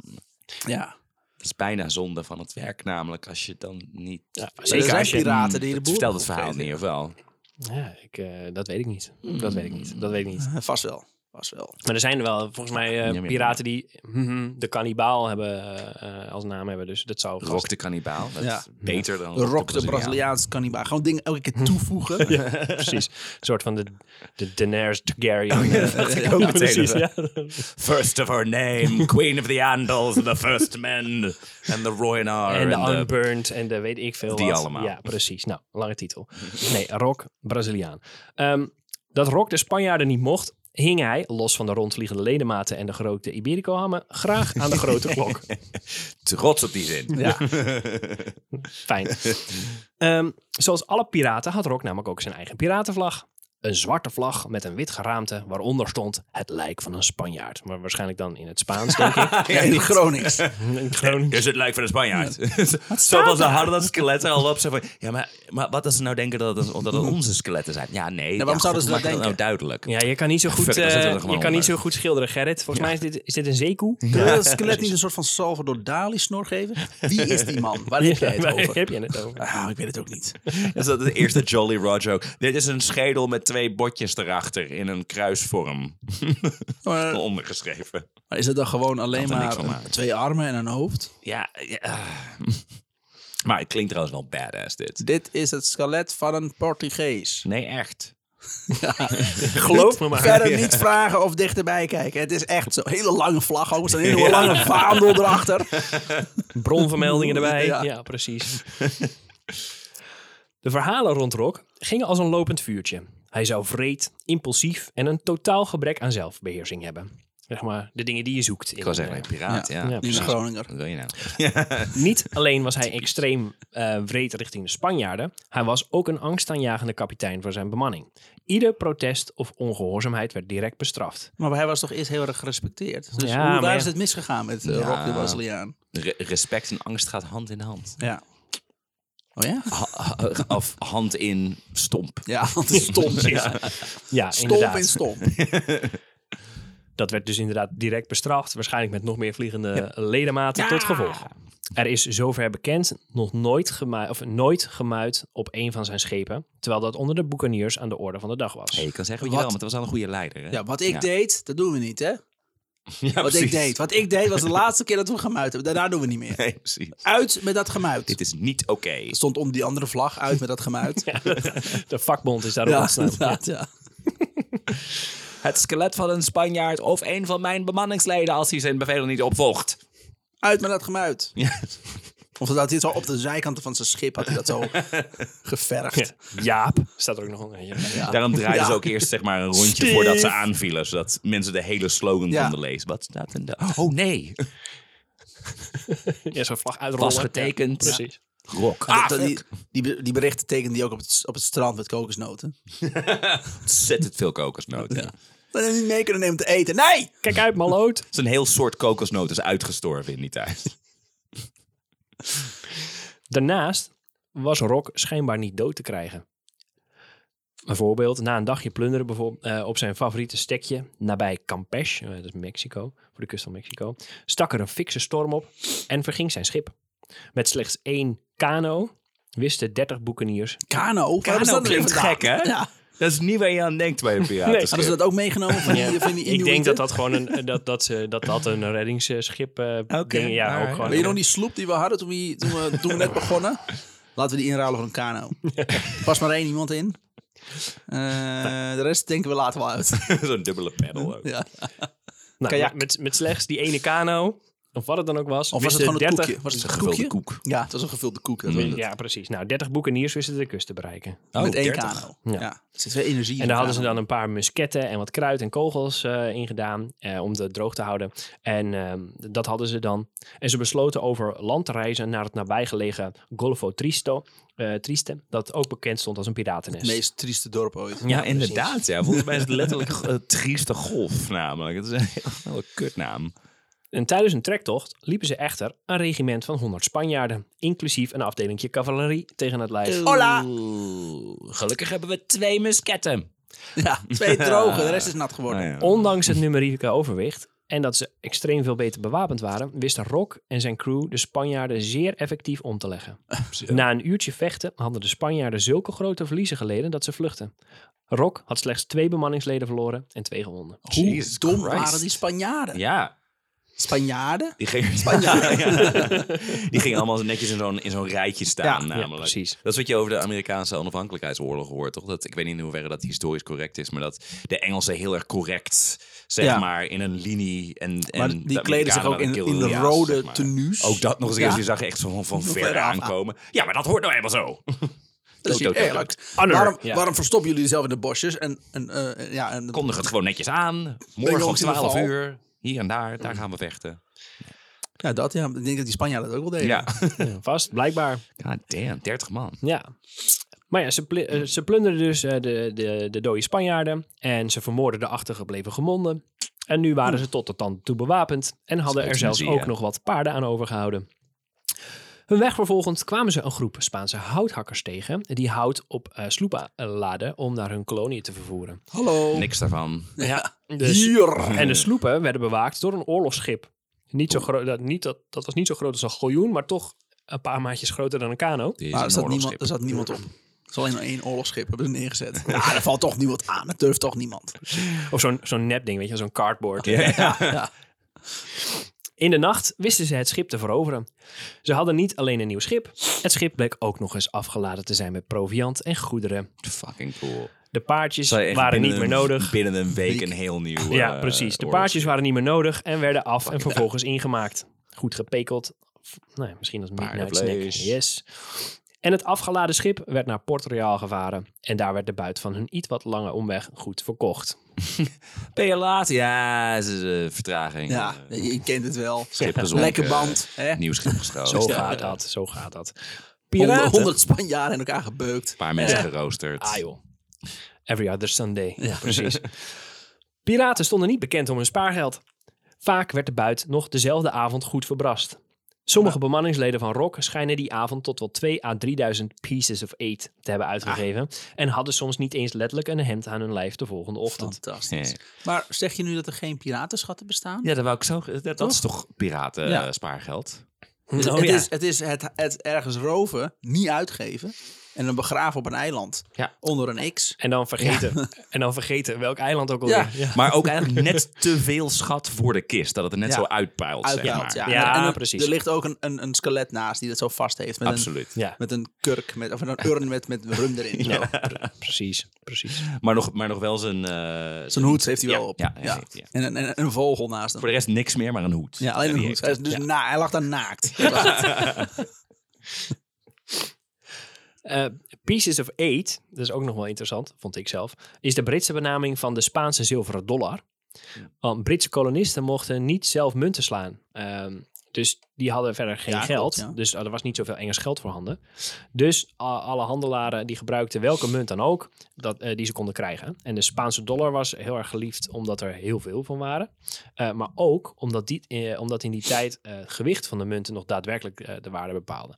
[SPEAKER 1] ja.
[SPEAKER 2] Dat is bijna zonde van het werk, namelijk als je dan niet...
[SPEAKER 3] zeker
[SPEAKER 1] er zijn
[SPEAKER 3] als je-
[SPEAKER 1] piraten die de
[SPEAKER 2] Het
[SPEAKER 1] boel...
[SPEAKER 2] vertelt het verhaal niet, of wel?
[SPEAKER 3] Ja, ik, eh, dat weet ik niet. Dat weet ik niet. Dat weet ik niet.
[SPEAKER 1] Eh, Vast wel. Vast wel.
[SPEAKER 3] Maar er zijn er wel, volgens mij, eh,
[SPEAKER 2] Ja, maar-
[SPEAKER 3] piraten die mhm, de kannibaal hebben eh, eh, als naam hebben. Dus dat zou
[SPEAKER 2] Rock de kannibaal. Dat
[SPEAKER 1] Ja.
[SPEAKER 2] is beter dan...
[SPEAKER 1] Rock de
[SPEAKER 2] Braziliaan.
[SPEAKER 1] Braziliaans kannibaal. Gewoon dingen elke keer
[SPEAKER 3] [laughs]
[SPEAKER 1] toevoegen.
[SPEAKER 3] precies een soort van de, de Daenerys Targaryen. eh,
[SPEAKER 2] dat dacht ik ook
[SPEAKER 3] Oh, [laughs] Ja,
[SPEAKER 2] meteen.
[SPEAKER 3] precies, ja.
[SPEAKER 2] First of her name, Queen of the Andals, the First Men, and the Roynar.
[SPEAKER 3] En de
[SPEAKER 2] and the-
[SPEAKER 3] Unburned en de weet ik veel
[SPEAKER 2] Die
[SPEAKER 3] wat.
[SPEAKER 2] allemaal.
[SPEAKER 3] Ja, precies. Nou, lange titel. Nee, Rock, Braziliaan. Ehm, dat Rock de Spanjaarden niet mocht, hing hij, los van de rondvliegende ledematen en de grote Iberico-hammen, graag aan de
[SPEAKER 2] [laughs]
[SPEAKER 3] grote klok.
[SPEAKER 2] Trots op die zin.
[SPEAKER 1] Ja.
[SPEAKER 3] Fijn. Ehm, zoals alle piraten had Rock namelijk ook zijn eigen piratenvlag. Een zwarte vlag met een wit geraamte waaronder stond het lijk van een Spanjaard. Maar waarschijnlijk dan in het Spaans, denk
[SPEAKER 2] [laughs]
[SPEAKER 3] ik.
[SPEAKER 1] Ja, in het
[SPEAKER 3] [laughs]
[SPEAKER 1] Gronings.
[SPEAKER 3] Gewoon-
[SPEAKER 2] Dus het lijkt van een Spanjaard. [laughs] Zoals ze hadden dat skelet er al op. Zo van, ja, maar, maar wat als ze nou denken dat het, dat het onze skeletten zijn? Ja, nee.
[SPEAKER 1] waarom
[SPEAKER 2] ja,
[SPEAKER 1] zouden
[SPEAKER 2] God,
[SPEAKER 1] ze dat
[SPEAKER 2] maak
[SPEAKER 1] denken?
[SPEAKER 2] nou duidelijk.
[SPEAKER 3] Ja, je kan niet zo goed,
[SPEAKER 2] Fuck, dan
[SPEAKER 3] eh,
[SPEAKER 2] zetten we er
[SPEAKER 3] je
[SPEAKER 2] gewoon
[SPEAKER 3] kan niet zo
[SPEAKER 2] onder.
[SPEAKER 3] goed schilderen, Gerrit. Volgens mij is dit, is dit een zeekoe.
[SPEAKER 2] [laughs]
[SPEAKER 1] Kun je dat skelet niet een soort van Salvador Dali snor geven? Wie is die man? Waar heb jij het
[SPEAKER 3] Waar
[SPEAKER 1] over?
[SPEAKER 3] heb je het over?
[SPEAKER 1] Ah, ik weet het ook niet.
[SPEAKER 2] Dat [laughs] is dat de eerste Jolly Roger ook. Dit is een schedel met twee botjes erachter in een kruisvorm. [laughs]
[SPEAKER 1] Maar,
[SPEAKER 2] Ondergeschreven.
[SPEAKER 1] maar is het dan gewoon alleen
[SPEAKER 2] Kan er niks
[SPEAKER 1] maar
[SPEAKER 2] van
[SPEAKER 1] een-
[SPEAKER 2] maken.
[SPEAKER 1] twee armen en een hoofd?
[SPEAKER 2] Ja, ja. [laughs] Maar het klinkt trouwens wel badass dit.
[SPEAKER 1] Dit is het skelet van een Portugees.
[SPEAKER 2] Nee, echt.
[SPEAKER 3] [laughs] Geloof me maar.
[SPEAKER 1] Verder niet vragen of dichterbij kijken. Het is echt zo'n hele lange vlag ook. Er staat een hele lange vaandel erachter.
[SPEAKER 3] [laughs]
[SPEAKER 1] [laughs]
[SPEAKER 3] Bronvermeldingen erbij.
[SPEAKER 1] Ja.
[SPEAKER 3] Ja, precies. De verhalen rond Rock gingen als een lopend vuurtje. Hij zou vreed, impulsief en een totaal gebrek aan zelfbeheersing hebben. Zeg maar, de dingen die je zoekt.
[SPEAKER 2] Ik was zeggen, een piraat, ja.
[SPEAKER 3] Ja,
[SPEAKER 1] Nu
[SPEAKER 3] precies.
[SPEAKER 1] de Groninger.
[SPEAKER 2] Wat wil je nou?
[SPEAKER 3] Niet
[SPEAKER 1] [laughs]
[SPEAKER 3] alleen was hij extreem eh wreed richting de Spanjaarden, hij was ook een angstaanjagende kapitein voor zijn bemanning. Ieder protest of ongehoorzaamheid werd direct bestraft.
[SPEAKER 1] Maar hij was toch eerst heel erg gerespecteerd. Dus
[SPEAKER 3] Ja,
[SPEAKER 1] hoe,
[SPEAKER 3] maar
[SPEAKER 1] waar
[SPEAKER 3] ja.
[SPEAKER 1] is het misgegaan met eh,
[SPEAKER 2] Ja.
[SPEAKER 1] Rock de Braziliaan?
[SPEAKER 2] Re- respect en angst gaat hand in hand.
[SPEAKER 1] Ja. Oh ja?
[SPEAKER 3] Ah.
[SPEAKER 2] Ha- ha- of hand in stomp.
[SPEAKER 1] Ja, want het is stom.
[SPEAKER 3] [laughs] Ja,
[SPEAKER 1] Stomp
[SPEAKER 3] inderdaad.
[SPEAKER 1] in stomp.
[SPEAKER 3] Dat werd dus inderdaad direct bestraft, waarschijnlijk met nog meer vliegende ledematen
[SPEAKER 1] Ja.
[SPEAKER 3] tot
[SPEAKER 2] Ah.
[SPEAKER 3] gevolg. Er is zover bekend nog nooit, gemu- of nooit gemuid op een van zijn schepen, terwijl dat onder de boekaniers aan de orde van de dag was.
[SPEAKER 2] Hey, je kan zeggen wat
[SPEAKER 1] Wat?
[SPEAKER 2] je wil, want dat was al een goede leider. Hè?
[SPEAKER 1] Ja, wat ik
[SPEAKER 2] Ja.
[SPEAKER 1] deed, dat doen we niet, hè?
[SPEAKER 2] [laughs]
[SPEAKER 1] Wat ik
[SPEAKER 2] Ja, precies.
[SPEAKER 1] deed. Wat ik deed was de laatste keer dat we gemuid hebben. Daarna doen we niet meer.
[SPEAKER 2] [laughs] Nee, precies.
[SPEAKER 1] Uit met dat gemuid.
[SPEAKER 2] Dit is niet oké.
[SPEAKER 1] Er stond om die andere vlag uit met dat
[SPEAKER 2] [laughs]
[SPEAKER 1] gemuid. Ja,
[SPEAKER 3] De vakbond is daarop
[SPEAKER 1] [laughs]
[SPEAKER 3] ontstaan.
[SPEAKER 1] inderdaad, ja.
[SPEAKER 2] Het skelet van een Spanjaard of een van mijn bemanningsleden als hij zijn bevel niet opvolgt.
[SPEAKER 1] Uit met dat gemuid.
[SPEAKER 2] Ja.
[SPEAKER 1] Of dat had hij het zo op de zijkanten van zijn schip had hij dat
[SPEAKER 2] [laughs]
[SPEAKER 1] zo geverfd.
[SPEAKER 3] Ja. Jaap staat er ook nog een.
[SPEAKER 1] Ja.
[SPEAKER 2] [laughs] Daarom draaiden ze
[SPEAKER 1] Ja.
[SPEAKER 2] ook eerst zeg maar, een rondje
[SPEAKER 1] Steve.
[SPEAKER 2] voordat ze aanvielen. Zodat mensen de hele slogan
[SPEAKER 1] Ja.
[SPEAKER 2] konden lezen. Wat staat er daar? Oh nee,
[SPEAKER 3] Ja, zo'n vlag uitrollen.
[SPEAKER 2] was getekend.
[SPEAKER 3] Ja, precies.
[SPEAKER 2] Rock.
[SPEAKER 1] Maar
[SPEAKER 2] Ah,
[SPEAKER 1] dat-
[SPEAKER 2] fuck.
[SPEAKER 1] die, die, be- die berichten tekende die ook op het, op het strand met kokosnoten.
[SPEAKER 2] ontzettend veel kokosnoten.
[SPEAKER 1] Ja. Dat hebben we niet mee kunnen nemen om te eten. Nee!
[SPEAKER 3] Kijk uit, maloot.
[SPEAKER 2] Het is een heel soort kokosnoten is uitgestorven in die tijd.
[SPEAKER 3] Daarnaast was Rock schijnbaar niet dood te krijgen. Bijvoorbeeld, na een dagje plunderen bijvoor- eh, op zijn favoriete stekje nabij Campeche, eh, dat is Mexico, voor de kust van Mexico, stak er een fikse storm op en verging zijn schip. Met slechts één kano wisten 30
[SPEAKER 1] [laughs]
[SPEAKER 3] boekeniers.
[SPEAKER 1] Kano.
[SPEAKER 2] Kano klinkt gek, hè?
[SPEAKER 1] nou Ja.
[SPEAKER 2] Dat is niet waar je aan denkt bij een piratenschip.
[SPEAKER 1] Hadden ze dat ook meegenomen van die, van die
[SPEAKER 3] Ik denk
[SPEAKER 1] Inuiten?
[SPEAKER 3] dat dat gewoon een, eh, dat, dat ze, dat dat een reddingsschip. eh ding- ja,
[SPEAKER 2] alright.
[SPEAKER 3] ook gewoon.
[SPEAKER 1] Weet je nog die sloep die we hadden toen we, toen we, toen we net
[SPEAKER 2] [laughs]
[SPEAKER 1] begonnen? Laten we die inruilen voor een kano. Pas maar één iemand in. Eh,
[SPEAKER 2] Nou.
[SPEAKER 1] de rest denken we later wel
[SPEAKER 2] [laughs]
[SPEAKER 1] uit.
[SPEAKER 2] [laughs] Zo'n dubbele pedal ook.
[SPEAKER 1] Ja.
[SPEAKER 3] Nou,
[SPEAKER 1] Kajak.
[SPEAKER 3] met, met slechts die ene kano, of wat het dan ook was.
[SPEAKER 1] Of was het
[SPEAKER 3] wisten
[SPEAKER 1] gewoon een
[SPEAKER 3] 30
[SPEAKER 1] koekje? Was het een
[SPEAKER 2] Gevulde
[SPEAKER 1] koekje?
[SPEAKER 2] koek.
[SPEAKER 1] Ja, het was een gevulde koek. dat was het.
[SPEAKER 3] Ja, precies. Nou, 30 boekeniers wisten de kust te bereiken.
[SPEAKER 2] Oh,
[SPEAKER 1] Met één
[SPEAKER 2] 30.
[SPEAKER 1] kano. Ja.
[SPEAKER 3] Ja.
[SPEAKER 1] Er zit veel energie in.
[SPEAKER 3] En daar hadden ze
[SPEAKER 1] kano.
[SPEAKER 3] dan een paar musketten en wat kruid en kogels eh in gedaan eh, om het droog te houden. En ehm, dat hadden ze dan. En ze besloten over land te reizen naar het nabijgelegen Golfo Tristo, eh, Triste, dat ook bekend stond als een piratennest.
[SPEAKER 1] Het meest trieste dorp ooit.
[SPEAKER 2] Ja, inderdaad. Ja. Volgens mij is
[SPEAKER 1] [laughs]
[SPEAKER 2] het letterlijk eh, trieste golf namelijk. Het is een heel, heel een kutnaam.
[SPEAKER 3] En tijdens een trektocht liepen ze echter een regiment van 100 Spanjaarden, inclusief een afdelingje cavalerie tegen het lijf.
[SPEAKER 1] Hola!
[SPEAKER 2] Gelukkig hebben we twee musketten.
[SPEAKER 1] Ja, twee droge, de rest
[SPEAKER 2] [laughs]
[SPEAKER 1] is nat
[SPEAKER 2] Oh,
[SPEAKER 1] geworden.
[SPEAKER 3] Ondanks het numerieke overwicht en dat ze extreem veel beter bewapend waren, wisten Rock en zijn crew de Spanjaarden zeer effectief om te leggen. Na een uurtje vechten hadden de Spanjaarden zulke grote verliezen geleden dat ze vluchtten. Rock had slechts twee bemanningsleden verloren en twee gewonden.
[SPEAKER 1] Hoe
[SPEAKER 2] Jesus
[SPEAKER 1] dom
[SPEAKER 2] Christ.
[SPEAKER 1] waren die Spanjaarden?
[SPEAKER 2] Ja.
[SPEAKER 1] Spanjaarden?
[SPEAKER 2] Die gingen, [laughs]
[SPEAKER 1] [laughs]
[SPEAKER 2] Die gingen allemaal netjes in zo'n, in zo'n rijtje staan namelijk.
[SPEAKER 3] Ja, precies.
[SPEAKER 2] Dat is wat je over de Amerikaanse onafhankelijkheidsoorlog hoort, toch? Dat, ik weet niet in hoeverre dat historisch correct is, maar dat de Engelsen heel erg correct, zeg
[SPEAKER 1] Ja.
[SPEAKER 2] maar, in een linie. En, en
[SPEAKER 1] Maar
[SPEAKER 2] de
[SPEAKER 1] die kleden zich
[SPEAKER 2] Amerikanen
[SPEAKER 1] ook in,
[SPEAKER 2] waren
[SPEAKER 1] in de
[SPEAKER 2] guerrilla's,
[SPEAKER 1] rode
[SPEAKER 2] zeg maar.
[SPEAKER 1] tenues.
[SPEAKER 2] Ook dat nog eens. dus
[SPEAKER 1] Ja.
[SPEAKER 2] Je zag echt zo van, van
[SPEAKER 1] Van
[SPEAKER 2] ver
[SPEAKER 1] ver af.
[SPEAKER 2] aankomen. Ja, maar dat hoort nou helemaal zo.
[SPEAKER 1] Dat is
[SPEAKER 2] Dood, dood, dood,
[SPEAKER 1] eerlijk.
[SPEAKER 3] Honor,
[SPEAKER 1] Waarom,
[SPEAKER 3] ja.
[SPEAKER 1] waarom verstoppen jullie zelf in de bosjes? En, en, eh, ja, [laughs] en,
[SPEAKER 2] Kondig het gewoon netjes aan.
[SPEAKER 1] jongens
[SPEAKER 2] Morgen om
[SPEAKER 1] in de
[SPEAKER 2] 12
[SPEAKER 1] val.
[SPEAKER 2] uur. Hier en daar, daar gaan we vechten.
[SPEAKER 1] ja, dat, ja. Ik denk dat die Spanjaarden dat ook wel deden.
[SPEAKER 2] Ja.
[SPEAKER 3] Ja, vast, blijkbaar.
[SPEAKER 2] God damn, 30 man.
[SPEAKER 3] Ja. Maar ja, ze, pli- eh, ze plunderden dus eh, de, de, de dode Spanjaarden en ze vermoorden de achtergebleven gemonden. En nu waren ze tot de tand toe bewapend en hadden er
[SPEAKER 2] Speelt
[SPEAKER 3] zelfs
[SPEAKER 2] Nazi,
[SPEAKER 3] ook
[SPEAKER 2] ja.
[SPEAKER 3] nog wat paarden aan overgehouden. Hun weg vervolgens kwamen ze een groep Spaanse houthakkers tegen die hout op eh, sloepen eh, laden om naar hun kolonie te vervoeren.
[SPEAKER 1] Hallo.
[SPEAKER 2] Niks daarvan.
[SPEAKER 1] Ja.
[SPEAKER 3] Dus-
[SPEAKER 1] Hier.
[SPEAKER 3] En de sloepen werden bewaakt door een oorlogsschip. Niet zo groot, dat, niet, dat, dat was niet zo groot als een gojoen, maar toch een paar maatjes groter dan een kano.
[SPEAKER 2] Dit is
[SPEAKER 1] Maar
[SPEAKER 2] een
[SPEAKER 1] er zat, niemand,
[SPEAKER 2] oorlogsschip.
[SPEAKER 1] er zat niemand op. Er is alleen maar één oorlogsschip, hebben ze neergezet. Ja, er valt toch niemand aan. Dat durft toch niemand.
[SPEAKER 2] [laughs]
[SPEAKER 3] Of zo'n zo'n nep ding, weet je, zo'n cardboard.
[SPEAKER 2] Ja.
[SPEAKER 1] Ja.
[SPEAKER 3] In de nacht wisten ze het schip te veroveren. Ze hadden niet alleen een nieuw schip. Het schip bleek ook nog eens afgeladen te zijn met proviand en goederen.
[SPEAKER 2] Fucking cool.
[SPEAKER 3] De paardjes
[SPEAKER 2] Zou je echt
[SPEAKER 3] waren niet
[SPEAKER 2] binnen
[SPEAKER 3] meer
[SPEAKER 2] een-
[SPEAKER 3] nodig.
[SPEAKER 2] Binnen een week een heel nieuw.
[SPEAKER 3] Ja,
[SPEAKER 2] eh,
[SPEAKER 3] precies. De
[SPEAKER 2] oorlogs-
[SPEAKER 3] paardjes waren niet meer nodig en werden af en vervolgens ingemaakt. Goed gepekeld. F- Nou, ja, misschien als midnight snack.
[SPEAKER 2] Paardenvlees.
[SPEAKER 3] Yes. En het afgeladen schip werd naar Port Royal gevaren. En daar werd de buit van hun iets wat lange omweg goed verkocht.
[SPEAKER 2] Ben je laat? Ja, het is eh, vertraging.
[SPEAKER 1] Ja,
[SPEAKER 2] Eh,
[SPEAKER 1] je kent het wel.
[SPEAKER 2] Schip gezonken.
[SPEAKER 1] Lekker band. Hè?
[SPEAKER 2] Nieuw schip gestolen.
[SPEAKER 3] Zo
[SPEAKER 2] Ja.
[SPEAKER 3] gaat dat, zo gaat dat.
[SPEAKER 1] Honderd,
[SPEAKER 3] Piraten.
[SPEAKER 1] honderd Spanjaarden in elkaar gebeukt.
[SPEAKER 2] Een paar mensen
[SPEAKER 3] Ja.
[SPEAKER 2] geroosterd.
[SPEAKER 3] Ah joh. Every other Sunday. precies. Piraten stonden niet bekend om hun spaargeld. Vaak werd de buit nog dezelfde avond goed verbrast. Sommige bemanningsleden van Rock schijnen die avond tot wel 2 à 3000 pieces of eight te
[SPEAKER 2] Ah.
[SPEAKER 3] hebben uitgegeven. En hadden soms niet eens letterlijk een hemd aan hun lijf de volgende ochtend.
[SPEAKER 1] Fantastisch.
[SPEAKER 2] Ja.
[SPEAKER 1] Maar zeg je nu dat er geen piratenschatten bestaan?
[SPEAKER 2] Ja, dat wou ik zo. Dat, dat is toch piraten
[SPEAKER 1] Ja.
[SPEAKER 2] eh, spaargeld?
[SPEAKER 1] Dus
[SPEAKER 3] Oh
[SPEAKER 1] het,
[SPEAKER 3] ja.
[SPEAKER 1] is, het is het, het ergens roven, niet uitgeven en dan begraven op een eiland
[SPEAKER 2] Ja.
[SPEAKER 1] onder een X.
[SPEAKER 3] En dan vergeten. En dan vergeten welk eiland ook alweer.
[SPEAKER 1] Ja.
[SPEAKER 2] Maar ook eigenlijk
[SPEAKER 1] [laughs]
[SPEAKER 2] net te veel schat voor de kist. Dat het er net
[SPEAKER 1] Ja.
[SPEAKER 2] zo uitpuilt, zeg
[SPEAKER 1] Uitgehaald,
[SPEAKER 2] maar.
[SPEAKER 1] ja.
[SPEAKER 3] Ja,
[SPEAKER 1] En er-
[SPEAKER 3] precies.
[SPEAKER 1] Er ligt ook een, een, een skelet naast die dat zo vast heeft. Met
[SPEAKER 2] Absoluut.
[SPEAKER 1] Een,
[SPEAKER 3] Ja.
[SPEAKER 1] Met een kurk, met, of een urn met, met rum
[SPEAKER 2] [laughs]
[SPEAKER 1] erin.
[SPEAKER 3] Ja,
[SPEAKER 1] Zo.
[SPEAKER 3] pre- precies, precies.
[SPEAKER 2] Maar, nog, maar nog wel zijn... eh,
[SPEAKER 1] Zijn hoed heeft hij wel
[SPEAKER 2] Ja,
[SPEAKER 1] op.
[SPEAKER 2] ja, hij heeft- ja.
[SPEAKER 1] En, een- en een vogel naast hem.
[SPEAKER 2] Voor de rest niks meer, maar een hoed.
[SPEAKER 1] Ja, alleen een
[SPEAKER 2] die
[SPEAKER 1] hoed. Hij,
[SPEAKER 2] heeft
[SPEAKER 1] is
[SPEAKER 2] hij.
[SPEAKER 1] dus
[SPEAKER 2] Ja.
[SPEAKER 1] na, hij lag daar
[SPEAKER 2] [laughs]
[SPEAKER 1] naakt.
[SPEAKER 3] Eh, Pieces of Eight, dat is ook nog wel interessant, vond ik zelf, is de Britse benaming van de Spaanse zilveren dollar. Want Britse kolonisten mochten niet zelf munten slaan. Ehm, dus die hadden verder geen
[SPEAKER 1] Ja,
[SPEAKER 3] geld.
[SPEAKER 1] klopt, ja.
[SPEAKER 3] Dus er was niet zoveel Engels geld voorhanden. Dus a- alle handelaren die gebruikten welke munt dan ook dat, eh, die ze konden krijgen. En de Spaanse dollar was heel erg geliefd omdat er heel veel van waren. Eh, maar ook omdat, die, eh, omdat in die tijd eh, het gewicht van de munten nog daadwerkelijk eh, de waarde bepaalde.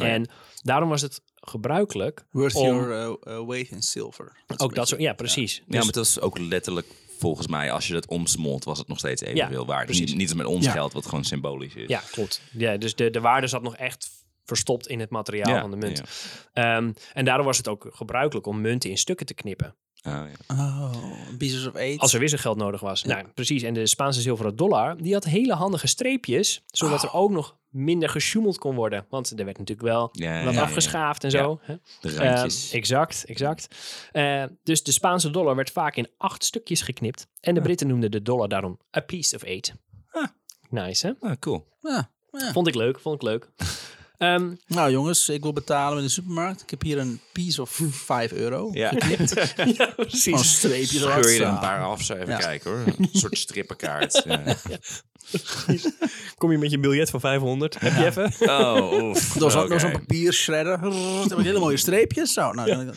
[SPEAKER 1] Oh
[SPEAKER 2] ja.
[SPEAKER 3] En daarom was het gebruikelijk
[SPEAKER 1] Worth
[SPEAKER 3] om
[SPEAKER 1] your eh, eh, weight in silver. is
[SPEAKER 3] ook dat
[SPEAKER 1] een
[SPEAKER 3] soort... Ja, precies.
[SPEAKER 2] Ja,
[SPEAKER 3] Dus-
[SPEAKER 2] maar dat is ook letterlijk, volgens mij, als je dat omsmolt, was het nog steeds evenveel waard. Dus
[SPEAKER 3] precies.
[SPEAKER 2] Niet, niet als met ons
[SPEAKER 1] Ja.
[SPEAKER 2] geld, wat gewoon symbolisch is.
[SPEAKER 3] ja, klopt. Ja, dus de, de waarde zat nog echt verstopt in het materiaal
[SPEAKER 2] Ja,
[SPEAKER 3] van de munt.
[SPEAKER 2] ja.
[SPEAKER 3] Ehm, en daarom was het ook gebruikelijk om munten in stukken te knippen.
[SPEAKER 2] Ah, ja.
[SPEAKER 1] Oh, pieces of eight.
[SPEAKER 3] Als er wisselgeld nodig was. Nou, precies. En de Spaanse zilveren dollar, die had hele handige streepjes, zodat er ook nog minder gesjoemeld kon worden. Want er werd natuurlijk wel
[SPEAKER 2] Ah. Ja, ja,
[SPEAKER 3] wat
[SPEAKER 2] ja, ja.
[SPEAKER 3] afgeschaafd en
[SPEAKER 2] Ja.
[SPEAKER 3] zo. hè.
[SPEAKER 2] De randjes.
[SPEAKER 3] Ehm, exact, exact. Eh, dus de Spaanse dollar werd vaak in acht stukjes geknipt. En de Britten noemden de dollar daarom a piece of eight.
[SPEAKER 2] Ah.
[SPEAKER 3] Nice, hè?
[SPEAKER 2] Ah, cool.
[SPEAKER 1] Ja, ja.
[SPEAKER 3] Vond ik leuk, vond ik [laughs] leuk. Ehm,
[SPEAKER 1] Nou jongens, ik wil betalen in de supermarkt. Ik heb hier een piece
[SPEAKER 2] [laughs]
[SPEAKER 1] of 5 euro.
[SPEAKER 2] Ja.
[SPEAKER 3] [laughs] ja,
[SPEAKER 1] Gewoon
[SPEAKER 3] precies.
[SPEAKER 1] een streepje eraf.
[SPEAKER 2] Scheur je er
[SPEAKER 1] Zo.
[SPEAKER 2] een paar af, zo even
[SPEAKER 1] Ja.
[SPEAKER 2] kijken hoor. [laughs] Een soort strippenkaart. Ja.
[SPEAKER 3] Kom je met je biljet van 500? Heb je even?
[SPEAKER 2] Oh, oef.
[SPEAKER 1] Dat was ook nog zo'n
[SPEAKER 2] Oké.
[SPEAKER 1] papiershredder. Rrrr, Met hele mooie streepjes. Zo, nou, dan-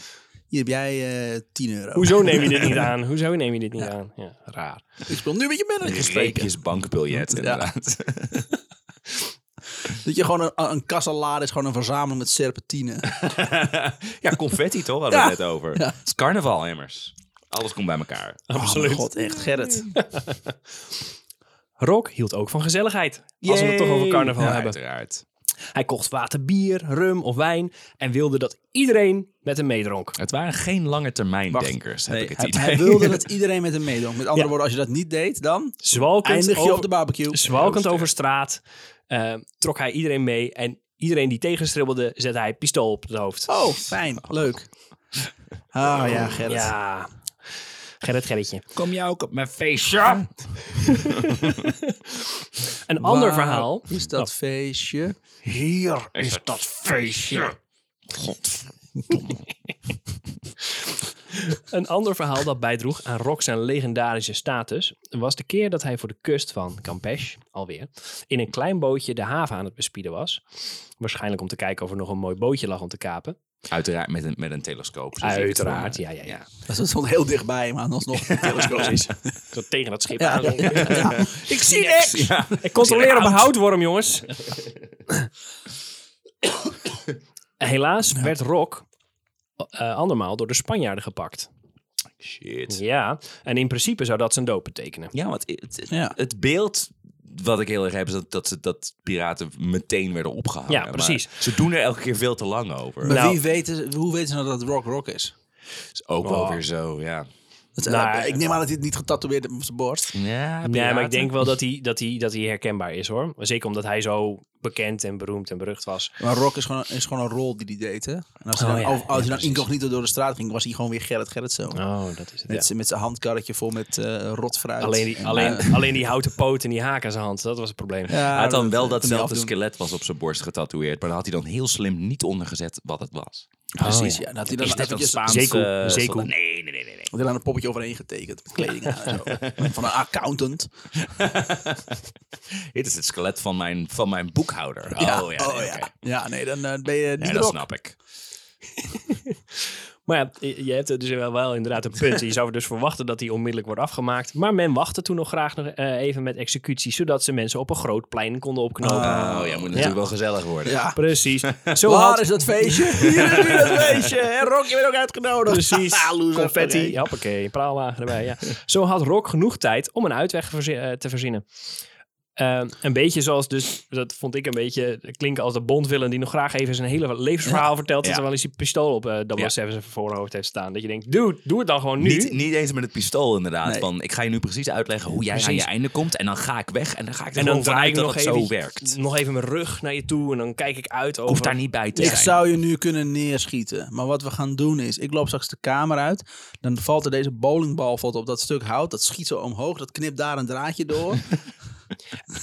[SPEAKER 1] Hier heb jij eh 10 euro.
[SPEAKER 3] [laughs] Hoezo neem je dit niet aan? Hoezo neem je dit niet aan? Ja, raar.
[SPEAKER 1] Ik speel nu met je binnen. Streepjes.
[SPEAKER 2] Streepjes bankbiljet, inderdaad.
[SPEAKER 1] Dat je gewoon een, een kassalade is, gewoon een verzameling met serpentine.
[SPEAKER 2] Ja, confetti toch? Hadden we
[SPEAKER 1] Ja.
[SPEAKER 2] het net over. Het is carnaval, immers. Alles komt bij elkaar.
[SPEAKER 1] Absoluut. god, echt, Gerrit.
[SPEAKER 3] Rock hield ook van gezelligheid. Als we het toch over carnaval
[SPEAKER 2] Ja,
[SPEAKER 3] hebben.
[SPEAKER 2] Uiteraard.
[SPEAKER 3] Hij kocht water, bier, rum of wijn. En wilde dat iedereen met hem meedronk.
[SPEAKER 2] Het waren geen lange termijn denkers, heb
[SPEAKER 1] Nee,
[SPEAKER 2] ik het
[SPEAKER 1] hij,
[SPEAKER 2] idee.
[SPEAKER 1] hij wilde dat iedereen met hem meedoet. Met andere
[SPEAKER 3] Ja.
[SPEAKER 1] woorden, als je dat niet deed, dan
[SPEAKER 3] Zwalkend
[SPEAKER 1] eindig je
[SPEAKER 3] over-
[SPEAKER 1] op de barbecue.
[SPEAKER 3] Zwalkend over straat eh, trok hij iedereen mee. En iedereen die tegenstribbelde, zette hij pistool op het hoofd.
[SPEAKER 1] Oh, fijn. Leuk. Ah ja, Gerrit.
[SPEAKER 3] Ja, Gerrit Gerritje.
[SPEAKER 2] Kom jij ook op mijn feestje?
[SPEAKER 3] Een ander
[SPEAKER 1] Waar
[SPEAKER 3] verhaal.
[SPEAKER 1] Is dat feestje?
[SPEAKER 2] Hier is dat feestje. God.
[SPEAKER 3] Een ander verhaal dat bijdroeg aan Rock zijn legendarische status was de keer dat hij voor de kust van Campeche, alweer, in een klein bootje de haven aan het bespieden was. Waarschijnlijk om te kijken of er nog een mooi bootje lag om te kapen.
[SPEAKER 2] Uiteraard met een, met een telescoop. zo zie ik het
[SPEAKER 3] Uiteraard,
[SPEAKER 2] voor me.
[SPEAKER 3] ja, ja, ja.
[SPEAKER 1] Dat stond heel dichtbij, maar alsnog een telescoop is.
[SPEAKER 3] Zo tegen dat schip
[SPEAKER 1] Ja,
[SPEAKER 3] aan.
[SPEAKER 1] ja, ja. Ik zie niks.
[SPEAKER 2] Ja.
[SPEAKER 3] [laughs] Ik controleer op een houtworm, jongens. [coughs] Helaas werd Rock eh, andermaal door de Spanjaarden gepakt.
[SPEAKER 2] Shit.
[SPEAKER 3] Ja, en in principe zou dat zijn dood betekenen.
[SPEAKER 2] Ja, want het, het-
[SPEAKER 1] Ja.
[SPEAKER 2] het beeld wat ik heel erg heb, is dat, dat, ze- dat piraten meteen werden opgehangen.
[SPEAKER 3] Ja,
[SPEAKER 2] Maar
[SPEAKER 3] precies.
[SPEAKER 2] ze doen er elke keer veel te lang over.
[SPEAKER 1] Maar
[SPEAKER 3] Nou. Oh.
[SPEAKER 1] wie weten, hoe weten ze nou dat het Rock Rock is?
[SPEAKER 2] is ook wel weer zo, ja.
[SPEAKER 1] Dat,
[SPEAKER 3] Nou,
[SPEAKER 1] ik neem aan dat hij het niet getatoeëerd heeft op zijn borst.
[SPEAKER 2] Ja,
[SPEAKER 3] Nee, maar ik denk wel dat hij, dat, hij, dat hij herkenbaar is hoor. Zeker omdat hij zo bekend en beroemd en berucht was.
[SPEAKER 1] Maar Rock is gewoon, is gewoon een rol die hij deed, hè? En als
[SPEAKER 3] Oh,
[SPEAKER 1] hij dan,
[SPEAKER 3] ja.
[SPEAKER 1] over- als
[SPEAKER 3] Ja,
[SPEAKER 1] hij dan
[SPEAKER 3] precies.
[SPEAKER 1] incognito door de straat ging, was hij gewoon weer Gerrit Gerritsen.
[SPEAKER 3] Oh, dat is het.
[SPEAKER 1] Met zijn met zijn handkarretje vol met eh rotfruit.
[SPEAKER 3] Alleen, die,
[SPEAKER 1] En,
[SPEAKER 3] alleen,
[SPEAKER 1] eh,
[SPEAKER 3] alleen die houten poot en die haak aan zijn hand, dat was het probleem.
[SPEAKER 1] ja,
[SPEAKER 2] Hij had dan wel
[SPEAKER 1] kon hij
[SPEAKER 2] datzelfde
[SPEAKER 1] afdoen.
[SPEAKER 2] skelet was op zijn borst getatoeëerd, maar daar had hij dan heel slim niet onder gezet wat het was.
[SPEAKER 1] Precies, ja. Dat hij dan
[SPEAKER 2] Is net als
[SPEAKER 1] eventjes-
[SPEAKER 2] Spaans.
[SPEAKER 3] Zeku,
[SPEAKER 2] eh,
[SPEAKER 3] Zeku.
[SPEAKER 2] soldaat. Nee, nee, nee, nee. nee.
[SPEAKER 1] had hij dan een poppetje overheen getekend. Met kleding aan en zo. Van een accountant.
[SPEAKER 2] Dit is het skelet van mijn, van mijn boekhouder. Oh ja,
[SPEAKER 1] Ja,
[SPEAKER 2] nee,
[SPEAKER 1] oh,
[SPEAKER 2] oké.
[SPEAKER 1] ja. ja, nee, dan eh, ben je
[SPEAKER 2] Nee,
[SPEAKER 1] niet
[SPEAKER 2] dat
[SPEAKER 1] Rock.
[SPEAKER 2] snap ik.
[SPEAKER 3] Maar ja, je- je hebt er dus wel, wel inderdaad een punt. Je zou dus verwachten dat die onmiddellijk wordt afgemaakt. Maar men wachtte toen nog graag nog, eh, even met executie, zodat ze mensen op een groot plein konden opknopen.
[SPEAKER 2] Oh ja, moet natuurlijk wel gezellig worden.
[SPEAKER 1] Ja.
[SPEAKER 3] Precies. Zo
[SPEAKER 1] Waar
[SPEAKER 3] had,
[SPEAKER 1] is dat feestje?
[SPEAKER 3] [laughs]
[SPEAKER 1] [laughs] Hier is nu dat feestje. En Rock, je bent ook uitgenodigd.
[SPEAKER 2] [laughs]
[SPEAKER 3] Precies.
[SPEAKER 1] Haha, loser.
[SPEAKER 3] Confetti.
[SPEAKER 1] Oké.
[SPEAKER 3] Hoppakee. Praalwagen erbij. Ja. Zo had Rock genoeg tijd om een uitweg verzi- eh, te verzinnen. Ehm, een beetje zoals dus, dat vond ik een beetje klinken als de Bondwillen die nog graag even zijn hele levensverhaal vertelt.
[SPEAKER 2] Ja.
[SPEAKER 3] Terwijl hij zijn pistool op eh 007 zijn voorhoofd heeft staan. Dat je denkt, dude, doe het dan gewoon nu.
[SPEAKER 2] Niet, niet eens met het pistool inderdaad.
[SPEAKER 1] Nee.
[SPEAKER 2] Van, ik ga je nu precies uitleggen hoe jij aan
[SPEAKER 3] Precies.
[SPEAKER 2] je einde komt. En dan ga ik weg. En dan ga ik er
[SPEAKER 3] en dan
[SPEAKER 2] gewoon
[SPEAKER 3] draai ik
[SPEAKER 2] vanuit dat
[SPEAKER 3] nog
[SPEAKER 2] het
[SPEAKER 3] even,
[SPEAKER 2] zo werkt.
[SPEAKER 3] nog even mijn rug naar je toe en dan kijk ik uit over.
[SPEAKER 2] Hoeft daar niet bij te
[SPEAKER 1] Ik
[SPEAKER 2] zijn.
[SPEAKER 1] zou je nu kunnen neerschieten. Maar wat we gaan doen is, ik loop straks de kamer uit. Dan valt er deze bowlingbal valt op dat stuk hout. Dat schiet zo omhoog. Dat knipt daar een draadje
[SPEAKER 2] [laughs]
[SPEAKER 1] door.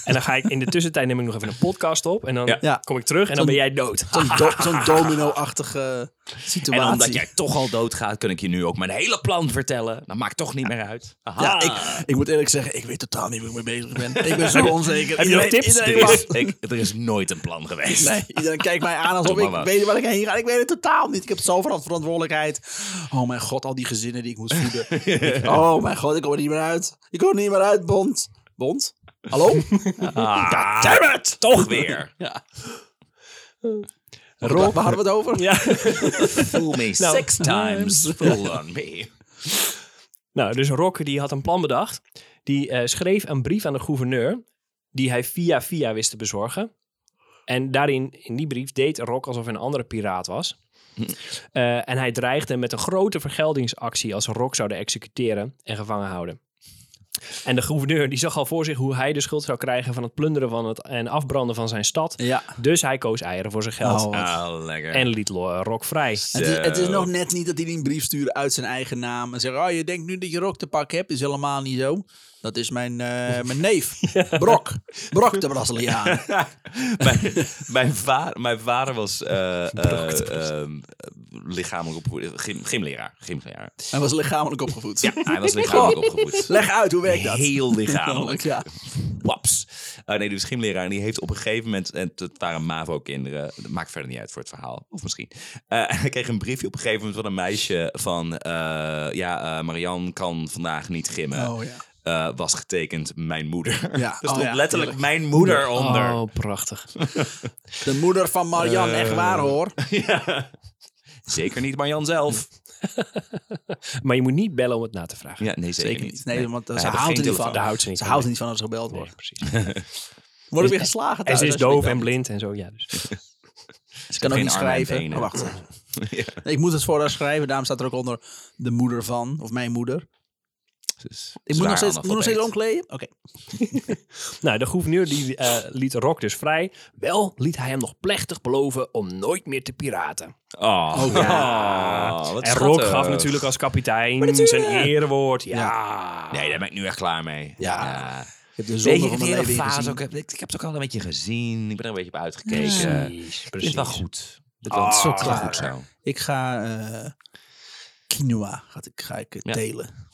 [SPEAKER 3] En dan ga ik in de tussentijd neem ik nog even een podcast op en dan
[SPEAKER 2] Ja.
[SPEAKER 1] Ja.
[SPEAKER 3] kom ik terug en dan ben jij dood.
[SPEAKER 1] Zo'n do- zo'n domino-achtige situatie.
[SPEAKER 2] En omdat jij toch al doodgaat, kun ik je nu ook mijn hele plan vertellen. Dat maakt toch niet meer uit. Aha.
[SPEAKER 1] Ja, ik, ik moet eerlijk zeggen, ik weet totaal niet waar ik mee bezig ben. Ik ben
[SPEAKER 2] [laughs]
[SPEAKER 1] zo onzeker.
[SPEAKER 3] Heb je nog
[SPEAKER 1] Iedereen-
[SPEAKER 3] tips?
[SPEAKER 1] iedereen
[SPEAKER 2] Er, is,
[SPEAKER 1] mag-
[SPEAKER 2] ik- er is nooit een plan geweest.
[SPEAKER 1] Nee, iedereen kijkt mij aan alsof
[SPEAKER 2] maar
[SPEAKER 1] ik
[SPEAKER 2] wat.
[SPEAKER 1] weet waar ik heen ga. Ik weet het totaal niet. Ik heb zoveel verantwoordelijkheid. Oh mijn god, al die gezinnen die ik moet voeden.
[SPEAKER 2] [laughs]
[SPEAKER 1] Ik- oh mijn god, ik kom er niet meer uit. Ik kom er niet meer uit, Bond. Bond? Hallo?
[SPEAKER 2] Ah,
[SPEAKER 1] Damn it!
[SPEAKER 2] toch weer.
[SPEAKER 1] Ja. Rob, waar hadden we het over?
[SPEAKER 3] Ja.
[SPEAKER 2] Fool me
[SPEAKER 3] Nou.
[SPEAKER 2] six times. Fool on me.
[SPEAKER 3] Nou, dus Rock die had een plan bedacht. Die eh, schreef een brief aan de gouverneur, die hij via via wist te bezorgen. En daarin, in die brief, deed Rock alsof hij een andere piraat was. Eh, en hij dreigde met een grote vergeldingsactie als ze Rock zouden executeren en gevangen houden. En de gouverneur die zag al voor zich hoe hij de schuld zou krijgen van het plunderen van het, en afbranden van zijn stad.
[SPEAKER 1] Ja.
[SPEAKER 3] Dus hij koos eieren voor zijn geld.
[SPEAKER 1] Oh, wat.
[SPEAKER 2] Ah, lekker.
[SPEAKER 3] en liet Lo- Rock vrij.
[SPEAKER 1] Het is, het is
[SPEAKER 2] Zo.
[SPEAKER 1] nog net niet dat hij een brief stuurt uit zijn eigen naam. En zegt, oh, je denkt nu dat je Rock te pakken hebt. Is helemaal niet zo. Dat is mijn, eh, mijn neef, Brok. Brok de Braziliaan.
[SPEAKER 2] mijn, mijn, va- mijn vader was eh, eh, ehm, lichamelijk opgevoed. Gym, gymleraar. Gymleraar.
[SPEAKER 1] Hij was lichamelijk opgevoed.
[SPEAKER 2] Ja,
[SPEAKER 1] [laughs]
[SPEAKER 2] hij was lichamelijk opgevoed.
[SPEAKER 1] Leg uit, hoe werkt dat?
[SPEAKER 2] Heel
[SPEAKER 1] [laughs]
[SPEAKER 2] lichamelijk.
[SPEAKER 1] Ja.
[SPEAKER 2] Waps. Eh, nee, dus gymleraar. En die heeft op een gegeven moment. En het waren MAVO-kinderen. Dat maakt verder niet uit voor het verhaal. Of misschien. Eh, [laughs] en hij kreeg een briefje op een gegeven moment van een meisje. Van. eh, ja, eh, Marianne kan vandaag niet gimmen.
[SPEAKER 1] Oh ja.
[SPEAKER 2] Eh, was getekend mijn [laughs] moeder. Dus
[SPEAKER 1] Ja,
[SPEAKER 2] er
[SPEAKER 1] oh
[SPEAKER 2] stond
[SPEAKER 1] ja,
[SPEAKER 2] letterlijk
[SPEAKER 1] tuurlijk.
[SPEAKER 2] mijn moeder onder.
[SPEAKER 1] [laughs]
[SPEAKER 3] Oh, prachtig.
[SPEAKER 1] De moeder van Marianne, echt waar hoor.
[SPEAKER 2] Zeker niet Marjan zelf.
[SPEAKER 3] Maar je moet niet bellen om het na te vragen.
[SPEAKER 2] Ja, nee, zeker, niet.
[SPEAKER 1] Nee, want eh,
[SPEAKER 2] Wij
[SPEAKER 1] ze
[SPEAKER 2] hebben
[SPEAKER 1] houdt er niet
[SPEAKER 2] geen
[SPEAKER 1] van.
[SPEAKER 2] telefoon.
[SPEAKER 3] Daar houdt ze niet
[SPEAKER 1] Ze
[SPEAKER 3] van.
[SPEAKER 1] houdt er niet van als ze gebeld
[SPEAKER 3] Nee,
[SPEAKER 1] wordt.
[SPEAKER 3] precies.
[SPEAKER 1] Worden weer geslagen
[SPEAKER 3] En
[SPEAKER 1] thuis.
[SPEAKER 3] ze is
[SPEAKER 1] als je dat
[SPEAKER 3] doof
[SPEAKER 1] weet.
[SPEAKER 3] en blind en zo, ja. Dus.
[SPEAKER 1] Ze kan ook
[SPEAKER 2] Geen
[SPEAKER 1] niet
[SPEAKER 2] armen en
[SPEAKER 1] schrijven.
[SPEAKER 2] benen.
[SPEAKER 1] Oh, wacht. Nee, Ik moet het voor haar schrijven. Daarom staat er ook onder de moeder van. Of mijn moeder.
[SPEAKER 2] Dus
[SPEAKER 1] Ik moet
[SPEAKER 2] zwaar
[SPEAKER 1] nog steeds, moet nog steeds
[SPEAKER 2] analfabeet.
[SPEAKER 1] omkleden? Oké.
[SPEAKER 3] Nou, de gouverneur die, eh, liet Rock dus vrij. Wel liet hij hem nog plechtig beloven om nooit meer te piraten.
[SPEAKER 2] Oh,
[SPEAKER 1] Oh,
[SPEAKER 2] ja.
[SPEAKER 3] [laughs]
[SPEAKER 2] wat
[SPEAKER 3] en Rock
[SPEAKER 2] schattig.
[SPEAKER 3] gaf natuurlijk als kapitein zijn erewoord. Ja.
[SPEAKER 2] Nee, daar ben ik nu echt klaar mee.
[SPEAKER 1] Ja. Je hebt de
[SPEAKER 2] Weet
[SPEAKER 1] zonde
[SPEAKER 2] je,
[SPEAKER 1] van
[SPEAKER 2] de
[SPEAKER 1] mijn
[SPEAKER 2] hele
[SPEAKER 1] leven
[SPEAKER 2] fase
[SPEAKER 1] ingezien.
[SPEAKER 2] ook, ik, ik heb het ook al een beetje gezien. Ik ben er een beetje op uitgekeken. Ik
[SPEAKER 3] Precies.
[SPEAKER 2] vind het
[SPEAKER 3] precies.
[SPEAKER 2] wel goed. Oh, Dat
[SPEAKER 3] Ah,
[SPEAKER 2] is
[SPEAKER 3] zo
[SPEAKER 2] wel
[SPEAKER 3] klaar.
[SPEAKER 2] goed zo.
[SPEAKER 1] Ik ga eh, quinoa ga ik, ga ik eh,
[SPEAKER 2] Ja.
[SPEAKER 1] telen. [laughs]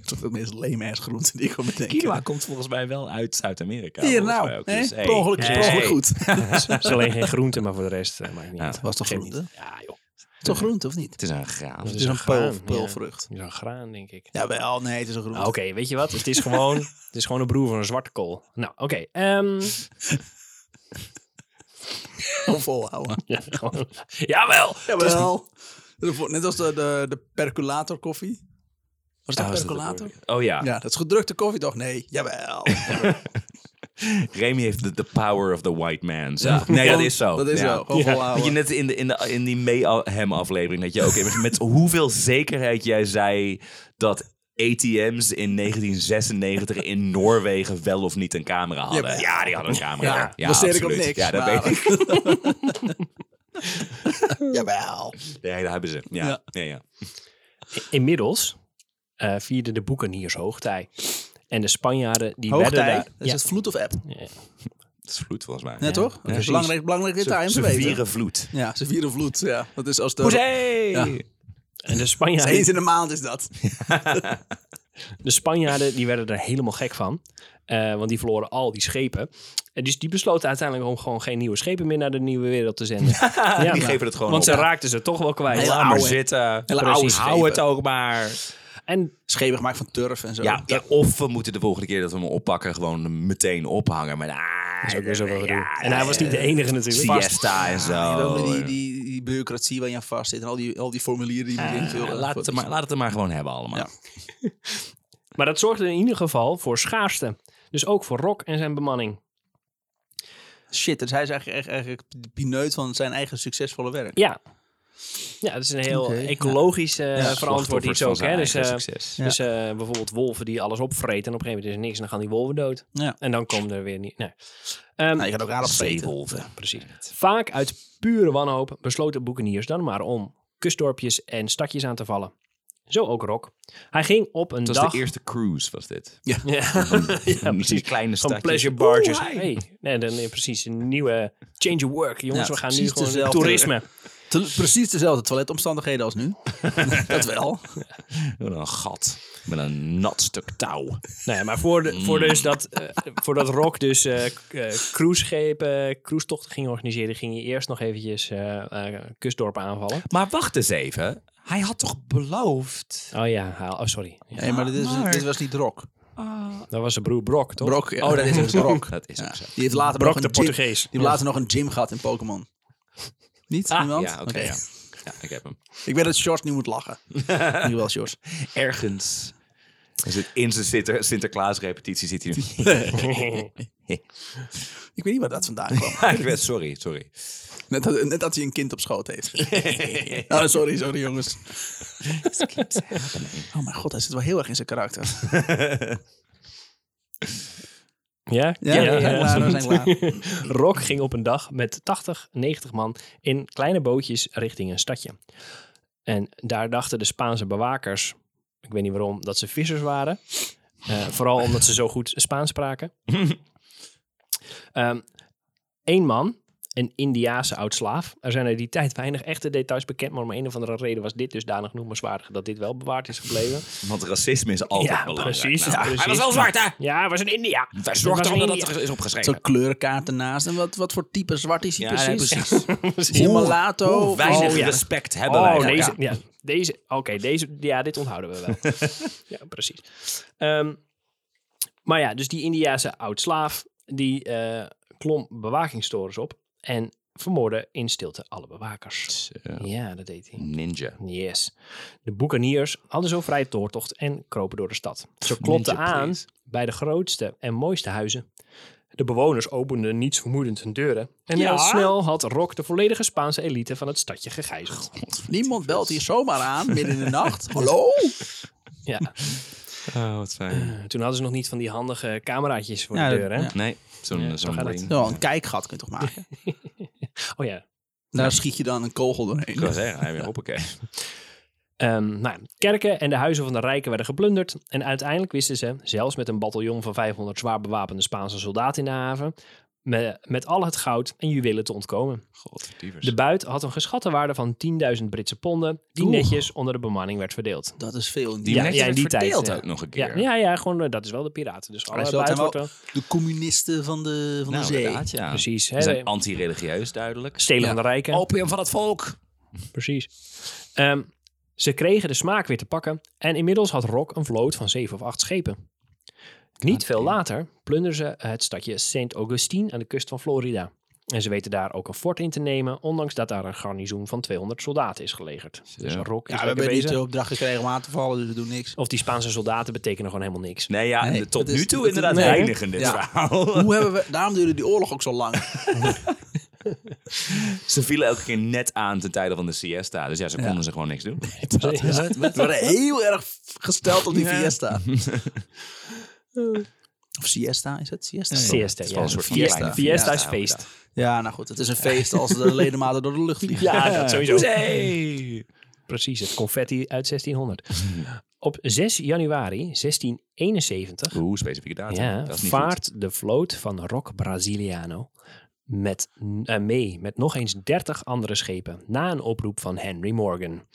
[SPEAKER 1] Dat is de meest lame ass groente die ik kan bedenken.
[SPEAKER 2] Quinoa komt volgens mij wel uit Zuid-Amerika.
[SPEAKER 1] Hier
[SPEAKER 2] volgens
[SPEAKER 1] nou.
[SPEAKER 2] mij ook.
[SPEAKER 1] hè?
[SPEAKER 2] Dus, hey.
[SPEAKER 1] Per ongeluk is per ongeluk
[SPEAKER 2] Hey.
[SPEAKER 1] goed. [laughs]
[SPEAKER 3] [laughs] Het is alleen geen groente, maar voor de rest eh, maakt niet
[SPEAKER 2] Ja,
[SPEAKER 3] uit.
[SPEAKER 2] het
[SPEAKER 1] was toch
[SPEAKER 3] Geeft
[SPEAKER 1] groente?
[SPEAKER 3] niet. Ja, joh.
[SPEAKER 1] Toch groente of niet?
[SPEAKER 2] Het is een graan.
[SPEAKER 1] Het is een
[SPEAKER 3] graan,
[SPEAKER 1] peul, peulvrucht.
[SPEAKER 3] Ja. Het is een graan, denk ik.
[SPEAKER 1] Jawel, nee, het is een groente.
[SPEAKER 3] Ah,
[SPEAKER 1] [laughs]
[SPEAKER 3] Oké, weet je wat? Het is gewoon, het is gewoon een broer van een zwarte kool. Nou, oké. ehm,
[SPEAKER 1] Gewoon
[SPEAKER 2] [laughs]
[SPEAKER 1] volhouden.
[SPEAKER 3] ja, gewoon- [laughs] jawel!
[SPEAKER 1] Jawel. Net als de, de, de percolator koffie. Was dat
[SPEAKER 2] Oh, is dat
[SPEAKER 1] percolator?
[SPEAKER 2] ook weer? Oh ja. [laughs]
[SPEAKER 1] Ja, dat is gedrukte koffie toch? Nee, jawel.
[SPEAKER 2] Remy heeft de, de power of the white man. Zo. Nee, dat is zo.
[SPEAKER 1] Dat is
[SPEAKER 2] Ja.
[SPEAKER 1] zo. Gewoon
[SPEAKER 3] Ja.
[SPEAKER 2] Dat
[SPEAKER 1] volhouden.
[SPEAKER 2] je net in, de, in, de, in die Mayhem-aflevering, dat je ook even met hoeveel zekerheid jij zei dat ATM's in 1996 in Noorwegen wel of niet een camera hadden. Ja,
[SPEAKER 1] Ja.
[SPEAKER 2] die hadden een camera.
[SPEAKER 1] Ja,
[SPEAKER 2] Ja, ja,
[SPEAKER 1] baseer ik op
[SPEAKER 2] absoluut.
[SPEAKER 1] niks,
[SPEAKER 2] Ja, dat
[SPEAKER 1] maar-
[SPEAKER 2] weet ik.
[SPEAKER 1] [laughs] Jawel.
[SPEAKER 2] Nee, dat hebben ze. Ja,
[SPEAKER 1] Ja.
[SPEAKER 2] ja. ja,
[SPEAKER 3] Inmiddels eh vierden de Boekeniers hoogtij. En de Spanjaarden die werden
[SPEAKER 1] Hoogtij.
[SPEAKER 3] daar...
[SPEAKER 1] Dat is
[SPEAKER 3] Ja.
[SPEAKER 1] het vloed of app.
[SPEAKER 2] Dat is vloed volgens mij.
[SPEAKER 1] Ja, toch? Dat is
[SPEAKER 3] precies.
[SPEAKER 1] belangrijk, belangrijk dit
[SPEAKER 2] Ze,
[SPEAKER 1] time te
[SPEAKER 2] ze
[SPEAKER 1] weten.
[SPEAKER 2] vieren vloed.
[SPEAKER 1] Ja, ze vieren vloed. Ja. Dat is als de...
[SPEAKER 2] Hoezee!
[SPEAKER 1] Ja.
[SPEAKER 3] En
[SPEAKER 2] [laughs]
[SPEAKER 3] de
[SPEAKER 1] Dat
[SPEAKER 3] Spanjaarden
[SPEAKER 1] is eens in de maand is dat.
[SPEAKER 3] De Spanjaarden die werden er helemaal gek van. eh, want die verloren al die schepen. En dus die besloten uiteindelijk om gewoon geen nieuwe schepen meer naar de nieuwe wereld te
[SPEAKER 2] [laughs]
[SPEAKER 3] zenden. ja,
[SPEAKER 2] Ah, die
[SPEAKER 3] maar-
[SPEAKER 2] geven het gewoon
[SPEAKER 3] Want ze
[SPEAKER 2] op.
[SPEAKER 3] raakten ze toch wel kwijt.
[SPEAKER 1] Hele
[SPEAKER 2] Laat maar
[SPEAKER 1] oude.
[SPEAKER 2] zitten.
[SPEAKER 1] Hele
[SPEAKER 2] Precies.
[SPEAKER 1] oude
[SPEAKER 2] Hou
[SPEAKER 1] schepen.
[SPEAKER 2] het ook maar.
[SPEAKER 3] En
[SPEAKER 1] Schepen gemaakt van turf en zo.
[SPEAKER 2] Ja, ja, of we moeten de volgende keer dat we hem oppakken gewoon meteen ophangen. Maar ah,
[SPEAKER 3] dat is ook weer zoveel gedoe.
[SPEAKER 2] ja,
[SPEAKER 3] en hij was niet de enige natuurlijk.
[SPEAKER 2] Siesta en
[SPEAKER 1] Ja,
[SPEAKER 2] zo.
[SPEAKER 1] dan die, die, die bureaucratie waar je aan vast zit en al die, al die formulieren die je moet invullen.
[SPEAKER 2] laat, het er maar, laat het er maar gewoon hebben allemaal.
[SPEAKER 1] Ja.
[SPEAKER 3] Maar dat zorgde in ieder geval voor schaarste. Dus ook voor Rock en zijn bemanning.
[SPEAKER 1] Shit, dus hij is eigenlijk, echt- eigenlijk de pineut van zijn eigen succesvolle werk.
[SPEAKER 3] Ja. Ja, dat is een heel
[SPEAKER 1] Oké, ja.
[SPEAKER 3] ecologisch eh, verantwoord iets ook. Hè? Dus,
[SPEAKER 2] Dus,
[SPEAKER 3] eh,
[SPEAKER 2] succes.
[SPEAKER 1] Ja.
[SPEAKER 3] dus eh, bijvoorbeeld wolven die alles opvreten. En op een gegeven moment is er niks en dan gaan die wolven dood.
[SPEAKER 1] Ja.
[SPEAKER 3] En dan komen er weer niet. Nee. Ehm,
[SPEAKER 1] Nou, je gaat ook aardig vreten.
[SPEAKER 2] Zeewolven.
[SPEAKER 3] Precies. Vaak uit pure wanhoop besloten boekeniers dan maar om kustdorpjes en stadjes aan te vallen. Zo ook Rock. Hij ging op een
[SPEAKER 2] Het was
[SPEAKER 3] dag...
[SPEAKER 2] de eerste cruise, was dit.
[SPEAKER 3] [laughs] Ja, ja
[SPEAKER 2] Die
[SPEAKER 3] precies.
[SPEAKER 2] kleine
[SPEAKER 3] Van
[SPEAKER 2] stadjes.
[SPEAKER 3] pleasure barges.
[SPEAKER 2] Oeh, hi.
[SPEAKER 3] Hey. Nee, dan, eh, precies een nieuwe change of work. Jongens,
[SPEAKER 1] Ja,
[SPEAKER 3] we gaan nu
[SPEAKER 1] precies
[SPEAKER 3] gewoon
[SPEAKER 1] dezelfde-
[SPEAKER 3] toerisme.
[SPEAKER 1] Te- precies dezelfde toiletomstandigheden als [laughs] nu. dat wel.
[SPEAKER 2] Wat een gat. Met een nat stuk touw.
[SPEAKER 3] Nee, maar voor, de, voor dus dat, eh, voordat Rock dus eh k- eh, cruiseschepen, cruisetochten ging organiseren, ging hij eerst nog eventjes eh, eh, kustdorpen aanvallen.
[SPEAKER 2] Maar wacht eens even. Hij had toch beloofd...
[SPEAKER 3] Oh ja, haal- oh sorry. Ja,
[SPEAKER 1] Nee, maar dit, is,
[SPEAKER 2] maar-
[SPEAKER 1] dit was niet Rock.
[SPEAKER 3] dat was zijn broer Brock, toch?
[SPEAKER 1] Brok, ja.
[SPEAKER 2] Oh, dat is ook
[SPEAKER 1] [laughs]
[SPEAKER 2] zo.
[SPEAKER 1] Brok.
[SPEAKER 2] Dat is
[SPEAKER 1] Ja.
[SPEAKER 2] ook zo.
[SPEAKER 1] Die heeft later
[SPEAKER 3] Brok
[SPEAKER 1] nog
[SPEAKER 3] de
[SPEAKER 1] een gym-
[SPEAKER 3] Portugees.
[SPEAKER 1] Die heeft later nog een gym gehad in Pokémon. Niet?
[SPEAKER 2] Ah,
[SPEAKER 1] Niemand?
[SPEAKER 2] ja, oké. ja. ja, ik heb hem.
[SPEAKER 1] Ik weet dat Sjors nu moet
[SPEAKER 2] [laughs]
[SPEAKER 1] lachen. nu wel, Sjors.
[SPEAKER 2] ergens. Hij zit in zijn Sinter- Sinterklaas-repetitie zit hij nu.
[SPEAKER 1] Ik weet niet waar dat vandaan
[SPEAKER 2] [laughs]
[SPEAKER 1] kwam.
[SPEAKER 2] [laughs] Ja, ik weet- sorry, sorry.
[SPEAKER 1] Net dat, net dat hij een kind op schoot
[SPEAKER 2] [laughs]
[SPEAKER 1] heeft. oh, sorry, sorry jongens. Oh mijn god, hij zit wel heel erg in zijn karakter.
[SPEAKER 3] Ja?
[SPEAKER 1] Ja, we zijn klaar, we zijn klaar.
[SPEAKER 3] Rock ging op een dag met 80, 90 man in kleine bootjes richting een stadje. En daar dachten de Spaanse bewakers, ik weet niet waarom, dat ze vissers waren. Eh, vooral omdat ze zo goed Spaans spraken. Eén man, een Indiaanse oud-slaaf. Er zijn uit die tijd weinig echte details bekend, maar om een of andere reden was dit dusdanig noemenswaardig dat dit wel bewaard is gebleven.
[SPEAKER 2] Want racisme is altijd
[SPEAKER 3] Ja,
[SPEAKER 2] belangrijk.
[SPEAKER 3] precies,
[SPEAKER 2] Nou,
[SPEAKER 3] ja, precies.
[SPEAKER 2] Hij was wel zwart, hè?
[SPEAKER 3] Ja, hij was een India.
[SPEAKER 2] Wij
[SPEAKER 3] Het was
[SPEAKER 2] zorgden
[SPEAKER 3] een
[SPEAKER 2] ervoor dat
[SPEAKER 3] India.
[SPEAKER 2] dat er is
[SPEAKER 1] Zo'n
[SPEAKER 2] opgeschreven.
[SPEAKER 1] kleurkaart ernaast. En wat, wat voor type zwart is hij
[SPEAKER 2] Ja,
[SPEAKER 1] precies?
[SPEAKER 2] nee, precies.
[SPEAKER 1] Is hij een mulatto?
[SPEAKER 2] Hoe
[SPEAKER 1] Of-
[SPEAKER 2] weinig
[SPEAKER 3] Oh, ja.
[SPEAKER 2] respect hebben wij.
[SPEAKER 3] Oh,
[SPEAKER 2] elkaar.
[SPEAKER 3] deze. Ja, deze. Oké, deze. Ja, dit onthouden we wel. ja, precies. Ehm, maar ja, dus die Indiaanse oud-slaaf, die eh, klom bewakingstorens op en vermoordde in stilte alle bewakers.
[SPEAKER 2] Zo.
[SPEAKER 3] Ja, dat deed hij.
[SPEAKER 2] Ninja.
[SPEAKER 3] Yes. De boekaniers hadden zo vrij doortocht en kropen door de stad. Ze
[SPEAKER 2] Ninja,
[SPEAKER 3] klopten aan
[SPEAKER 2] please.
[SPEAKER 3] bij de grootste en mooiste huizen. De bewoners openden niets vermoedend hun deuren. En
[SPEAKER 1] Ja?
[SPEAKER 3] heel snel had Rock de volledige Spaanse elite van het stadje gegijzeld.
[SPEAKER 1] [laughs] Niemand belt hier zomaar aan, midden in de nacht. Hallo?
[SPEAKER 3] Ja,
[SPEAKER 2] Oh, wat fijn.
[SPEAKER 3] eh, toen hadden ze nog niet van die handige cameraatjes voor
[SPEAKER 1] Ja,
[SPEAKER 3] de
[SPEAKER 1] dat-
[SPEAKER 3] deur, hè?
[SPEAKER 1] ja.
[SPEAKER 2] Nee, zo'n
[SPEAKER 3] Ja,
[SPEAKER 2] zo'n
[SPEAKER 3] zo gaat het.
[SPEAKER 2] ding.
[SPEAKER 1] Zo, een kijkgat kun je toch maken?
[SPEAKER 3] Oh ja.
[SPEAKER 1] Daar schiet je dan een kogel
[SPEAKER 2] Ik
[SPEAKER 1] doorheen.
[SPEAKER 2] wil zeggen, hij weer hoppakee.
[SPEAKER 3] Ehm, nou ja, kerken en de huizen van de rijken werden geplunderd. En uiteindelijk wisten ze, zelfs met een bataljon van 500 zwaar bewapende Spaanse soldaten in de haven, me- met al het goud en juwelen te ontkomen.
[SPEAKER 2] God, dievers.
[SPEAKER 3] De buit had een geschatte waarde van 10.000 Britse ponden, die
[SPEAKER 1] Oeh.
[SPEAKER 3] netjes onder de bemanning werd verdeeld.
[SPEAKER 1] Dat is veel in die
[SPEAKER 2] Die
[SPEAKER 3] ja,
[SPEAKER 2] ja,
[SPEAKER 3] ja, in die
[SPEAKER 2] die
[SPEAKER 3] tijd,
[SPEAKER 2] tijd
[SPEAKER 3] ja.
[SPEAKER 2] ook nog een keer.
[SPEAKER 3] Ja, ja, ja gewoon, eh, dat is wel de piraten. Dus alle
[SPEAKER 1] is wel-
[SPEAKER 3] buit
[SPEAKER 1] zijn
[SPEAKER 3] wordt
[SPEAKER 1] wel- De
[SPEAKER 3] wel...
[SPEAKER 1] communisten van de, van
[SPEAKER 2] Nou,
[SPEAKER 1] de zee.
[SPEAKER 2] inderdaad, ja.
[SPEAKER 3] Precies. Hè,
[SPEAKER 2] Ze zijn anti-religieus, duidelijk.
[SPEAKER 3] stelen
[SPEAKER 1] Ja.
[SPEAKER 3] van de rijken.
[SPEAKER 2] Opium van het volk.
[SPEAKER 3] Precies. Ehm, ze kregen de smaak weer te pakken en inmiddels had Rock een vloot van zeven of acht schepen. Niet veel later plunderden ze het stadje Saint Augustine aan de kust van Florida. En ze weten daar ook een fort in te nemen, ondanks dat daar een garnizoen van 200 soldaten is gelegerd. Dus
[SPEAKER 2] Ja.
[SPEAKER 3] Rock is
[SPEAKER 1] Ja, we
[SPEAKER 3] lekker
[SPEAKER 1] hebben niet eh,
[SPEAKER 3] bezig.
[SPEAKER 1] de opdracht gekregen om aan te vallen, dus we doen
[SPEAKER 3] [laughs]
[SPEAKER 1] niks.
[SPEAKER 3] Of die Spaanse soldaten betekenen gewoon helemaal niks.
[SPEAKER 2] Nee, ja,
[SPEAKER 1] Nee,
[SPEAKER 2] tot
[SPEAKER 1] dat is-
[SPEAKER 2] nu toe
[SPEAKER 1] dat-
[SPEAKER 2] inderdaad
[SPEAKER 1] nee.
[SPEAKER 2] weinig in dit
[SPEAKER 1] Ja.
[SPEAKER 2] verhaal. [laughs]
[SPEAKER 1] Hoe hebben we, daarom duurde die oorlog ook zo lang.
[SPEAKER 2] Ze vielen elke keer net aan ten tijde van de siesta. Dus ja, ze konden ze gewoon niks doen.
[SPEAKER 3] [laughs] Ja.
[SPEAKER 1] We waren heel erg gesteld op die
[SPEAKER 2] Ja.
[SPEAKER 1] fiesta. Of siesta, is het? Siesta?
[SPEAKER 3] Siesta,
[SPEAKER 2] Het is
[SPEAKER 3] ja.
[SPEAKER 2] wel een soort van
[SPEAKER 1] Fiesta.
[SPEAKER 2] kleine
[SPEAKER 3] Fiesta is
[SPEAKER 2] ja,
[SPEAKER 3] feest.
[SPEAKER 1] Ja, nou goed, het is een feest als de ledematen door de lucht vliegen.
[SPEAKER 3] Ja, [laughs] dat sowieso.
[SPEAKER 2] Hoezee!
[SPEAKER 3] Precies, het confetti
[SPEAKER 2] [laughs]
[SPEAKER 3] uit 1600. Op 6 januari 1671
[SPEAKER 2] Oeh, specifieke datum.
[SPEAKER 3] ja,
[SPEAKER 2] dat is niet
[SPEAKER 3] vaart de vloot van Rock Brasiliano met, eh, mee met nog eens 30 andere schepen na een oproep van Henry Morgan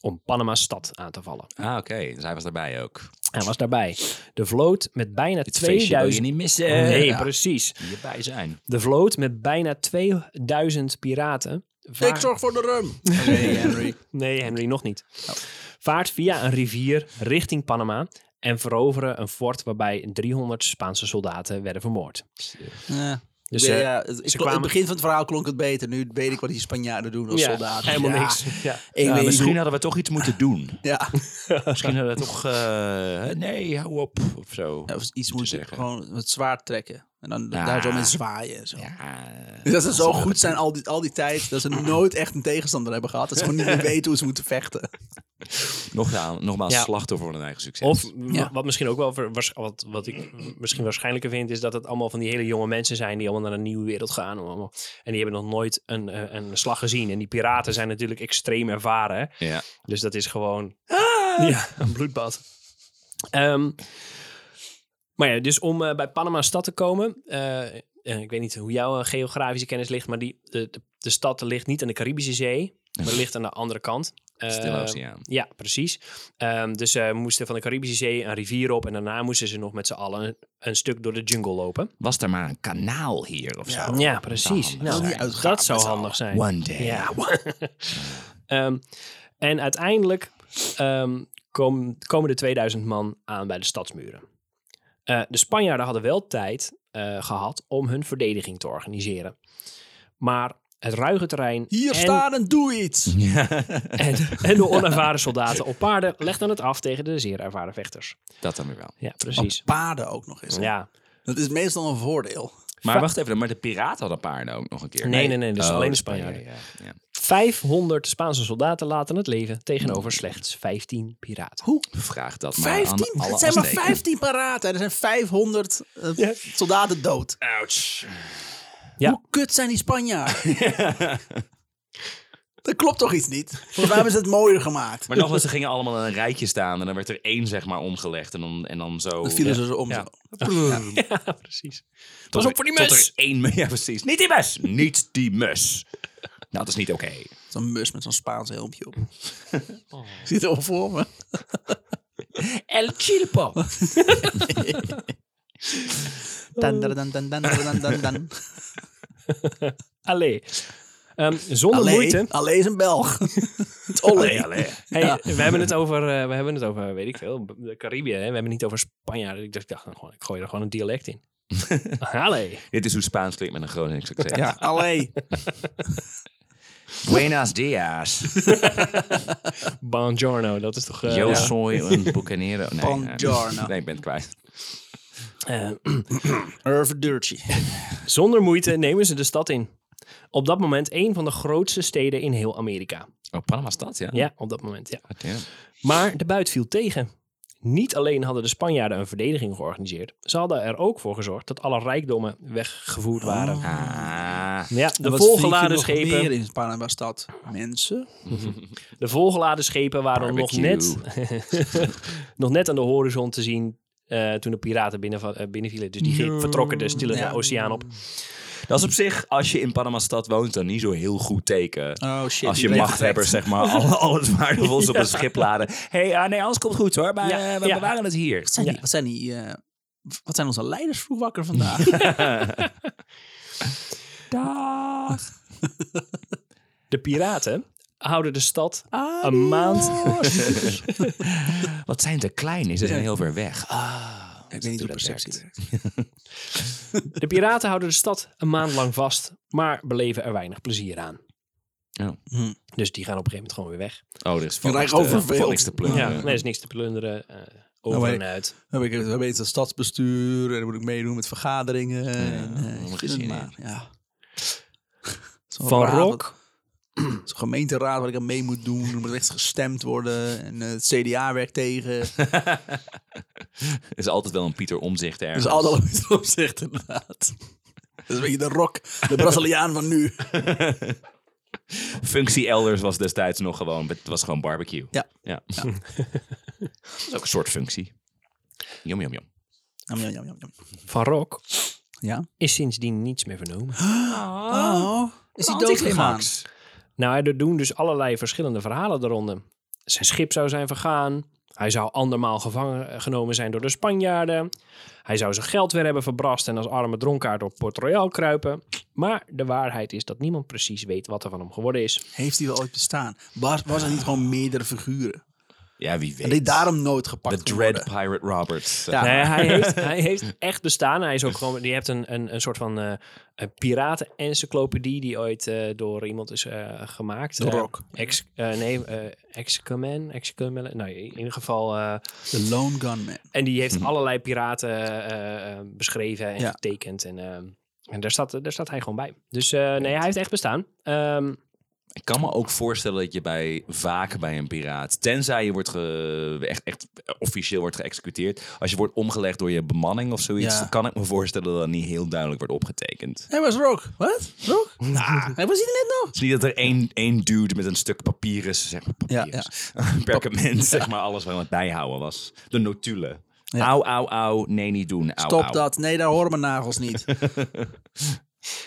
[SPEAKER 3] om Panama's stad aan te vallen.
[SPEAKER 2] goed. Ah, oké. Dus hij was daarbij ook.
[SPEAKER 3] Hij was daarbij. De vloot met bijna
[SPEAKER 2] Dit feestje wil je
[SPEAKER 3] 2000...
[SPEAKER 2] niet missen.
[SPEAKER 3] Nee,
[SPEAKER 2] Ja,
[SPEAKER 3] precies.
[SPEAKER 2] Hierbij zijn.
[SPEAKER 3] De vloot met bijna 2000 piraten.
[SPEAKER 1] Ik
[SPEAKER 3] vaart-
[SPEAKER 1] zorg voor de rum. Nee, Henry.
[SPEAKER 3] Nee, Henry, nog niet.
[SPEAKER 1] Oh.
[SPEAKER 3] Vaart via een rivier richting Panama en veroveren een fort waarbij 300 Spaanse soldaten werden vermoord.
[SPEAKER 1] Ja.
[SPEAKER 3] Dus
[SPEAKER 1] ja,
[SPEAKER 3] eh,
[SPEAKER 1] ja, het, ik-
[SPEAKER 3] kwamen-
[SPEAKER 1] het begin van het verhaal klonk het beter. Nu weet ik wat die Spanjaarden doen als
[SPEAKER 3] ja,
[SPEAKER 1] soldaten.
[SPEAKER 3] helemaal
[SPEAKER 1] Ja.
[SPEAKER 3] niks. Ja.
[SPEAKER 1] Ik weet
[SPEAKER 2] misschien
[SPEAKER 1] niet
[SPEAKER 2] hadden we toch iets moeten
[SPEAKER 1] [laughs]
[SPEAKER 2] doen.
[SPEAKER 1] hoe- Ja.
[SPEAKER 2] Misschien hadden we toch... eh, nee, hou op. Of zo.
[SPEAKER 1] Ja, Eh, Of iets moet je
[SPEAKER 2] zeggen.
[SPEAKER 1] gewoon het zwaard trekken. En dan
[SPEAKER 2] Ja.
[SPEAKER 1] daar zo mee zwaaien. en Zo.
[SPEAKER 2] Ja.
[SPEAKER 1] Dus [laughs] dat ze zo goed zijn al die, al die tijd, dat ze nooit echt een tegenstander hebben gehad. Dat ze gewoon niet meer weten hoe ze moeten vechten.
[SPEAKER 2] Nogmaals, nogmaals
[SPEAKER 3] Ja.
[SPEAKER 2] slachtoffer van hun eigen succes.
[SPEAKER 3] Of w-
[SPEAKER 1] Ja.
[SPEAKER 3] wat misschien ook wel ver- waars- wat, wat ik mm, misschien waarschijnlijker vind, is dat het allemaal van die hele jonge mensen zijn die allemaal naar een nieuwe wereld gaan. Allemaal, en die hebben nog nooit een, eh, een slag gezien. En die piraten zijn natuurlijk extreem ervaren. hè.
[SPEAKER 2] Ja.
[SPEAKER 3] Dus dat is gewoon [laughs] ja, een bloedbad. Ehm, maar ja, dus om eh, bij Panama stad te komen. eh, eh, ik weet niet hoe jouw eh, geografische kennis ligt, maar die, de, de, de stad ligt niet aan de Caribische Zee, maar ligt aan de andere kant. Eh,
[SPEAKER 2] Stille oceaan.
[SPEAKER 3] ja, precies. Ehm, dus ze moesten van de Caribische Zee een rivier op en daarna moesten ze nog met z'n allen een, een stuk door de jungle lopen.
[SPEAKER 2] Was er maar een kanaal hier of zo?
[SPEAKER 3] Ja, precies.
[SPEAKER 2] handig
[SPEAKER 3] Nou,
[SPEAKER 2] zijn.
[SPEAKER 1] Die uitgaven
[SPEAKER 3] dat zou
[SPEAKER 1] met z'n
[SPEAKER 3] handig zijn.
[SPEAKER 2] One day.
[SPEAKER 3] Ja. [laughs] Ehm, en uiteindelijk ehm, kom- komen de 2000 man aan bij de stadsmuren. Eh, de Spanjaarden hadden wel tijd eh, gehad om hun verdediging te organiseren. Maar het ruige terrein
[SPEAKER 1] Hier
[SPEAKER 3] en,
[SPEAKER 1] staan en doe iets.
[SPEAKER 3] [laughs] en, en de onervaren soldaten op paarden legden het af tegen de zeer ervaren vechters.
[SPEAKER 2] Dat dan weer wel.
[SPEAKER 3] Ja, precies.
[SPEAKER 1] Paarden ook nog eens. hè?
[SPEAKER 3] Ja.
[SPEAKER 1] Dat is meestal een voordeel.
[SPEAKER 2] Maar
[SPEAKER 3] Va-
[SPEAKER 2] wacht even, maar de piraten hadden paarden ook nog een keer. Oh,
[SPEAKER 3] Nee, nee, nee, dus alleen de
[SPEAKER 2] Ja, ja.
[SPEAKER 3] 500 Spaanse soldaten laten het leven tegenover slechts 15 piraten.
[SPEAKER 1] Hoe?
[SPEAKER 2] Vraag dat maar aan
[SPEAKER 1] 15?
[SPEAKER 2] alle
[SPEAKER 1] Het zijn maar
[SPEAKER 2] afstekers.
[SPEAKER 1] 15 paraten. Er zijn 500 eh,
[SPEAKER 3] Ja.
[SPEAKER 1] soldaten dood.
[SPEAKER 2] Ouch.
[SPEAKER 3] Ja.
[SPEAKER 1] Hoe kut zijn die Spanjaarden? Dat klopt toch iets niet? Volgens mij hebben ze het mooier gemaakt.
[SPEAKER 2] Maar nogmaals, ze gingen allemaal in een rijtje staan en dan werd er één zeg maar omgelegd en dan, en dan zo...
[SPEAKER 1] Dan vielen
[SPEAKER 2] Ja.
[SPEAKER 1] ze ze om.
[SPEAKER 3] Ja.
[SPEAKER 1] zo. Ja.
[SPEAKER 3] [laughs] Ja, precies.
[SPEAKER 2] Tot
[SPEAKER 3] Pas op
[SPEAKER 2] er-
[SPEAKER 3] voor die
[SPEAKER 2] tot
[SPEAKER 3] mus!
[SPEAKER 2] er één mu- [laughs] Ja, precies. Niet die mus! Niet die mus! Nou, dat is niet oké.
[SPEAKER 1] Zo'n mus met zo'n Spaans helmpje op. Ik Zit er al voor me.
[SPEAKER 2] El Chilpo.
[SPEAKER 1] Dan, dan, dan, dan, dan, dan, dan, dan.
[SPEAKER 3] Allee. Ehm, zonder moeite.
[SPEAKER 1] [laughs] Allee, allee is een Belg. Het
[SPEAKER 2] Oh,
[SPEAKER 1] Olé.
[SPEAKER 3] Hey, We hebben het over, eh, we hebben het over, weet ik veel, b- de Caribië. Hè? We hebben het niet over Spanjaarden. Ik dacht, ik dacht, nou, gewoon, ik gooi er gewoon een dialect
[SPEAKER 1] [laughs]
[SPEAKER 3] in. Allee.
[SPEAKER 2] Dit is hoe Spaans klinkt met een Gronings accent.
[SPEAKER 1] Ja, allee.
[SPEAKER 2] Buenos [laughs] dias.
[SPEAKER 3] Buongiorno, dat is toch... eh,
[SPEAKER 2] Yo
[SPEAKER 3] ja.
[SPEAKER 2] soy un bucanero. Nee,
[SPEAKER 1] Buongiorno.
[SPEAKER 2] eh, Nee, ik ben het kwijt.
[SPEAKER 3] Eh,
[SPEAKER 1] Irv Dirty.
[SPEAKER 3] zonder moeite nemen ze de stad in. Op dat moment een van de grootste steden in heel Amerika.
[SPEAKER 2] Oh, Panama stad, ja?
[SPEAKER 3] Ja, op dat moment, ja.
[SPEAKER 2] God damn.
[SPEAKER 3] Maar de buit viel tegen. Niet alleen hadden de Spanjaarden een verdediging georganiseerd, ze hadden er ook voor gezorgd dat alle rijkdommen weggevoerd waren.
[SPEAKER 2] Ah.
[SPEAKER 3] Ja,
[SPEAKER 1] Oh. Wat
[SPEAKER 3] de
[SPEAKER 1] vind je
[SPEAKER 3] volgeladen
[SPEAKER 1] nog
[SPEAKER 3] schepen.
[SPEAKER 1] meer in Panama stad. Mensen.
[SPEAKER 3] De volgeladen schepen waren nog
[SPEAKER 2] Barbecue.
[SPEAKER 3] net, nog net [laughs] aan de horizon te zien eh, toen de piraten binnen, eh, binnenvielen. Dus die gingen- vertrokken de stille
[SPEAKER 1] Ja.
[SPEAKER 3] oceaan op.
[SPEAKER 2] Dat is op zich, als je in Panama stad woont, dan niet zo heel goed teken.
[SPEAKER 1] Oh shit.
[SPEAKER 2] als
[SPEAKER 1] die
[SPEAKER 2] je
[SPEAKER 1] bleef
[SPEAKER 2] machthebbers, zeg maar, al, al het waardevols op een schip laden. Hé, hey, ah, nee, alles komt goed hoor, maar
[SPEAKER 3] Ja,
[SPEAKER 2] eh, we
[SPEAKER 3] ja.
[SPEAKER 2] bewaren het hier.
[SPEAKER 1] Wat zijn,
[SPEAKER 3] Ja.
[SPEAKER 1] die, wat, zijn die, eh, wat zijn onze leiders vroeg wakker vandaag?
[SPEAKER 2] Dag.
[SPEAKER 3] De piraten houden de stad een maand.
[SPEAKER 1] Oh,
[SPEAKER 2] Wat zijn ze klein, is ze zijn heel ver weg. Ah.
[SPEAKER 1] [laughs] ik weet niet hoe
[SPEAKER 2] hoe dat
[SPEAKER 1] perceptie
[SPEAKER 2] werkt.
[SPEAKER 1] werkt.
[SPEAKER 3] [laughs] De piraten houden de stad een maand lang vast, maar beleven er weinig plezier aan.
[SPEAKER 1] Hm.
[SPEAKER 3] Dus die gaan op een gegeven moment gewoon weer weg.
[SPEAKER 2] Oh, er is van
[SPEAKER 1] Je
[SPEAKER 2] niks
[SPEAKER 1] raakt
[SPEAKER 2] te-
[SPEAKER 1] oververveeld.
[SPEAKER 2] van niks te plunderen.
[SPEAKER 3] Ja, nee, er is niks te plunderen. eh, over
[SPEAKER 1] Nou, wij-
[SPEAKER 3] en uit.
[SPEAKER 1] Dan heb ik, dan weet het stadsbestuur en dan moet ik meedoen met vergaderingen. en, eh,
[SPEAKER 2] allemaal
[SPEAKER 1] ik vind
[SPEAKER 2] geen
[SPEAKER 1] het
[SPEAKER 2] zin
[SPEAKER 1] maar, ja. Zo'n
[SPEAKER 3] Van
[SPEAKER 1] raad,
[SPEAKER 3] Rock.
[SPEAKER 1] Zo'n gemeenteraad waar ik aan mee moet doen. Er moet echt gestemd worden. En eh, het CDA werkt tegen.
[SPEAKER 2] Er is altijd wel een Pieter Omzicht
[SPEAKER 1] Dat
[SPEAKER 2] ergens.
[SPEAKER 1] is altijd wat het opzicht Dus inderdaad. Dat is een beetje de rock. De Braziliaan van nu.
[SPEAKER 2] Functie elders was destijds nog gewoon... Het was gewoon barbecue.
[SPEAKER 1] Ja.
[SPEAKER 2] ja. [laughs] dat is ook een soort functie. Jom, jom, jom.
[SPEAKER 1] Jam, jam, jam, jam, jam.
[SPEAKER 3] Van Rock
[SPEAKER 1] Ja?
[SPEAKER 3] is sindsdien niets meer vernomen.
[SPEAKER 1] Oh, is hij doodgegaan?
[SPEAKER 3] Nou, er doen dus allerlei verschillende verhalen eronder. Zijn schip zou zijn vergaan. Hij zou andermaal gevangen eh, genomen zijn door de Spanjaarden. Hij zou zijn geld weer hebben verbrast en als arme dronkaard door Port Royal kruipen. Maar de waarheid is dat niemand precies weet wat er van hem geworden is.
[SPEAKER 1] Heeft hij wel ooit bestaan? Was, was er niet gewoon meerdere figuren?
[SPEAKER 2] Ja, wie weet.
[SPEAKER 1] En die daarom nooit gepakt
[SPEAKER 2] De Dread Pirate Roberts.
[SPEAKER 1] Ja.
[SPEAKER 3] Nee,
[SPEAKER 1] [laughs]
[SPEAKER 3] hij, heeft, hij heeft echt bestaan. Hij is ook gewoon. Die heeft een, een, een soort van eh een piraten-encyclopedie die ooit eh, door iemand is eh, gemaakt.
[SPEAKER 1] Door
[SPEAKER 3] Eh,
[SPEAKER 1] Rock.
[SPEAKER 3] ex, eh, nee, eh Excaman, Excaman. Nou, in ieder geval. eh,
[SPEAKER 1] De Lone Gunman.
[SPEAKER 3] En die
[SPEAKER 2] Mhm.
[SPEAKER 3] heeft allerlei piraten eh, eh, beschreven en
[SPEAKER 1] Ja.
[SPEAKER 3] getekend. En, ehm, en daar, staat, daar staat hij gewoon bij. Dus eh, nee, hij heeft echt bestaan. Ehm,
[SPEAKER 2] Ik kan me ook voorstellen dat je bij vaak bij een piraat, tenzij je wordt ge- echt, echt officieel wordt geëxecuteerd, als je wordt omgelegd door je bemanning of zoiets,
[SPEAKER 1] Ja.
[SPEAKER 2] dan kan ik me voorstellen dat dat niet heel duidelijk wordt opgetekend.
[SPEAKER 1] Hij was Rock. Wat? Rock?
[SPEAKER 3] Nou.
[SPEAKER 1] Nah. Hij was hier net nog.
[SPEAKER 2] Het is niet dat er één, één dude met een stuk papier is, zeg maar papier, [laughs] perkament, zeg maar alles waar het bijhouden was. De notulen.
[SPEAKER 1] Ja.
[SPEAKER 2] Auw, auw, auw, nee niet doen, auw,
[SPEAKER 1] Stop
[SPEAKER 3] nou.
[SPEAKER 2] auw.
[SPEAKER 1] dat. Nee, daar horen mijn nagels
[SPEAKER 3] [laughs]
[SPEAKER 1] niet.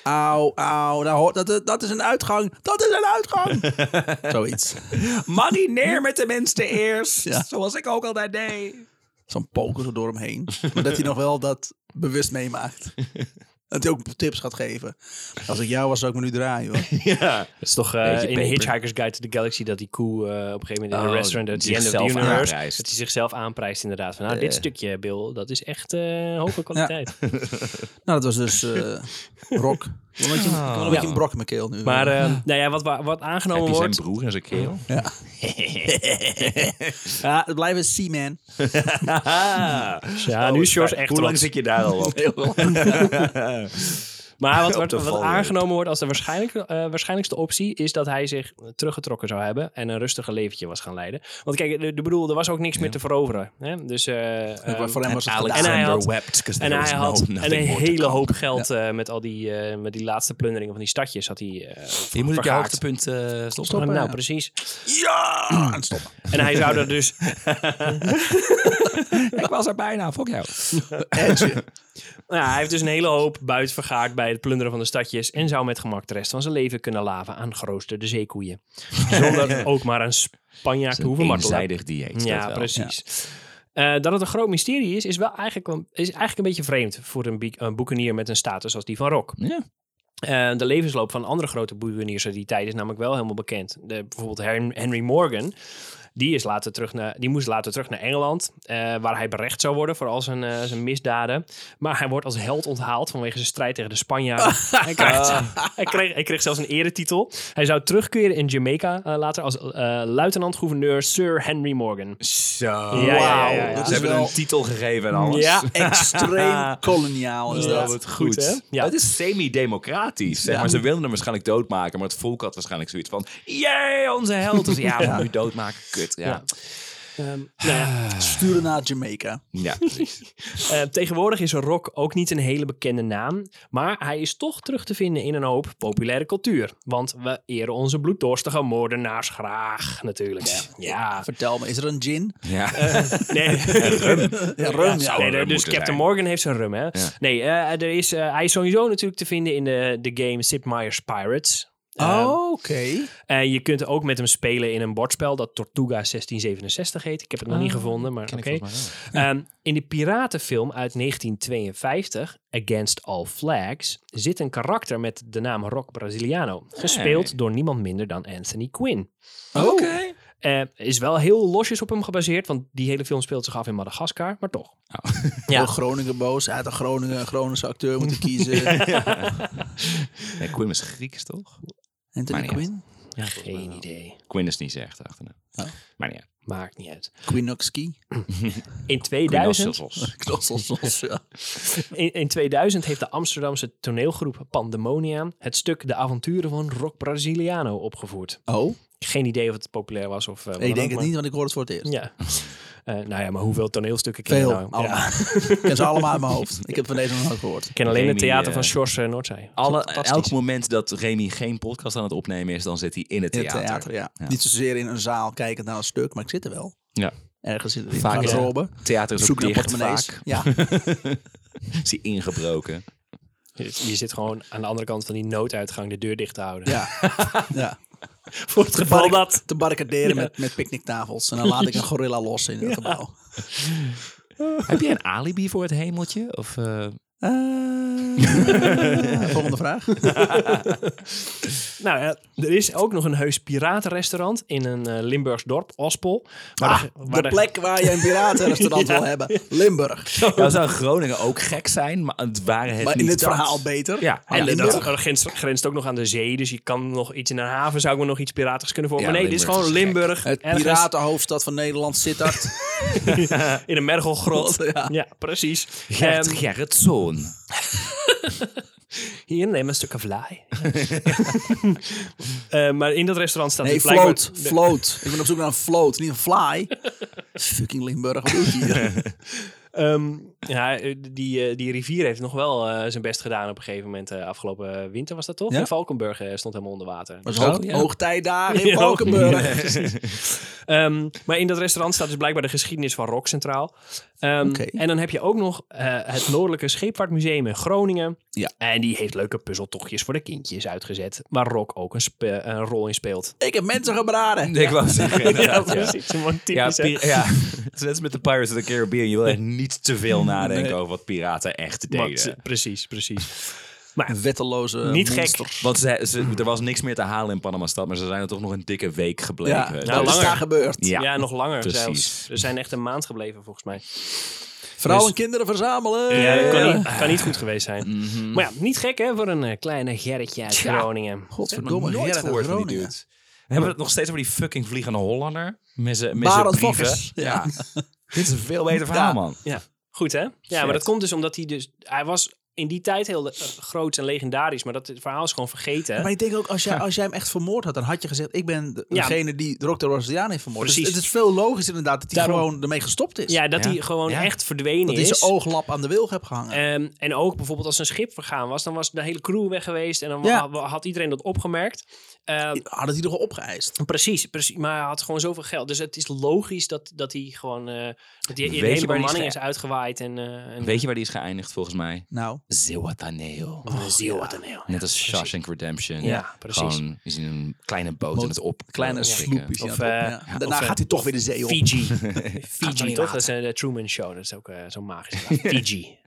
[SPEAKER 1] Auw, auw. Daar hoort, dat, dat is een uitgang. Dat is een
[SPEAKER 3] [laughs]
[SPEAKER 1] uitgang. Zoiets.
[SPEAKER 2] Marineer met de mensen [laughs] eerst,
[SPEAKER 1] Ja.
[SPEAKER 2] zoals ik ook altijd deed.
[SPEAKER 1] Zo'n poker zo door hem heen. Maar dat hij nog wel dat bewust meemaakt. Dat hij ook tips gaat geven. Als ik jou was, zou ik me nu draaien.
[SPEAKER 3] [laughs]
[SPEAKER 1] Hoor.
[SPEAKER 2] Ja.
[SPEAKER 3] dat is toch eh,
[SPEAKER 2] Beetje
[SPEAKER 3] in
[SPEAKER 2] paper.
[SPEAKER 3] Hitchhiker's Guide to the Galaxy dat die koe eh, op een gegeven moment in
[SPEAKER 2] Oh,
[SPEAKER 3] een restaurant at the end of the
[SPEAKER 2] zichzelf
[SPEAKER 3] universe,
[SPEAKER 2] aanprijst.
[SPEAKER 3] dat hij zichzelf aanprijst inderdaad. Van, nou,
[SPEAKER 2] Eh.
[SPEAKER 3] dit stukje, Bill, dat is echt eh
[SPEAKER 2] [laughs]
[SPEAKER 3] hoge kwaliteit.
[SPEAKER 1] Nou, dat was dus eh Rock. Ik wil een beetje, ik wil een, beetje een brok in mijn keel nu.
[SPEAKER 3] Oh. Maar eh, nou ja, wat, wa- wat
[SPEAKER 2] Heb
[SPEAKER 3] aangenomen
[SPEAKER 2] je zijn
[SPEAKER 3] wordt...
[SPEAKER 2] broer en zijn [laughs] keel?
[SPEAKER 1] ja. ja, het blijven Seaman.
[SPEAKER 3] Ja, nu is George echt
[SPEAKER 2] Hoe lang
[SPEAKER 3] trots.
[SPEAKER 2] zit je daar al [laughs] op?
[SPEAKER 3] Maar wat,
[SPEAKER 2] [laughs] Op
[SPEAKER 3] wat,
[SPEAKER 2] de
[SPEAKER 3] wat
[SPEAKER 2] valreep.
[SPEAKER 3] aangenomen wordt als de waarschijnlijk, eh, waarschijnlijkste optie is dat hij zich teruggetrokken zou hebben en een rustiger leventje was gaan leiden. Want kijk, de, de bedoel, er was ook niks meer te veroveren. Hè? Dus, eh, ehm,
[SPEAKER 1] voor hem was het gedaan.
[SPEAKER 3] en hij had-
[SPEAKER 2] wept. 'cause
[SPEAKER 3] en
[SPEAKER 2] there
[SPEAKER 3] hij
[SPEAKER 2] was
[SPEAKER 3] had
[SPEAKER 2] no-
[SPEAKER 3] een
[SPEAKER 2] nothing more to
[SPEAKER 3] hele
[SPEAKER 2] come.
[SPEAKER 3] hoop geld eh, met al die, eh, met die laatste plunderingen van die stadjes. Had hij, eh,
[SPEAKER 2] Je moet het je
[SPEAKER 3] vergaard.
[SPEAKER 2] hoogtepunt eh stoppen.
[SPEAKER 1] stoppen,
[SPEAKER 3] nou,
[SPEAKER 1] ja.
[SPEAKER 3] precies.
[SPEAKER 1] Ja!
[SPEAKER 3] [clears throat]
[SPEAKER 1] Aan het stoppen.
[SPEAKER 3] En hij zou
[SPEAKER 2] [laughs]
[SPEAKER 3] er dus
[SPEAKER 2] Ik was er bijna, fuck jou.
[SPEAKER 3] Nou, ja, hij heeft dus een hele hoop buit vergaard bij het plunderen van de stadjes en zou met gemak de rest van zijn leven kunnen laven aan geroosterde
[SPEAKER 2] [laughs]
[SPEAKER 3] zeekoeien. Zonder ook maar een Spanjaard te hoeven martelen.
[SPEAKER 2] Eenzijdig dieet. dat
[SPEAKER 3] Ja,
[SPEAKER 2] wel.
[SPEAKER 3] precies. Eh, dat het een groot mysterie is, is wel eigenlijk, wel- is eigenlijk een beetje vreemd voor een, bie- een boekenier met een status als die van Rock.
[SPEAKER 2] Ja.
[SPEAKER 3] Eh, de levensloop van andere grote boekeniers uit die tijd is namelijk wel helemaal bekend. De, bijvoorbeeld Hen- Henry Morgan, die, is later terug naar, die moest later terug naar Engeland, eh, waar hij berecht zou worden voor al zijn, eh, zijn misdaden. Maar hij wordt als held onthaald vanwege zijn strijd tegen de Spanjaarden. hij, krijgt, [laughs] hij, kreeg, hij kreeg zelfs een eretitel. Hij zou terugkeren in Jamaica eh, later als eh, luitenant-gouverneur Sir Henry Morgan.
[SPEAKER 2] Zo.
[SPEAKER 3] Ja, ja, ja, ja.
[SPEAKER 2] Wauw,
[SPEAKER 3] Dat
[SPEAKER 2] Ze
[SPEAKER 1] is
[SPEAKER 2] hebben
[SPEAKER 1] wel-
[SPEAKER 2] een titel gegeven en alles.
[SPEAKER 3] Ja.
[SPEAKER 1] [laughs] Extreem koloniaal Oh, is
[SPEAKER 2] Ja,
[SPEAKER 1] dat.
[SPEAKER 2] wat goed.
[SPEAKER 3] hè? Ja.
[SPEAKER 2] Het is semi-democratisch. Zeg
[SPEAKER 1] Ja.
[SPEAKER 2] maar. Ze wilden hem waarschijnlijk doodmaken, maar het volk had waarschijnlijk zoiets van... Jee, onze held. Dus ja, we gaan nu doodmaken, kut. Ja,
[SPEAKER 3] Ehm, nou ja,
[SPEAKER 1] Sturen naar Jamaica.
[SPEAKER 2] ja. precies.
[SPEAKER 3] Eh, tegenwoordig is rock ook niet een hele bekende naam, maar hij is toch terug te vinden in een hoop populaire cultuur. Want we eren onze bloeddorstige moordenaars graag, natuurlijk. Hè.
[SPEAKER 1] [laughs]
[SPEAKER 3] Ja.
[SPEAKER 1] Vertel me, is er een gin?
[SPEAKER 2] Ja. [laughs]
[SPEAKER 3] Nee,
[SPEAKER 1] Ja, rum.
[SPEAKER 2] zou-
[SPEAKER 1] Ja,
[SPEAKER 3] nee,
[SPEAKER 2] rum
[SPEAKER 3] dus
[SPEAKER 2] moeten
[SPEAKER 3] Captain
[SPEAKER 2] zijn.
[SPEAKER 3] Morgan heeft zijn rum, hè? Nee, eh, er is, eh, hij is sowieso natuurlijk te vinden in de, de game Sid Meier's Pirates. Eh,
[SPEAKER 1] Oh, oké.
[SPEAKER 3] En je kunt ook met hem spelen in een bordspel dat Tortuga 1667 heet. Ik heb het nog niet gevonden, maar oké. Ehm, in de piratenfilm uit 1952, Against All Flags, zit een karakter met
[SPEAKER 2] Oh.
[SPEAKER 3] de naam Rock Braziliano. Gespeeld door niemand minder dan Anthony Quinn.
[SPEAKER 2] Oké.
[SPEAKER 3] Eh, is wel heel losjes op hem gebaseerd, want die hele film speelt zich af in Madagaskar, maar toch.
[SPEAKER 1] Oh.
[SPEAKER 3] Ja.
[SPEAKER 1] Door Groningen boos. Uit de Groningen, een Groningse acteur moeten kiezen.
[SPEAKER 2] Nee, Quinn is Grieks, toch? Maar
[SPEAKER 1] Anthony
[SPEAKER 2] niet
[SPEAKER 1] Quinn?
[SPEAKER 3] Ja, geen idee.
[SPEAKER 2] Quinn is niet zijn echte achternaam.
[SPEAKER 1] Oh.
[SPEAKER 2] Maar niet uit.
[SPEAKER 3] Maakt niet uit.
[SPEAKER 1] Quinnoxki?
[SPEAKER 3] In
[SPEAKER 2] Quinn
[SPEAKER 3] 2000,
[SPEAKER 2] Osselsels.
[SPEAKER 1] Knosselsels, ja.
[SPEAKER 3] in, in 2000 heeft de Amsterdamse toneelgroep Pandemonium het stuk De Avonturen van Rock Brasiliano opgevoerd.
[SPEAKER 1] Oh?
[SPEAKER 3] Geen idee of het populair was of eh,
[SPEAKER 1] ik
[SPEAKER 3] wat dan
[SPEAKER 1] denk
[SPEAKER 3] ook,
[SPEAKER 1] het niet, want ik hoor het voor het eerst.
[SPEAKER 3] maar-
[SPEAKER 1] [laughs]
[SPEAKER 3] Ja. Eh, nou ja, maar hoeveel toneelstukken ken
[SPEAKER 1] Veel,
[SPEAKER 3] je nou? Ja.
[SPEAKER 1] allemaal. [laughs] Ik ken ze allemaal uit mijn hoofd. Ik heb van deze nog nooit gehoord.
[SPEAKER 3] Ik ken alleen het
[SPEAKER 2] Jamie,
[SPEAKER 3] theater
[SPEAKER 2] eh,
[SPEAKER 3] van Sjors eh, Noordzij.
[SPEAKER 2] Alle,
[SPEAKER 3] Fantastisch.
[SPEAKER 2] elk moment dat Remy geen podcast aan het opnemen is, dan zit hij in het
[SPEAKER 1] In het
[SPEAKER 2] theater.
[SPEAKER 1] theater, ja. Niet zozeer in een zaal kijkend naar een stuk, maar ik zit er wel.
[SPEAKER 2] Ja.
[SPEAKER 1] Ergens in de
[SPEAKER 2] Vaak, ja.
[SPEAKER 1] garderobe.
[SPEAKER 2] Theater is ook
[SPEAKER 1] Zoek naar
[SPEAKER 2] dicht
[SPEAKER 1] portemonnees.
[SPEAKER 2] vaak.
[SPEAKER 1] Ja.
[SPEAKER 2] Is hij ingebroken.
[SPEAKER 3] Je, je zit gewoon aan de andere kant van die nooduitgang de deur dicht te houden.
[SPEAKER 1] Ja. ja.
[SPEAKER 3] [laughs] Voor het
[SPEAKER 1] Te
[SPEAKER 3] geval
[SPEAKER 1] barric-
[SPEAKER 3] dat...
[SPEAKER 1] Te barricaderen met, met picknicktafels. En dan laat ik een gorilla los in het gebouw.
[SPEAKER 2] Heb jij een alibi voor het hemeltje? Of, eh,
[SPEAKER 1] Eh, volgende vraag.
[SPEAKER 3] Nou ja, er is ook nog een heus piratenrestaurant in een eh, Limburgs dorp, Ospol. Waar
[SPEAKER 1] Ah,
[SPEAKER 3] de- waar
[SPEAKER 1] de plek waar je een piratenrestaurant wil hebben. Limburg.
[SPEAKER 2] nou zou Groningen ook gek zijn, maar het waren het
[SPEAKER 1] Maar in
[SPEAKER 2] niet
[SPEAKER 1] het
[SPEAKER 2] dat.
[SPEAKER 1] verhaal beter.
[SPEAKER 2] Ja,
[SPEAKER 1] Maar
[SPEAKER 3] En dat-
[SPEAKER 1] Ah, Limburg.
[SPEAKER 3] dat grenst, grenst ook nog aan de zee, dus je kan nog iets in een haven, zou ik me nog iets piratigs kunnen voor.
[SPEAKER 2] Ja,
[SPEAKER 3] maar nee, dit is
[SPEAKER 2] Limburg
[SPEAKER 3] gewoon
[SPEAKER 2] is gek.
[SPEAKER 3] Limburg,
[SPEAKER 1] Het
[SPEAKER 3] ergens
[SPEAKER 1] piratenhoofdstad van Nederland, Sittard.
[SPEAKER 3] [laughs] in een mergelgrot.
[SPEAKER 1] [laughs] Ja.
[SPEAKER 3] ja. precies.
[SPEAKER 2] Gert
[SPEAKER 3] Ehm,
[SPEAKER 2] Gerritzoon.
[SPEAKER 3] hier, neem een stukje
[SPEAKER 1] [laughs]
[SPEAKER 3] vlaai. Eh, maar in dat restaurant staat
[SPEAKER 1] Nee,
[SPEAKER 3] dus blijkbaar-
[SPEAKER 1] float. Float. Ik ben op zoek naar een float, niet een fly. Fucking Limburg, wat doe je hier?
[SPEAKER 3] Ehm, ja, eh, die, eh, die rivier heeft nog wel eh, zijn best gedaan op een gegeven moment. eh, afgelopen winter was dat toch?
[SPEAKER 1] Ja.
[SPEAKER 3] In Valkenburg eh, stond helemaal onder water.
[SPEAKER 1] Was
[SPEAKER 2] Oh,
[SPEAKER 1] hoog,
[SPEAKER 2] ja.
[SPEAKER 1] hoogtijdagen in
[SPEAKER 3] Ja.
[SPEAKER 1] Valkenburg.
[SPEAKER 3] Ehm, maar in dat restaurant staat dus blijkbaar de geschiedenis van rock centraal. Ehm,
[SPEAKER 1] Oké.
[SPEAKER 3] En dan heb je ook nog eh, het Noordelijke Scheepvaartmuseum in Groningen.
[SPEAKER 1] Ja.
[SPEAKER 3] En die heeft leuke puzzeltochtjes voor de kindjes uitgezet. Waar rock ook een, spe- een rol in speelt.
[SPEAKER 1] Ik heb mensen gebraden.
[SPEAKER 2] Ik wou
[SPEAKER 1] [laughs]
[SPEAKER 2] zeggen,
[SPEAKER 3] [laughs]
[SPEAKER 2] inderdaad, ja.
[SPEAKER 3] Zo'n
[SPEAKER 2] Ja,
[SPEAKER 3] typische-
[SPEAKER 2] pir- ja. Het is net als met de Pirates of the Caribbean. Je wil echt niet te veel nadenken
[SPEAKER 1] Nee.
[SPEAKER 2] over wat piraten echt
[SPEAKER 3] Maar-
[SPEAKER 2] deden.
[SPEAKER 3] Precies, precies.
[SPEAKER 1] Wetteloze
[SPEAKER 3] Niet gek.
[SPEAKER 1] monsters.
[SPEAKER 2] Want ze, ze- er was niks meer te halen in Panama Stad, maar ze zijn er toch nog een dikke week gebleven.
[SPEAKER 1] Ja,
[SPEAKER 2] Dat
[SPEAKER 3] Nou,
[SPEAKER 1] dat is
[SPEAKER 2] is-
[SPEAKER 3] langer.
[SPEAKER 1] daar gebeurd.
[SPEAKER 2] Ja.
[SPEAKER 3] Ja, nog langer
[SPEAKER 2] precies.
[SPEAKER 3] zelfs. Er zijn echt een maand gebleven volgens mij.
[SPEAKER 1] Vrouwen
[SPEAKER 3] Dus-
[SPEAKER 1] en kinderen verzamelen.
[SPEAKER 3] Ja, dat kan niet, kan niet goed geweest zijn.
[SPEAKER 1] Mhm.
[SPEAKER 3] Maar ja, niet gek hè, voor een eh, kleine Gerritje uit
[SPEAKER 2] Tja.
[SPEAKER 3] Groningen.
[SPEAKER 1] Godverdomme,
[SPEAKER 2] Ik heb nog
[SPEAKER 1] Gerrit
[SPEAKER 2] nooit
[SPEAKER 1] uit
[SPEAKER 2] gehoord van die
[SPEAKER 1] Groningen.
[SPEAKER 2] dude. We hebben het nog steeds over die fucking vliegende Hollander. Met zijn met zijn
[SPEAKER 1] Barend
[SPEAKER 2] brieven.
[SPEAKER 1] Fokkers.
[SPEAKER 2] Ja. Dit is een veel beter verhaal,
[SPEAKER 1] [laughs] Ja.
[SPEAKER 2] man.
[SPEAKER 3] Ja, goed hè? Ja, maar dat komt dus omdat hij dus... Hij was in die tijd heel eh, groot en legendarisch, maar dat verhaal is gewoon vergeten. hè?
[SPEAKER 1] Maar ik denk ook, als jij, als jij hem echt vermoord had, dan had je gezegd... ik ben de-
[SPEAKER 3] Ja.
[SPEAKER 1] degene die de Rock de Rosaliaan heeft vermoord. Dus
[SPEAKER 3] Precies.
[SPEAKER 1] het is veel logisch inderdaad dat hij
[SPEAKER 3] Daarom.
[SPEAKER 1] gewoon ermee gestopt is.
[SPEAKER 3] Ja, dat
[SPEAKER 2] Ja.
[SPEAKER 3] hij gewoon
[SPEAKER 2] Ja.
[SPEAKER 3] echt verdwenen
[SPEAKER 1] dat hij
[SPEAKER 3] is.
[SPEAKER 1] zijn ooglap aan de wilg heeft gehangen.
[SPEAKER 3] Ehm, en ook bijvoorbeeld als een schip vergaan was, dan was de hele crew weg geweest en dan
[SPEAKER 1] Ja.
[SPEAKER 3] wa- had iedereen dat opgemerkt. Ehm,
[SPEAKER 1] Hadden die toch al opgeëist?
[SPEAKER 3] Precies, precies, maar hij had gewoon zoveel geld. Dus het is logisch dat, dat hij gewoon eh dat die,
[SPEAKER 2] Weet
[SPEAKER 3] de
[SPEAKER 2] je
[SPEAKER 3] hele
[SPEAKER 2] waar die
[SPEAKER 3] bemanning
[SPEAKER 2] is
[SPEAKER 3] is
[SPEAKER 2] ge-
[SPEAKER 3] uitgewaaid. En, eh en
[SPEAKER 2] Weet je waar die is geëindigd volgens mij?
[SPEAKER 1] Nou,
[SPEAKER 2] Zewataneo.
[SPEAKER 3] Ziel, wat een heel.
[SPEAKER 2] Net als Shawshank Redemption.
[SPEAKER 3] Ja, precies.
[SPEAKER 2] Gewoon, is in een kleine boot in het op.
[SPEAKER 1] kleine
[SPEAKER 2] eh,
[SPEAKER 1] sloepjes.
[SPEAKER 2] schikken.
[SPEAKER 1] ja,
[SPEAKER 3] Of,
[SPEAKER 1] toch?
[SPEAKER 3] eh,
[SPEAKER 1] Ja. Daarna
[SPEAKER 3] of, eh,
[SPEAKER 1] gaat hij toch weer de zee op.
[SPEAKER 2] [laughs]
[SPEAKER 3] Fiji.
[SPEAKER 1] Gaat
[SPEAKER 3] Fiji,
[SPEAKER 1] niet
[SPEAKER 3] toch?
[SPEAKER 1] laten.
[SPEAKER 3] Dat is eh, de Truman Show. Dat is ook eh, zo'n
[SPEAKER 2] [laughs]
[SPEAKER 3] magische naam. Fiji.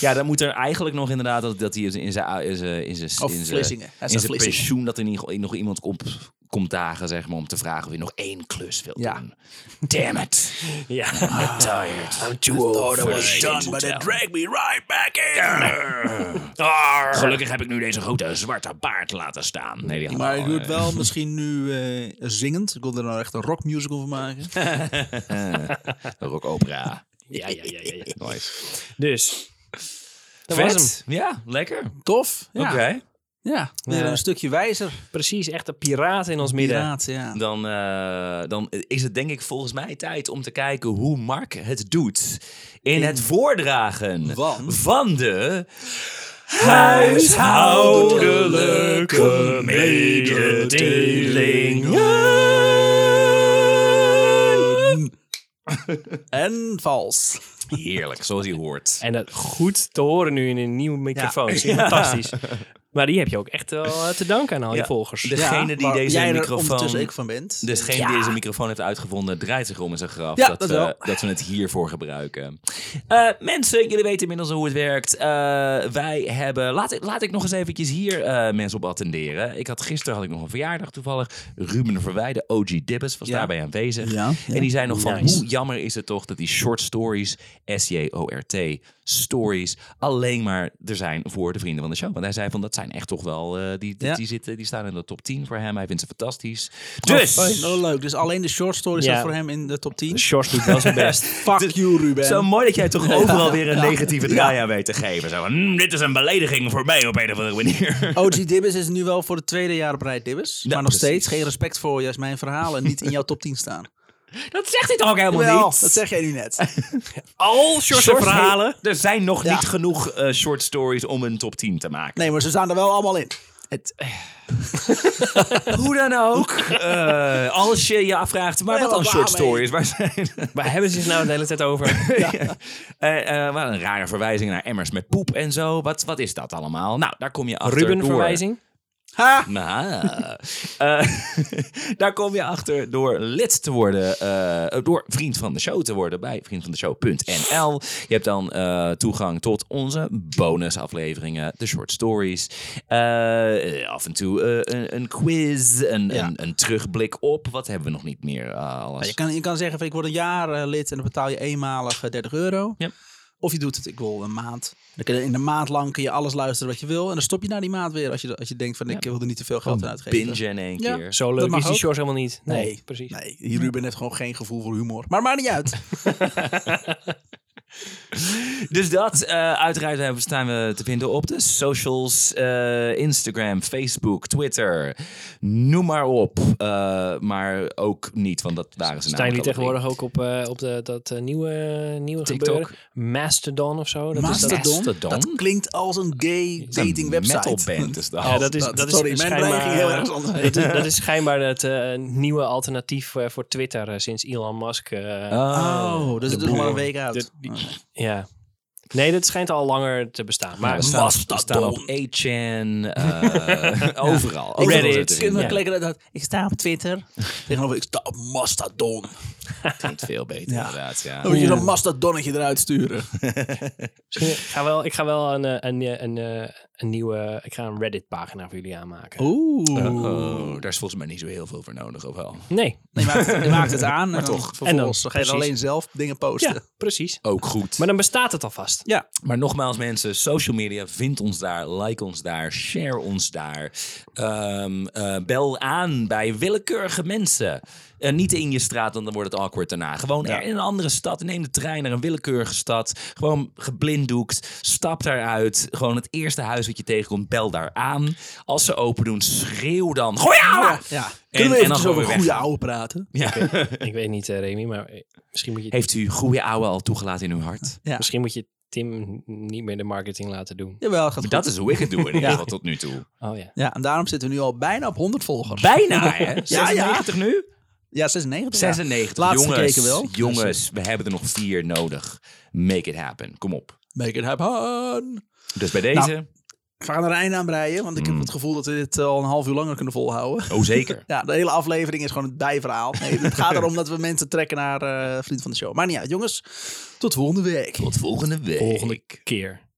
[SPEAKER 2] Ja, dan moet er eigenlijk nog inderdaad dat, dat hij in zijn, in
[SPEAKER 1] Oh,
[SPEAKER 2] zijn, in zijn,
[SPEAKER 1] Of
[SPEAKER 2] in zijn,
[SPEAKER 1] Vlissingen. Hij
[SPEAKER 2] in
[SPEAKER 1] is
[SPEAKER 2] zijn
[SPEAKER 1] een Vlissingen.
[SPEAKER 2] pensioen dat er niet, nog iemand komt, komt dagen zeg maar, om te vragen of hij nog één klus wil
[SPEAKER 1] Ja.
[SPEAKER 2] doen. Damn it.
[SPEAKER 3] Ja.
[SPEAKER 2] I'm tired.
[SPEAKER 3] [laughs] I'm too old
[SPEAKER 1] Thought I
[SPEAKER 3] for
[SPEAKER 1] Oh, was
[SPEAKER 3] this.
[SPEAKER 1] done, but they dragged me right back in.
[SPEAKER 2] [laughs]
[SPEAKER 3] Arr.
[SPEAKER 2] Gelukkig heb ik nu deze grote zwarte baard laten staan. Nee, die had
[SPEAKER 1] Maar
[SPEAKER 2] al,
[SPEAKER 1] ik doe het
[SPEAKER 2] eh,
[SPEAKER 1] wel misschien nu eh, zingend. Ik wil er nou echt een rockmusical van maken.
[SPEAKER 2] Rock opera.
[SPEAKER 3] Ja, ja, ja, ja, ja.
[SPEAKER 2] Nice.
[SPEAKER 3] Dus. Dat
[SPEAKER 2] Vet.
[SPEAKER 3] was hem.
[SPEAKER 2] Ja, lekker.
[SPEAKER 1] Tof. Ja.
[SPEAKER 2] Oké.
[SPEAKER 1] Ja, weer
[SPEAKER 3] Ja.
[SPEAKER 1] een stukje wijzer.
[SPEAKER 3] Precies, echt een piraat in ons midden.
[SPEAKER 1] Inderdaad, ja.
[SPEAKER 2] Dan, eh, dan is het denk ik volgens mij tijd om te kijken hoe Mark het doet in het voordragen
[SPEAKER 1] Van?
[SPEAKER 2] van de huishoudelijke mededelingen.
[SPEAKER 1] En vals.
[SPEAKER 2] Heerlijk, zoals hij hoort. [laughs]
[SPEAKER 3] En dat goed te horen nu in een nieuwe microfoon. Dat is
[SPEAKER 1] Ja.
[SPEAKER 3] Fantastisch. Maar die heb je ook echt wel eh, te danken aan al
[SPEAKER 2] Ja,
[SPEAKER 3] je volgers.
[SPEAKER 2] de- Degene die
[SPEAKER 1] waar
[SPEAKER 2] deze
[SPEAKER 1] jij er
[SPEAKER 2] microfoon-
[SPEAKER 1] ondertussen ik van bent.
[SPEAKER 2] Dus degene die deze microfoon heeft uitgevonden, draait zich om in zijn graf.
[SPEAKER 1] Ja,
[SPEAKER 2] dat,
[SPEAKER 1] dat
[SPEAKER 2] we-
[SPEAKER 1] wel.
[SPEAKER 2] dat we het hiervoor gebruiken. Eh, mensen, jullie weten inmiddels hoe het werkt. Eh, wij hebben. Laat, ik- laat ik nog eens eventjes hier eh, mensen op attenderen. Ik had, gisteren had ik nog een verjaardag toevallig. Ruben Verwijden, OG Dibbes, was
[SPEAKER 1] Ja.
[SPEAKER 2] daarbij aanwezig.
[SPEAKER 1] Ja, ja.
[SPEAKER 2] En die zei nog van:
[SPEAKER 3] Nice.
[SPEAKER 2] hoe jammer is het toch dat die short stories, S-J-O-R-T, stories, alleen maar er zijn voor de vrienden van de show. Want hij zei van: dat zijn echt toch wel. eh, die, die,
[SPEAKER 1] Ja.
[SPEAKER 2] die, zitten, die staan in de top 10 voor hem. Hij vindt ze fantastisch.
[SPEAKER 1] Dus.
[SPEAKER 2] Dus.
[SPEAKER 1] Oh, leuk. Dus alleen de short story
[SPEAKER 3] Ja.
[SPEAKER 1] staat voor hem in de top 10.
[SPEAKER 3] Shorts doet wel zijn
[SPEAKER 2] [laughs]
[SPEAKER 3] best.
[SPEAKER 1] Fuck you, Ruben.
[SPEAKER 2] Dus Zo mooi dat jij toch overal weer een negatieve draai aan weet te geven. Zo van, "Mm, dit is een belediging voor mij op een of andere
[SPEAKER 1] [laughs]
[SPEAKER 2] manier.
[SPEAKER 1] OG Dibbes is nu wel voor het tweede jaar op rij Dibbes. maar nog
[SPEAKER 2] precies.
[SPEAKER 1] steeds geen respect voor je als mijn verhalen niet in jouw top 10 staan.
[SPEAKER 2] Dat zegt hij toch ook helemaal
[SPEAKER 1] Jawel,
[SPEAKER 2] niet?
[SPEAKER 1] Dat zeg jij nu net.
[SPEAKER 3] [laughs] Al shorts
[SPEAKER 2] Short-
[SPEAKER 3] verhalen.
[SPEAKER 2] Er zijn nog
[SPEAKER 1] Ja.
[SPEAKER 2] niet genoeg eh, short stories om een top 10 te maken.
[SPEAKER 1] Nee, maar ze staan er wel allemaal in.
[SPEAKER 2] Hoe dan
[SPEAKER 3] [laughs]
[SPEAKER 2] ook. eh, als je je afvraagt, maar
[SPEAKER 1] Nee,
[SPEAKER 2] wat dan
[SPEAKER 1] waar
[SPEAKER 2] short
[SPEAKER 1] mee?
[SPEAKER 2] stories? Waar zijn...
[SPEAKER 3] Waar hebben ze het nou de hele tijd [laughs] over?
[SPEAKER 2] [laughs] Ja. Eh, eh, wat een rare verwijzing naar emmers met poep en zo. Wat, wat is dat allemaal? Nou, daar kom je achter door.
[SPEAKER 3] Ruben-verwijzing?
[SPEAKER 1] Ha!
[SPEAKER 2] Nou, [laughs] eh, daar kom je achter door lid te worden, eh, door vriend van de show te worden bij vriendvandeshow.nl. Je hebt dan eh, toegang tot onze bonusafleveringen, de short stories, eh, af en toe eh, een, een quiz, een,
[SPEAKER 1] Ja.
[SPEAKER 2] een, een terugblik op. Wat hebben we nog niet meer? eh, alles.
[SPEAKER 1] Je kan, je kan zeggen van ik word een jaar eh, lid en dan betaal je eenmalig eh, 30 euro.
[SPEAKER 2] Ja.
[SPEAKER 1] Of je doet het, ik wil een maand. Dan kun je, in de maand lang kun je alles luisteren wat je wil. En dan stop je na die maand weer als je, als je denkt van ik wil er niet te veel geld aan uitgeven.
[SPEAKER 2] Binge in één
[SPEAKER 1] Ja.
[SPEAKER 2] keer.
[SPEAKER 3] Zo
[SPEAKER 1] Dat
[SPEAKER 3] leuk
[SPEAKER 1] mag
[SPEAKER 3] is die
[SPEAKER 1] ook.
[SPEAKER 3] shorts helemaal niet. Nee,
[SPEAKER 1] Nee,
[SPEAKER 3] precies.
[SPEAKER 1] Nee, hier Ruben heeft gewoon geen gevoel voor humor. Maar maakt niet uit.
[SPEAKER 2] Dus dat, eh, uiteraard eh, staan we te vinden op de socials. eh, Instagram, Facebook, Twitter. Noem maar op. Eh, maar ook niet, want dat waren ze
[SPEAKER 3] Staan jullie
[SPEAKER 2] namelijk al
[SPEAKER 3] tegenwoordig ook op, eh, op de, dat eh, nieuwe, nieuwe
[SPEAKER 2] TikTok.
[SPEAKER 3] gebeuren? Mastodon of zo? Dat
[SPEAKER 2] Mastodon.
[SPEAKER 3] Is dat,
[SPEAKER 2] Mastodon?
[SPEAKER 1] Dat klinkt als een gay
[SPEAKER 2] een
[SPEAKER 1] dating website.
[SPEAKER 2] metalband is dat.
[SPEAKER 3] ja, dat is,
[SPEAKER 1] dat-
[SPEAKER 3] dat,
[SPEAKER 1] sorry,
[SPEAKER 3] is
[SPEAKER 1] mijn
[SPEAKER 3] schijnbaar, eh,
[SPEAKER 1] neiging heel erg anders.
[SPEAKER 3] [laughs] dat, is, dat is schijnbaar het eh, nieuwe alternatief eh, voor Twitter eh, sinds Elon Musk. eh,
[SPEAKER 1] [laughs]
[SPEAKER 2] Ah,
[SPEAKER 1] Oh, dus het is nog maar een week uit. Oh.
[SPEAKER 3] dit- die- ja. Nee, dat schijnt al langer te bestaan. Maar
[SPEAKER 2] we staan, op, we staan op [laughs] 8chan, eh, overal.
[SPEAKER 1] Ik-
[SPEAKER 2] Overal
[SPEAKER 3] Reddit.
[SPEAKER 2] zitten we in.
[SPEAKER 1] Kunnen we
[SPEAKER 2] Ja,
[SPEAKER 1] klikken dat ik sta op Twitter. Tegenover ik sta op Mastodon.
[SPEAKER 2] klinkt veel beter
[SPEAKER 1] Ja.
[SPEAKER 2] inderdaad, ja. Oh,
[SPEAKER 1] Dan moet je zo'n Mastodonnetje eruit sturen.
[SPEAKER 3] misschien- ik ga wel, ik ga wel een, eh, een, eh, een, eh, een nieuwe. Ik ga een Reddit-pagina voor jullie aanmaken.
[SPEAKER 1] Oh. Oeh.
[SPEAKER 2] Oh, daar is volgens mij niet zo heel veel voor nodig, of wel?
[SPEAKER 3] Nee.
[SPEAKER 1] Nee, maakt, je maakt het aan. Maar en
[SPEAKER 2] toch.
[SPEAKER 1] toch. Vervolgens
[SPEAKER 3] En dan,
[SPEAKER 1] ga je dan
[SPEAKER 3] precies.
[SPEAKER 1] alleen zelf dingen posten.
[SPEAKER 3] Ja, precies.
[SPEAKER 2] Ook goed.
[SPEAKER 3] Maar dan bestaat het alvast.
[SPEAKER 1] Ja.
[SPEAKER 2] Maar nogmaals mensen, social media, vind ons daar, like ons daar, share ons daar. Ehm, eh, bel aan bij willekeurige mensen. Eh, niet in je straat, want dan wordt het awkward daarna. Gewoon er- in een andere stad. Neem de trein naar een willekeurige stad. Gewoon geblinddoekt. Stap daaruit. Gewoon het eerste huis wat je tegenkomt, bel daar aan. Als ze open doen, schreeuw dan. Goeie ouwe!
[SPEAKER 1] ja.
[SPEAKER 2] Ah. en
[SPEAKER 1] Kunnen we
[SPEAKER 2] dan
[SPEAKER 1] eventjes
[SPEAKER 2] gewoon
[SPEAKER 1] over
[SPEAKER 2] weer
[SPEAKER 1] goede oude
[SPEAKER 2] weggaan.
[SPEAKER 1] praten?
[SPEAKER 2] Ja.
[SPEAKER 3] Ik weet niet, eh, Remy, maar eh, misschien moet je,
[SPEAKER 2] [laughs] Heeft u goede ouwe al toegelaten in uw
[SPEAKER 1] [laughs]
[SPEAKER 2] hart?
[SPEAKER 1] Ja.
[SPEAKER 3] misschien moet je Tim niet meer de marketing laten doen.
[SPEAKER 1] Jawel, gaat goed.
[SPEAKER 2] Dat is hoe ik het doe in ieder
[SPEAKER 1] Ja.
[SPEAKER 2] geval tot nu toe.
[SPEAKER 3] Oh ja.
[SPEAKER 1] Ja, en daarom zitten we nu al bijna op 100 volgers.
[SPEAKER 2] Bijna, hè?
[SPEAKER 1] ja.
[SPEAKER 2] 96 nu?
[SPEAKER 1] ja, 96. ja.
[SPEAKER 2] 96.
[SPEAKER 1] Laatst
[SPEAKER 2] jongens,
[SPEAKER 1] gekeken wel.
[SPEAKER 2] Jongens, we hebben er nog vier nodig. Make it happen. Kom op.
[SPEAKER 1] Make it happen.
[SPEAKER 2] Dus bij
[SPEAKER 1] Nou.
[SPEAKER 2] deze.
[SPEAKER 1] We gaan er een einde aan breien, want ik heb het gevoel dat we dit eh, al een half uur langer kunnen volhouden. [laughs]
[SPEAKER 2] oh, zeker.
[SPEAKER 1] Ja, de hele aflevering is gewoon het bijverhaal. Nee, het gaat erom dat we mensen trekken naar eh, vriend van de show. Maar niet uit, jongens. Tot volgende week.
[SPEAKER 2] Tot volgende week.
[SPEAKER 3] Volgende keer.